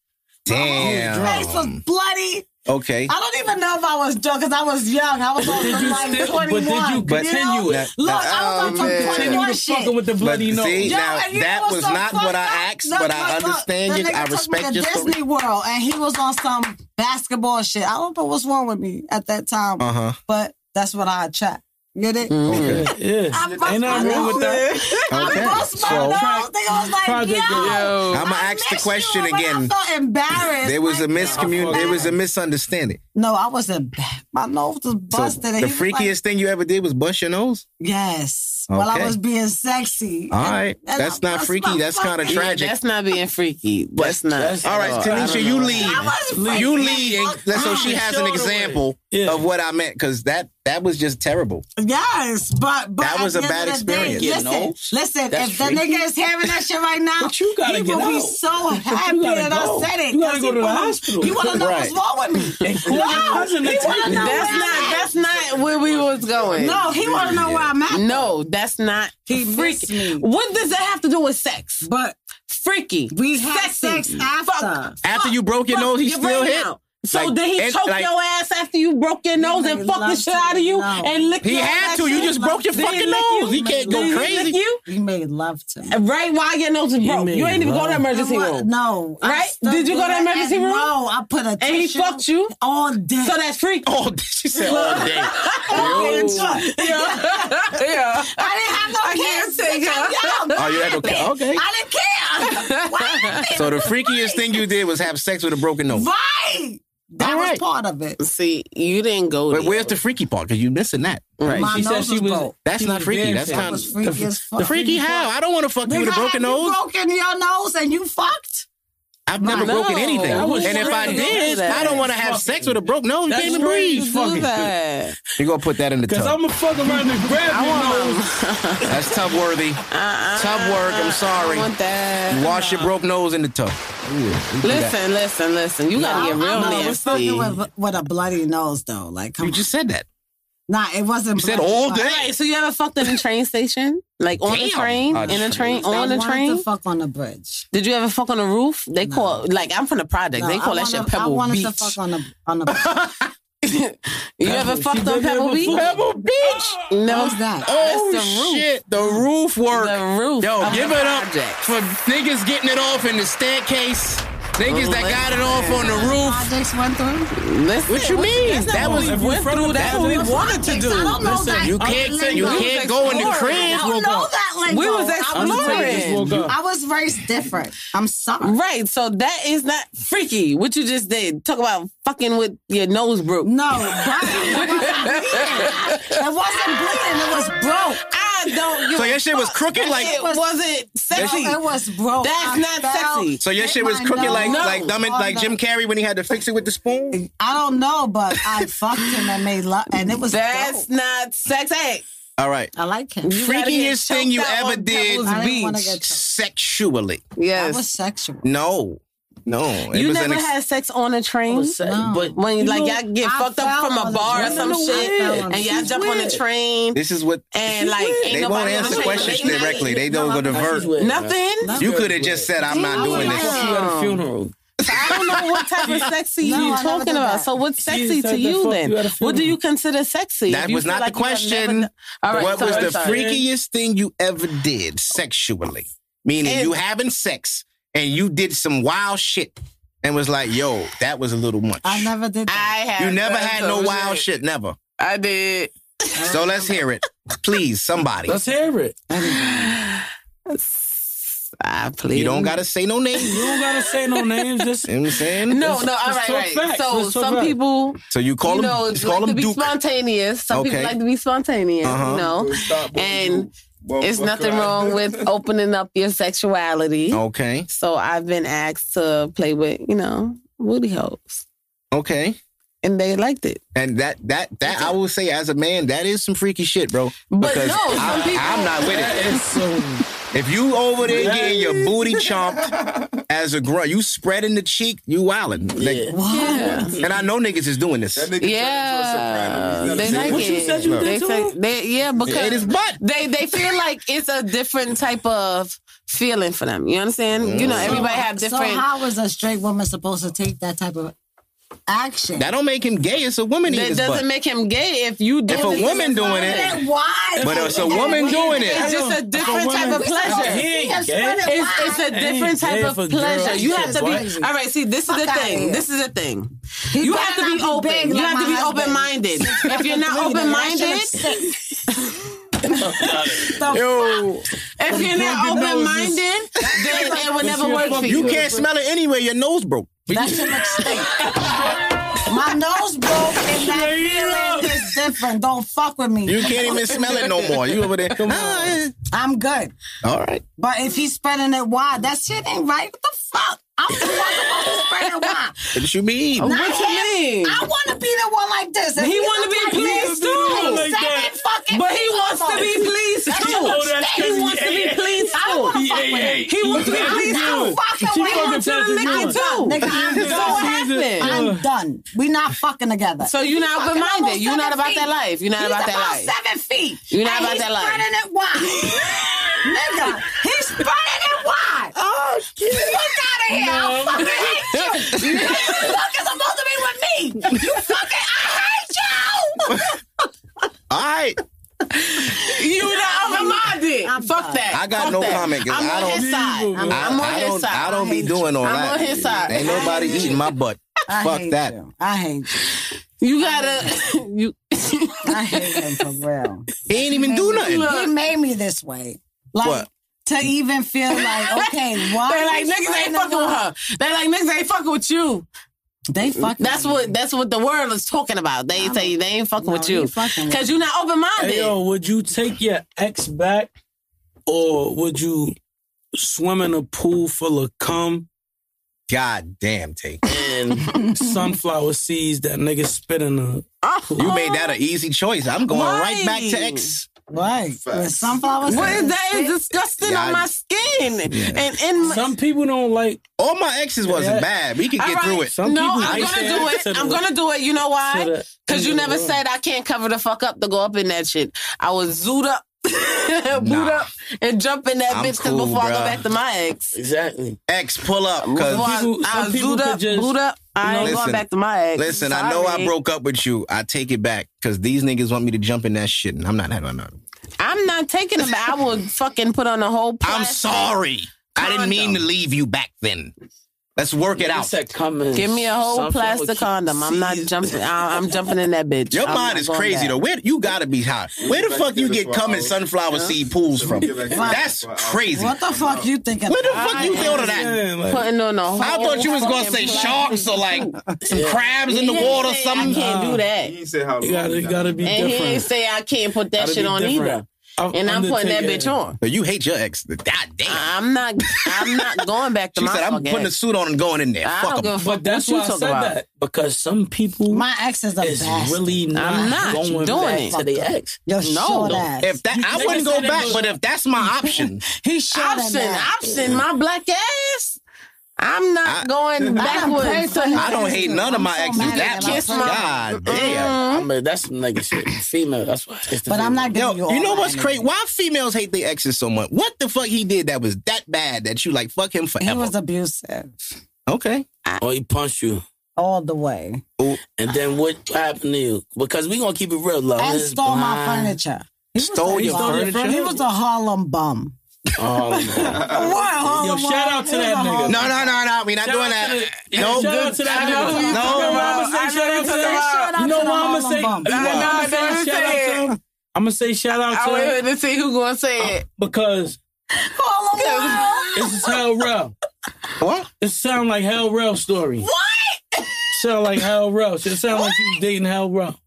S5: My face
S3: Damn.
S5: was bloody.
S3: Okay.
S5: I don't even know if I was drunk because I was young. I was on
S13: Did
S5: some
S13: you
S5: like
S13: still- but
S5: 21.
S13: did you continue
S5: know?
S13: it?
S5: Look, I was on
S1: Oh,
S5: some
S1: man.
S5: 21
S13: Continue to
S5: shit.
S13: fucking with the bloody
S3: um, But
S13: nose.
S3: see,
S5: Yo,
S3: now
S5: and you
S3: that
S5: know what's
S3: was
S5: so
S3: not what I
S5: fucked up?
S3: asked, but
S5: Look,
S3: I
S5: look, look,
S3: understand
S5: the
S3: you.
S5: nigga
S3: I
S5: took me
S3: respect
S5: to
S3: your story.
S5: Disney World, and he was on some basketball shit. I don't know what's wrong with me at that time,
S3: Uh-huh.
S5: but that's what I attract. Get it?
S1: Mm-hmm.
S3: Okay.
S13: Yeah.
S5: I bust
S13: Ain't
S5: my
S13: nothing wrong with
S5: nose.
S13: that.
S5: I
S3: Okay.
S5: bust my
S3: So-
S5: nose. Nigga was like,
S13: Project
S5: yo.
S3: I'm gonna ask the question again.
S5: I felt embarrassed.
S3: There was a
S5: Like,
S3: miscommun. There was a misunderstanding.
S5: no, I wasn't. My nose was busted. and he
S3: the
S5: was like,
S3: freakiest thing you ever did was bust your nose.
S5: Yes. While
S3: Okay.
S5: I was being sexy.
S3: All right,
S5: And
S3: that's
S5: I
S3: not
S5: bust
S3: freaky.
S5: my
S3: That's kind of
S5: fucking-
S3: tragic.
S1: That's not being freaky. That's not.
S13: that's-
S3: All right,
S1: Oh, I
S3: Tanisha,
S1: don't
S3: you
S1: know.
S5: That was
S3: lead.
S5: freaky.
S3: You lead, and let- so she
S13: Ah,
S3: has
S13: show
S3: an
S13: the
S3: example
S13: way. Yeah.
S3: of what I meant because that that was just terrible.
S5: Yes, but, but
S3: That
S5: at
S3: was a
S5: the end
S3: bad
S5: of the day,
S3: experience.
S13: You
S5: listen,
S13: know?
S5: listen.
S13: That's
S5: if the
S13: freaky.
S5: nigga is hearing that shit right now,
S13: But you gotta
S5: he
S13: get
S5: will be
S13: out.
S5: so
S13: But you
S5: happy
S13: gotta
S5: that
S13: go.
S5: I said it.
S13: You gotta
S5: 'cause
S13: go
S5: he
S13: to the
S5: wanna-
S13: hospital.
S5: You want to know
S3: Right.
S5: what's wrong with me?
S13: Call your cousin and
S5: he
S13: tell
S5: wanna
S13: you.
S5: know
S1: That's
S5: where
S1: not.
S5: I'm at.
S1: That's not where we was going.
S5: No, he want to know where I'm at.
S1: No, that's not
S5: He missed
S1: freaky.
S5: me.
S1: What does that have to do with sex?
S5: But
S1: Freaky.
S5: we had
S1: Sexy.
S5: sex after.
S3: After you broke your nose, he
S1: You're
S3: still
S1: right
S3: hit.
S1: now. So
S3: Like,
S1: did he
S3: and,
S1: choke
S3: like-
S1: your ass after you broke your nose and
S5: niggas
S1: fuck the
S5: love
S1: shit
S5: to
S1: out of you
S5: know.
S1: and lick
S3: He
S1: your
S3: had
S1: ass
S3: to. You
S1: too?
S3: just broke your
S1: Did he
S3: fucking
S1: lick you?
S3: nose. He can't go
S1: Did he
S3: crazy.
S1: lick you?
S5: He made love to me.
S1: Right while your nose is broke.
S13: made
S1: You ain't even go to
S13: love.
S1: emergency
S5: It wa-
S1: room.
S5: No. I
S1: Right?
S5: stuck
S1: Did you go to
S5: there
S1: emergency
S5: and
S1: room?
S5: No, I put a
S1: And he
S5: tissue
S1: fucked you?
S5: all day.
S1: So that's freaky.
S3: All day. She said all day.
S5: Oh,
S3: Yo.
S1: yeah.
S5: I didn't have no
S1: I
S5: kids.
S1: can't take
S5: I'm young.
S3: Oh, you had okay. Okay.
S5: I didn't care. Why?
S3: So the freakiest thing you did was have sex with a broken nose.
S5: Right. That
S3: All
S5: was
S3: right.
S5: part of it.
S1: See, you didn't go
S3: But
S1: there.
S3: where's the freaky part? Because you missing that.
S1: Right.
S5: My
S13: She said
S5: nose
S13: she
S5: was
S13: was.
S5: broke.
S3: That's
S13: she
S3: not
S13: was
S3: freaky.
S13: dancing.
S3: That's
S5: That
S3: kind of
S5: was freaky as fuck.
S3: The freaky how? I don't want to fuck you with a
S5: Nigga,
S3: broken
S5: have you
S3: nose.
S5: broken your nose and you fucked?
S3: I've never
S1: No.
S3: broken anything.
S1: I
S13: was
S3: And if
S13: trying
S3: I
S13: to
S3: did,
S1: do that.
S3: I don't want to have
S13: Fucking-
S3: sex with a broke nose. You
S13: That's
S3: can't even
S13: crazy.
S3: breathe.
S1: You do
S13: Fucking-
S1: that.
S3: You're going to put that in the
S13: Cause
S3: tub.
S13: I'm a fuck around and grab your nose
S3: That's tub worthy. tub work. I'm sorry.
S1: want that.
S3: You wash your broke nose in the tub. Ooh, we do that.
S1: Listen, listen, listen. You gotta get real
S5: no, We're
S1: nasty.
S5: smoking with, with a bloody nose, though. Like, come you
S3: just said that.
S5: Nah, it wasn't.
S1: You said
S5: bloody,
S1: all
S5: but-
S1: day? Right, so you ever fucked in a train station? Like on the train,
S5: Uh,
S1: in a train,
S5: I
S1: on the
S5: wanted
S1: train.
S5: To fuck on the bridge.
S1: Did you ever fuck on a roof? They call like I'm from the project.
S5: No,
S1: they call
S5: I
S1: that shit
S5: wanna- I
S1: Pebble
S5: wanted
S1: Beach.
S5: to fuck on the on the.
S1: You ever fucked on Pebble Beach?
S3: Pebble Beach.
S1: No,
S5: What's that?
S3: Oh
S1: That's the roof.
S3: shit! The roof work.
S1: The roof.
S3: Yo,
S1: of
S3: Oh, give
S1: the
S3: it up
S1: project.
S3: for niggas getting it off in the staircase. Niggas that got it off on the roof.
S5: Projects went through.
S1: Listen,
S3: what you mean?
S1: that's not what we went through. That's what we wanted to do. Listen,
S3: You can't. You can't go in the crib.
S5: I don't know that lingo.
S1: We was
S5: I was raised-
S1: exploring.
S5: I was raised different. I'm sorry.
S1: Right, so that is not freaky. What you just did. Talk about fucking with your nose broke.
S5: No, but it wasn't bleeding. It wasn't bleeding. It was broke.
S1: I don't. give
S3: So
S1: a
S3: your shit was
S1: fuck.
S3: crooked
S1: That
S3: like-
S1: shit was, wasn't sexy.
S5: No, it was broke.
S1: That's
S5: I
S1: not
S5: fell.
S1: sexy.
S3: So your
S5: Hit
S3: shit was
S5: my
S3: crooked like
S5: nose
S3: like dumb,
S1: Oh,
S5: on
S3: like
S5: the-
S3: Jim Carrey when he had to fix it with the spoon.
S5: I don't know, but I fucked him and made love, and it was
S1: That's
S5: dope.
S1: not sexy.
S3: All right.
S5: I like him.
S3: Freakiest thing you
S1: out
S3: ever
S1: on
S3: did
S1: Pebbles I didn't wanna Beach. get
S3: sexually.
S1: Yes.
S5: That was sexual.
S3: No. No. It
S1: you
S3: was an
S1: never
S3: ex-
S1: had sex on a train,
S13: but
S1: when
S13: you
S1: like
S13: know,
S1: y'all get
S5: I
S1: fucked up
S5: fell
S1: from a
S5: on the
S1: bar or
S5: train.
S1: some
S5: I
S1: shit,
S5: fell on
S1: and
S5: the
S1: y'all
S5: train.
S1: jump on a train
S3: This is what
S1: and like ain't
S3: they won't
S1: nobody on
S3: answer
S1: the train.
S3: questions directly. They don't go divert.
S1: Nothing.
S3: You could have just said, "I'm not doing
S13: She at a
S3: this."
S13: funeral.
S1: I don't know what type of sexy
S5: No, I
S1: you
S5: never
S1: talking
S5: did
S1: about.
S5: that.
S1: So what's sexy
S13: said
S1: to
S13: the
S1: you
S13: fuck
S1: then?
S13: you at a
S1: what do
S13: funeral.
S1: you consider sexy? If
S3: That
S1: you
S3: was
S1: feel
S3: not
S1: like
S3: the
S1: you have
S3: question.
S1: never- All right,
S3: what
S1: so
S3: was
S1: I'm
S3: the
S1: sorry.
S3: freakiest thing you ever did sexually? Meaning
S1: And-
S3: you having sex and you did some wild shit and was like, "Yo, that was a little much."
S5: I never did
S1: I
S5: that.
S1: had
S3: You never
S1: sex
S3: had no
S1: on
S3: wild shit. Never.
S1: I did.
S3: So let's hear it, please, somebody.
S13: Let's hear it.
S1: I played.
S3: You don't gotta say no
S13: You
S3: names.
S13: don't gotta say no names. Just
S3: You know what I'm saying?
S1: No,
S13: Let's-
S1: no. All
S13: let's
S1: right,
S13: talk
S1: right.
S13: facts.
S1: So
S13: Let's talk
S1: some
S13: facts.
S1: people.
S3: So you call
S1: you
S3: him,
S1: know,
S3: just call
S1: like
S3: him
S1: to be
S3: Duke.
S1: spontaneous. Some people
S3: Okay.
S1: like to be spontaneous,
S3: Uh-huh.
S1: you know. And it's nothing wrong with opening up your sexuality.
S3: Okay,
S1: So I've been asked to play with, you know, booty holes,
S3: okay,
S1: and they liked it.
S3: and that that that I will say as a man, that is some freaky shit, bro.
S1: But
S3: Because
S1: no, some
S3: I,
S1: people-
S3: I'm not with it.
S13: It's so
S3: If you over there getting your booty chomped as a grunt, you spreading the cheek, you wildin'. Like, And I know niggas is doing this.
S1: Yeah, they like
S13: What
S1: it.
S13: you said you
S1: they
S13: did to
S1: say- they- yeah, because
S3: Ate his butt.
S1: they they feel like it's a different type of feeling for them. You understand? You
S3: Oh.
S1: know, everybody have different.
S5: Uh, So how is a straight woman supposed to take that type of action?
S3: That don't make him gay. It's a woman eating
S1: that
S3: his
S1: doesn't
S3: butt.
S1: make him gay if you do
S3: If a
S1: it.
S3: woman doing it,
S5: Then why?
S3: but it's a woman doing it.
S1: It's just a different type of pleasure.
S13: Yeah,
S1: It's, it's a different type
S13: gay
S1: of
S13: for
S1: pleasure.
S13: girls.
S1: You have to
S13: Crazy.
S1: be all right. See, this is the
S5: outta
S1: thing.
S5: here.
S1: This is the thing.
S5: He
S1: You
S5: better
S1: have to
S5: not
S1: be
S5: be big
S1: open. You
S5: like
S1: have
S5: my
S1: to be
S5: husband.
S1: open minded. If you're not open minded,
S3: Yo,
S1: if you're not open minded, then it will never work for
S3: you
S1: you.
S3: can't smell it anyway. Your nose broke.
S5: That shit looks stink. My nose broke and that feeling is different. Don't fuck with me.
S3: You can't even smell it no more. You over there? Ah,
S5: I'm good.
S3: All right.
S5: But if he's spreading it wide, that shit ain't right. What the fuck? I'm the one supposed to spread it wide.
S3: What you mean?
S1: Oh, What you mean?
S5: I want to be the one like this. If
S1: He
S5: look
S1: wanna be
S5: like
S1: pleased
S5: this,
S1: too.
S5: he's seven fucking
S1: But he
S5: feet
S1: wants to
S5: almost.
S1: be pleased
S5: That shit
S1: too.
S5: looks
S13: Oh, that's
S5: stink.
S13: crazy.
S1: He wants to be pleased
S5: I don't want
S1: too.
S5: to fuck with him.
S1: He wants to be pleased
S5: I'm
S1: too.
S5: fucking with him.
S13: She fucking
S5: to the
S13: touching
S5: lick
S13: you.
S5: it too.
S1: Nigga,
S5: I'm
S1: that's what
S5: done.
S1: happened.
S5: I'm done. We not fucking together.
S1: So you're not
S5: Fucking
S1: open minded.
S5: almost
S1: You're not
S5: seven
S1: about
S5: feet.
S1: that life. You're not
S5: He's
S1: about that life.
S5: seven feet.
S1: You're not
S5: And
S1: about
S5: he's
S1: that life.
S5: spreading it wide. Nigga, he's spreading it wide. Oh, shit. Fuck out of here. I fucking hate you. you fucking supposed to be with me. You fucking, I hate you.
S3: All right.
S1: You not open minded.
S5: I'm
S1: Fuck
S5: done.
S1: that.
S3: I got
S1: Fuck
S3: no
S1: that.
S3: comment, 'cause
S1: I'm
S3: I
S1: on
S3: don't-
S1: his side. I'm,
S3: I,
S1: on
S3: I
S1: his
S3: don't,
S1: side.
S3: I don't be
S5: hate
S3: doing all
S1: I'm
S3: that.
S1: on his side.
S3: Ain't
S5: I
S3: nobody
S5: hate
S3: eating my butt.
S5: I
S3: Fuck
S5: hate
S3: that.
S5: You. I hate you.
S1: You gotta. You.
S5: I hate him for real.
S3: He ain't even do nothing.
S5: He made me this way. Like
S3: What?
S5: to even feel like okay, why?
S1: They like
S5: you
S1: niggas
S5: spreading
S1: ain't
S5: it
S1: fucking with
S5: wide?"
S1: her. They like niggas ain't fucking with you.
S5: They fucking.
S1: That's
S5: with
S1: what that's what the world is talking about. They say they ain't fucking
S5: No,
S1: with you
S5: he fucking with
S1: because you're not open minded.
S13: Hey, yo, would you take your ex back or would you swim in a pool full of cum
S3: God damn, take.
S13: and sunflower seeds that nigga spit in the.
S3: You made that an easy choice. I'm going right back to X.
S5: Right. sunflower
S1: What
S5: seeds.
S1: is that? It's disgusting
S3: Yeah, I-
S1: on my skin. And in my,
S13: Some people don't like.
S3: All my exes wasn't bad. We could get
S1: All right.
S3: through it.
S1: no, I'm gonna do it. I'm gonna do it. You know
S3: to
S1: why?
S3: the
S1: Because you
S3: end of
S1: never
S3: the
S1: said I can't cover the fuck up to go up in that shit. I was zooed up, booed up, and jump in that
S3: I'm
S1: bitch. Because
S3: cool,
S1: before I go
S3: bruh.
S1: back to my ex,
S13: Exactly.
S3: X, pull up. Because
S1: before I, I was zooed up, booed up. I ain't going back to my ex.
S3: Listen, I know I
S1: Sorry.
S3: broke up with you. I take it back because these niggas want me to jump in that shit, and I'm not having none.
S1: I'm not taking them. I will fucking put on a whole.
S3: I'm
S1: plastic-
S3: sorry. I didn't mean to leave you back then. Let's work it
S1: Nigga
S3: out.
S1: said Give me a whole plastic condom. I'm not jumping. I- I'm jumping in that bitch.
S3: Your
S1: I'm
S3: mind
S1: not
S3: is
S1: going
S3: crazy
S1: back.
S3: though. Where you gotta be hot? Where the fuck you get cum and sunflower seed pools from? That's crazy.
S5: What the fuck you thinking?
S3: What the fuck you
S5: I
S3: thought of
S5: am
S3: that?
S1: Putting on a
S3: I
S1: whole
S3: thought you was gonna say
S1: fucking
S3: sharks or like some
S1: Yeah.
S3: crabs in the
S1: He ain't
S3: water,
S1: say I
S3: something.
S1: can't do that.
S4: He said how
S13: You gotta, you gotta be
S1: and
S13: different.
S1: he ain't say I can't put that
S13: Gotta
S1: shit
S13: be
S1: on
S13: different.
S1: either.
S13: I'm-
S1: and I'm
S13: I'm the
S1: putting that
S13: ticket.
S1: bitch on.
S3: But you hate your ex. God damn.
S1: I'm not. I'm not going back to
S3: She
S1: my.
S3: said, "I'm
S1: fucking
S3: putting a
S1: ex.
S3: suit on and going in there.
S1: I
S3: Fuck
S1: don't
S3: 'em."
S1: give a fuck
S13: But that's
S1: what
S13: why
S1: you
S13: I
S1: talk
S13: said
S1: about.
S13: that because some people
S5: My ex is a
S13: is
S5: bastard.
S13: really not,
S1: I'm not
S13: going
S1: doing
S13: back
S1: it.
S13: to the ex.
S5: Yo, short
S13: No.
S5: ass.
S3: If that,
S13: You
S3: I
S13: niggas
S3: wouldn't go
S13: said it
S3: back.
S13: was-
S3: But if that's my option,
S5: He's short
S1: Option,
S5: that.
S1: option. My black ass. I'm not going
S5: pray
S1: backwards.
S5: for him.
S3: I don't hate none of
S5: I'm
S3: my
S5: so
S3: exes.
S5: mad
S3: That
S5: at him.
S3: much.
S1: Kiss my-
S3: God damn.
S1: Mm-hmm.
S13: I mean, that's nigga shit. Female. That's why. It's the
S5: But I'm not
S3: Yo,
S5: giving you all
S3: you know
S5: my
S3: what's
S5: energy.
S3: crazy? Why females hate their exes so much? What the fuck he did that was that bad that you like fuck him
S5: He
S3: forever?
S5: was abusive
S3: okay.
S13: Or oh, he punched you.
S5: all the way
S13: And then what happened to you? Because we gonna keep it real, love.
S5: and
S13: It's
S5: stole my
S13: blind.
S5: furniture. He was
S3: Stole
S5: a
S3: your
S5: bum.
S3: furniture?
S5: He was a Harlem bum.
S13: Oh,
S5: What Harlem?
S13: Yo, shout out to
S5: He was
S13: that
S5: a
S13: nigga.
S5: Harlem-
S3: No, no, no, no. We not
S13: Shout
S3: doing
S13: out to
S3: that.
S13: the- shout
S3: no, good.
S13: out to that
S1: I know
S13: nigga.
S1: who you
S3: No.
S1: talking about.
S13: I'ma
S1: I
S13: say
S1: know
S13: shout
S1: you
S13: out to
S1: talking
S13: that.
S1: about.
S13: You know
S5: Shout out to
S13: why
S5: the
S13: I'ma
S5: Harlem
S13: say?
S5: Bump.
S13: you know why I'ma
S1: I know,
S13: say
S1: don't
S13: shout
S1: say
S13: out to him? I'ma say shout out
S1: I
S13: to him
S1: wait to see who gonna
S3: Oh,
S1: say it.
S13: because
S5: Harlem
S13: this is hell real.
S3: What?
S13: It sound like hell real story. What? Sound like hell real. It sound like you dating hell real.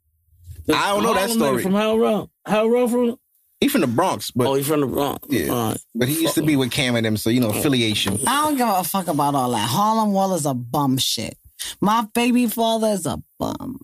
S3: I don't know that story.
S13: From hell real. Hell real from.
S3: He from the Bronx, but
S13: Oh, he from the Bronx.
S3: Yeah.
S13: All right. Oh.
S3: but he used to be with Cam and them, so you know affiliation.
S5: I don't give a fuck about all that. Harlem Wall is a bum shit. My baby father is a bum.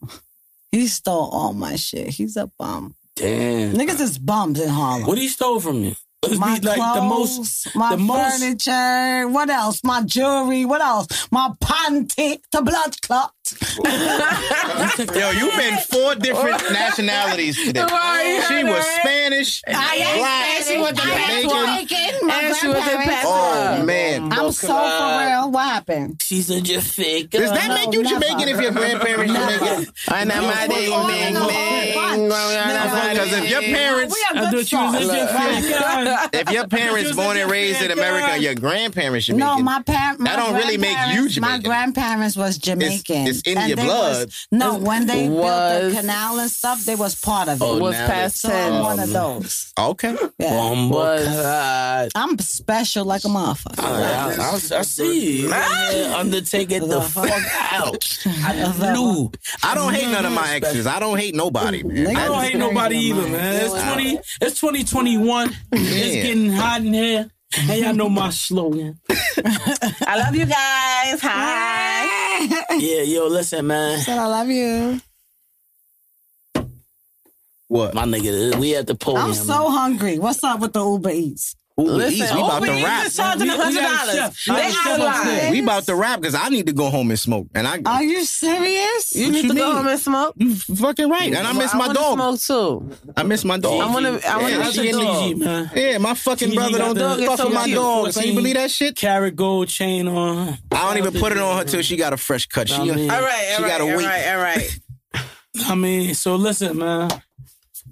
S5: He stole all my shit. He's a bum.
S13: Damn.
S5: Niggas is bums in Harlem.
S13: What he stole from you? Let's
S5: my
S13: be like
S5: clothes,
S13: the most.
S5: my
S13: the most-
S5: furniture. What else? My jewelry. What else? My panty. The blood clot.
S3: Yo, you've been four different nationalities today.
S1: Right,
S3: She was
S1: right.
S3: Spanish, black, Jamaican.
S1: And she was in Passover.
S3: Oh man,
S5: I'm so for real. What happened?
S13: She's a Jamaican.
S3: does that
S5: no,
S3: make you
S5: never.
S3: Jamaican if your grandparents
S5: Never.
S3: Jamaican?
S1: I know my ding
S5: all
S1: ding
S5: in the whole
S1: ding.
S5: bunch.
S3: Because if your parents,
S5: We
S13: I
S5: are good
S13: thought you was a
S5: sauce.
S13: Jamaican.
S3: if your parents
S13: You're
S3: born and
S13: Jamaican,
S3: raised in America,
S13: God.
S3: your grandparents Jamaican.
S5: No, my parents.
S3: That don't really make you
S5: My
S3: Jamaican.
S5: grandparents was Jamaican.
S3: it's in
S5: And
S3: your
S5: they
S3: blood.
S5: was- no, when they built
S1: Was-
S5: the canal and stuff, they was part of it.
S13: Oh,
S1: Was
S13: now
S1: past
S5: so I'm
S1: tense.
S5: one
S3: um,
S5: of those.
S3: okay.
S5: Yeah.
S13: Bumble
S1: Was-
S13: clot.
S5: I'm special like a motherfucker.
S13: I, I- I see. you. Undertaker the fuck out. I knew.
S3: I don't hate none of my exes. I don't hate nobody, man.
S13: I don't hate nobody either, man. It's twenty. It's twenty twenty one. It's
S3: Yeah.
S13: getting hot in here. Hey, I know my slogan.
S1: I love you guys. Hi.
S13: Yeah, yo, listen, man.
S5: Said I love you.
S3: What?
S13: My nigga, we at the podium.
S5: I'm so hungry. What's up with the Uber Eats?
S3: Uber Eats,
S1: Listen,
S3: we about
S1: Uber
S3: to
S1: Eats
S3: rap.
S1: is charging
S13: We- we got a
S1: $100.
S13: chef.
S1: They
S13: I got a chef
S1: out of
S13: upstairs.
S1: line.
S3: We about to rap because I need to go home and smoke, and I
S5: Are you serious?
S1: You need to go home and smoke.
S3: you fucking right. And I miss my
S1: wanna
S3: dog.
S1: Smoke too.
S3: I miss my dog.
S1: I wanna- I wanna
S3: yeah,
S1: out
S3: she
S1: the
S3: in
S1: dog.
S13: G, man.
S3: Yeah, my fucking
S13: She
S3: brother
S13: got
S3: don't
S13: the-
S3: do
S13: Dog is
S3: fuck
S13: so
S3: with my
S13: cute.
S3: dog. Can you
S13: 14.
S3: believe that shit?
S13: Carrot gold chain on.
S3: I don't even put it on her till she got a fresh cut. She,
S13: I mean-
S1: All right,
S3: she
S1: all right,
S3: gotta
S1: all
S3: wait.
S1: right, all right.
S13: I mean, so listen, man.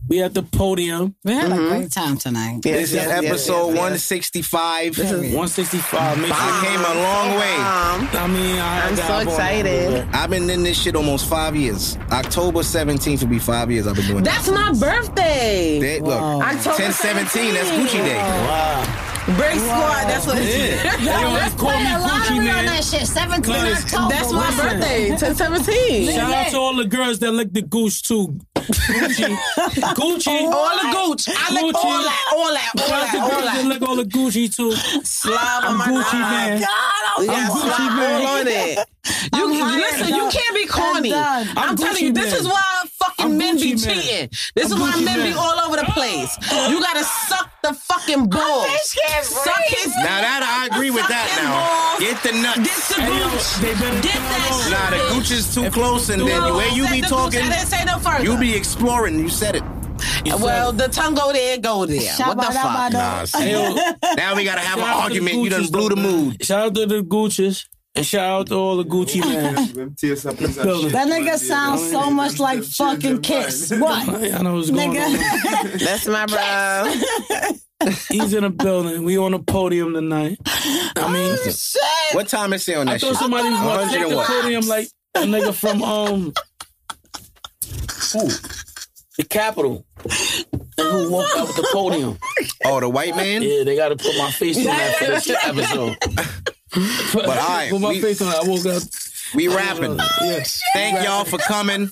S13: We at the podium.
S5: We had
S3: Mm-hmm.
S5: a great time tonight.
S3: This is
S13: yes, yes,
S3: episode
S13: yes.
S3: one sixty five. We
S13: 165. Make sure-
S3: Uh, came a long way.
S1: Um,
S13: I mean, I
S1: I'm
S13: got
S1: so
S13: up on that
S1: excited.
S13: a little bit.
S3: I've been in this shit almost five years. October seventeenth will be five years. I've been doing
S1: that's my birthday.
S3: That, look,
S1: October
S3: 10 17, that's Gucci Day.
S1: Break squad. That's what it is.
S13: Yeah. They always call me Gucci, man.
S5: shit. 17
S13: Cause-
S1: That's my birthday. 10 17.
S13: Shout out to all the girls that lick the goose too. Gucci, Gucci,
S1: All the Gucci. I like all that, all that, all
S13: Shout out
S1: that,
S13: to
S1: all
S13: girls
S1: that.
S13: Look all the Gucci too.
S1: Slob on
S13: I'm
S1: my
S13: Gucci
S1: God.
S13: man.
S1: God, I'm
S13: I'm
S1: Gucci
S13: Gucci man.
S1: all on it. You can, listen, you can't be corny. I'm, telling you, this is why fucking men be
S13: Gucci man.
S1: cheating. This
S13: I'm
S1: is why
S13: Gucci
S1: men be
S13: man.
S1: all over the place. You gotta suck the fucking balls. Suck his
S3: Now that I agree with that
S1: Suck his
S3: now.
S1: balls.
S3: Get the nuts.
S1: Get the Gucci. Get that shit.
S3: Nah, the Gucci's too close, and then
S1: No,
S3: where you
S1: I
S3: be
S1: said the Gucci.
S3: talking,
S1: I didn't say no further.
S3: you be exploring. You said it. You said
S1: well,
S3: it.
S1: the tongue go there, go there. What the fuck?
S3: Nah, see, Uh, now we gotta have an argument. You done blew the mood.
S13: Shout out to the Gucci's and shout out to all the Gucci man.
S5: That nigga sounds so much like fucking Kiss. What?
S13: I know what's going on.
S5: Nigga.
S1: That's my bro.
S13: He's in a building. We on a podium tonight. I mean,
S3: What time is it on
S13: I
S3: that
S13: thought
S3: shit?
S13: somebody was going to
S3: 100
S13: take
S3: and
S13: the
S3: what?
S13: podium like a nigga from um, who? the Capitol, and who walked out with the podium.
S3: Oh, the white man.
S13: Yeah, they got to put my face on that for this episode.
S3: But all right,
S13: put my
S3: we-
S13: face on. it. I woke up.
S3: We rapping.
S1: Oh,
S3: Thank y'all for coming.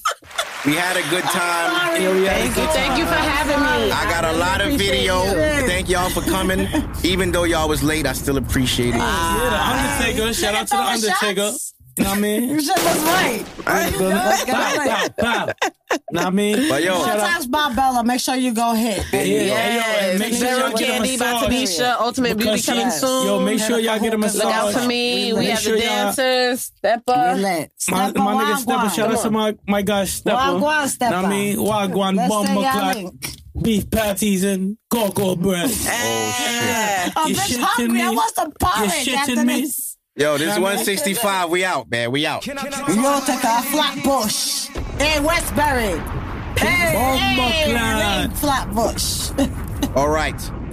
S3: We had a good time.
S13: Yeah, we had a Thank
S1: good you. Thank time. you for having me.
S3: I got
S1: I
S3: a
S1: really
S3: lot of
S1: appreciate
S3: video.
S1: you.
S3: Thank y'all for coming. Even though y'all was late, I still appreciate it.
S1: Ah.
S13: Yeah, the Undertaker. Shout out to the Undertaker. You know what I mean? You
S5: said that's right.
S13: Bow, bow, bow. Know what I mean?
S3: But yo,
S13: shout out
S5: Sometimes Bob Bella, make sure you go hit.
S13: Yeah, yeah, yo, and make sure
S1: Zero
S13: y'all get a
S1: Candy by
S13: massage.
S1: Tanisha, Ultimate Beauty
S13: Because-
S1: coming
S13: yes.
S1: soon.
S13: Yo, make sure y'all get a massage.
S1: Look out for me. We
S13: Make
S1: have
S13: sure
S1: the
S13: y'all-
S1: dancers, Stepper.
S13: My, my nigga Stepper, shout out to my, my guy Stepper.
S5: Wagwan
S13: Know what I
S5: Stepper.
S13: mean? Wagwan,
S5: Let's say
S13: Bomba
S5: y'all
S13: Clock, Beef Patties, and Cocoa Bread.
S5: Yeah. I'm
S13: You
S5: bitch
S13: shitting
S5: hungry. I
S13: me?
S5: want some porridge
S13: shitting
S5: after
S13: me?
S5: this.
S3: yo, this is 165. We out, man. We out.
S5: Yo, take a Flatbush. Hey, Westbury. Hey,
S3: Bomba
S5: hey,
S3: Clan.
S5: Lake Flatbush.
S3: All right.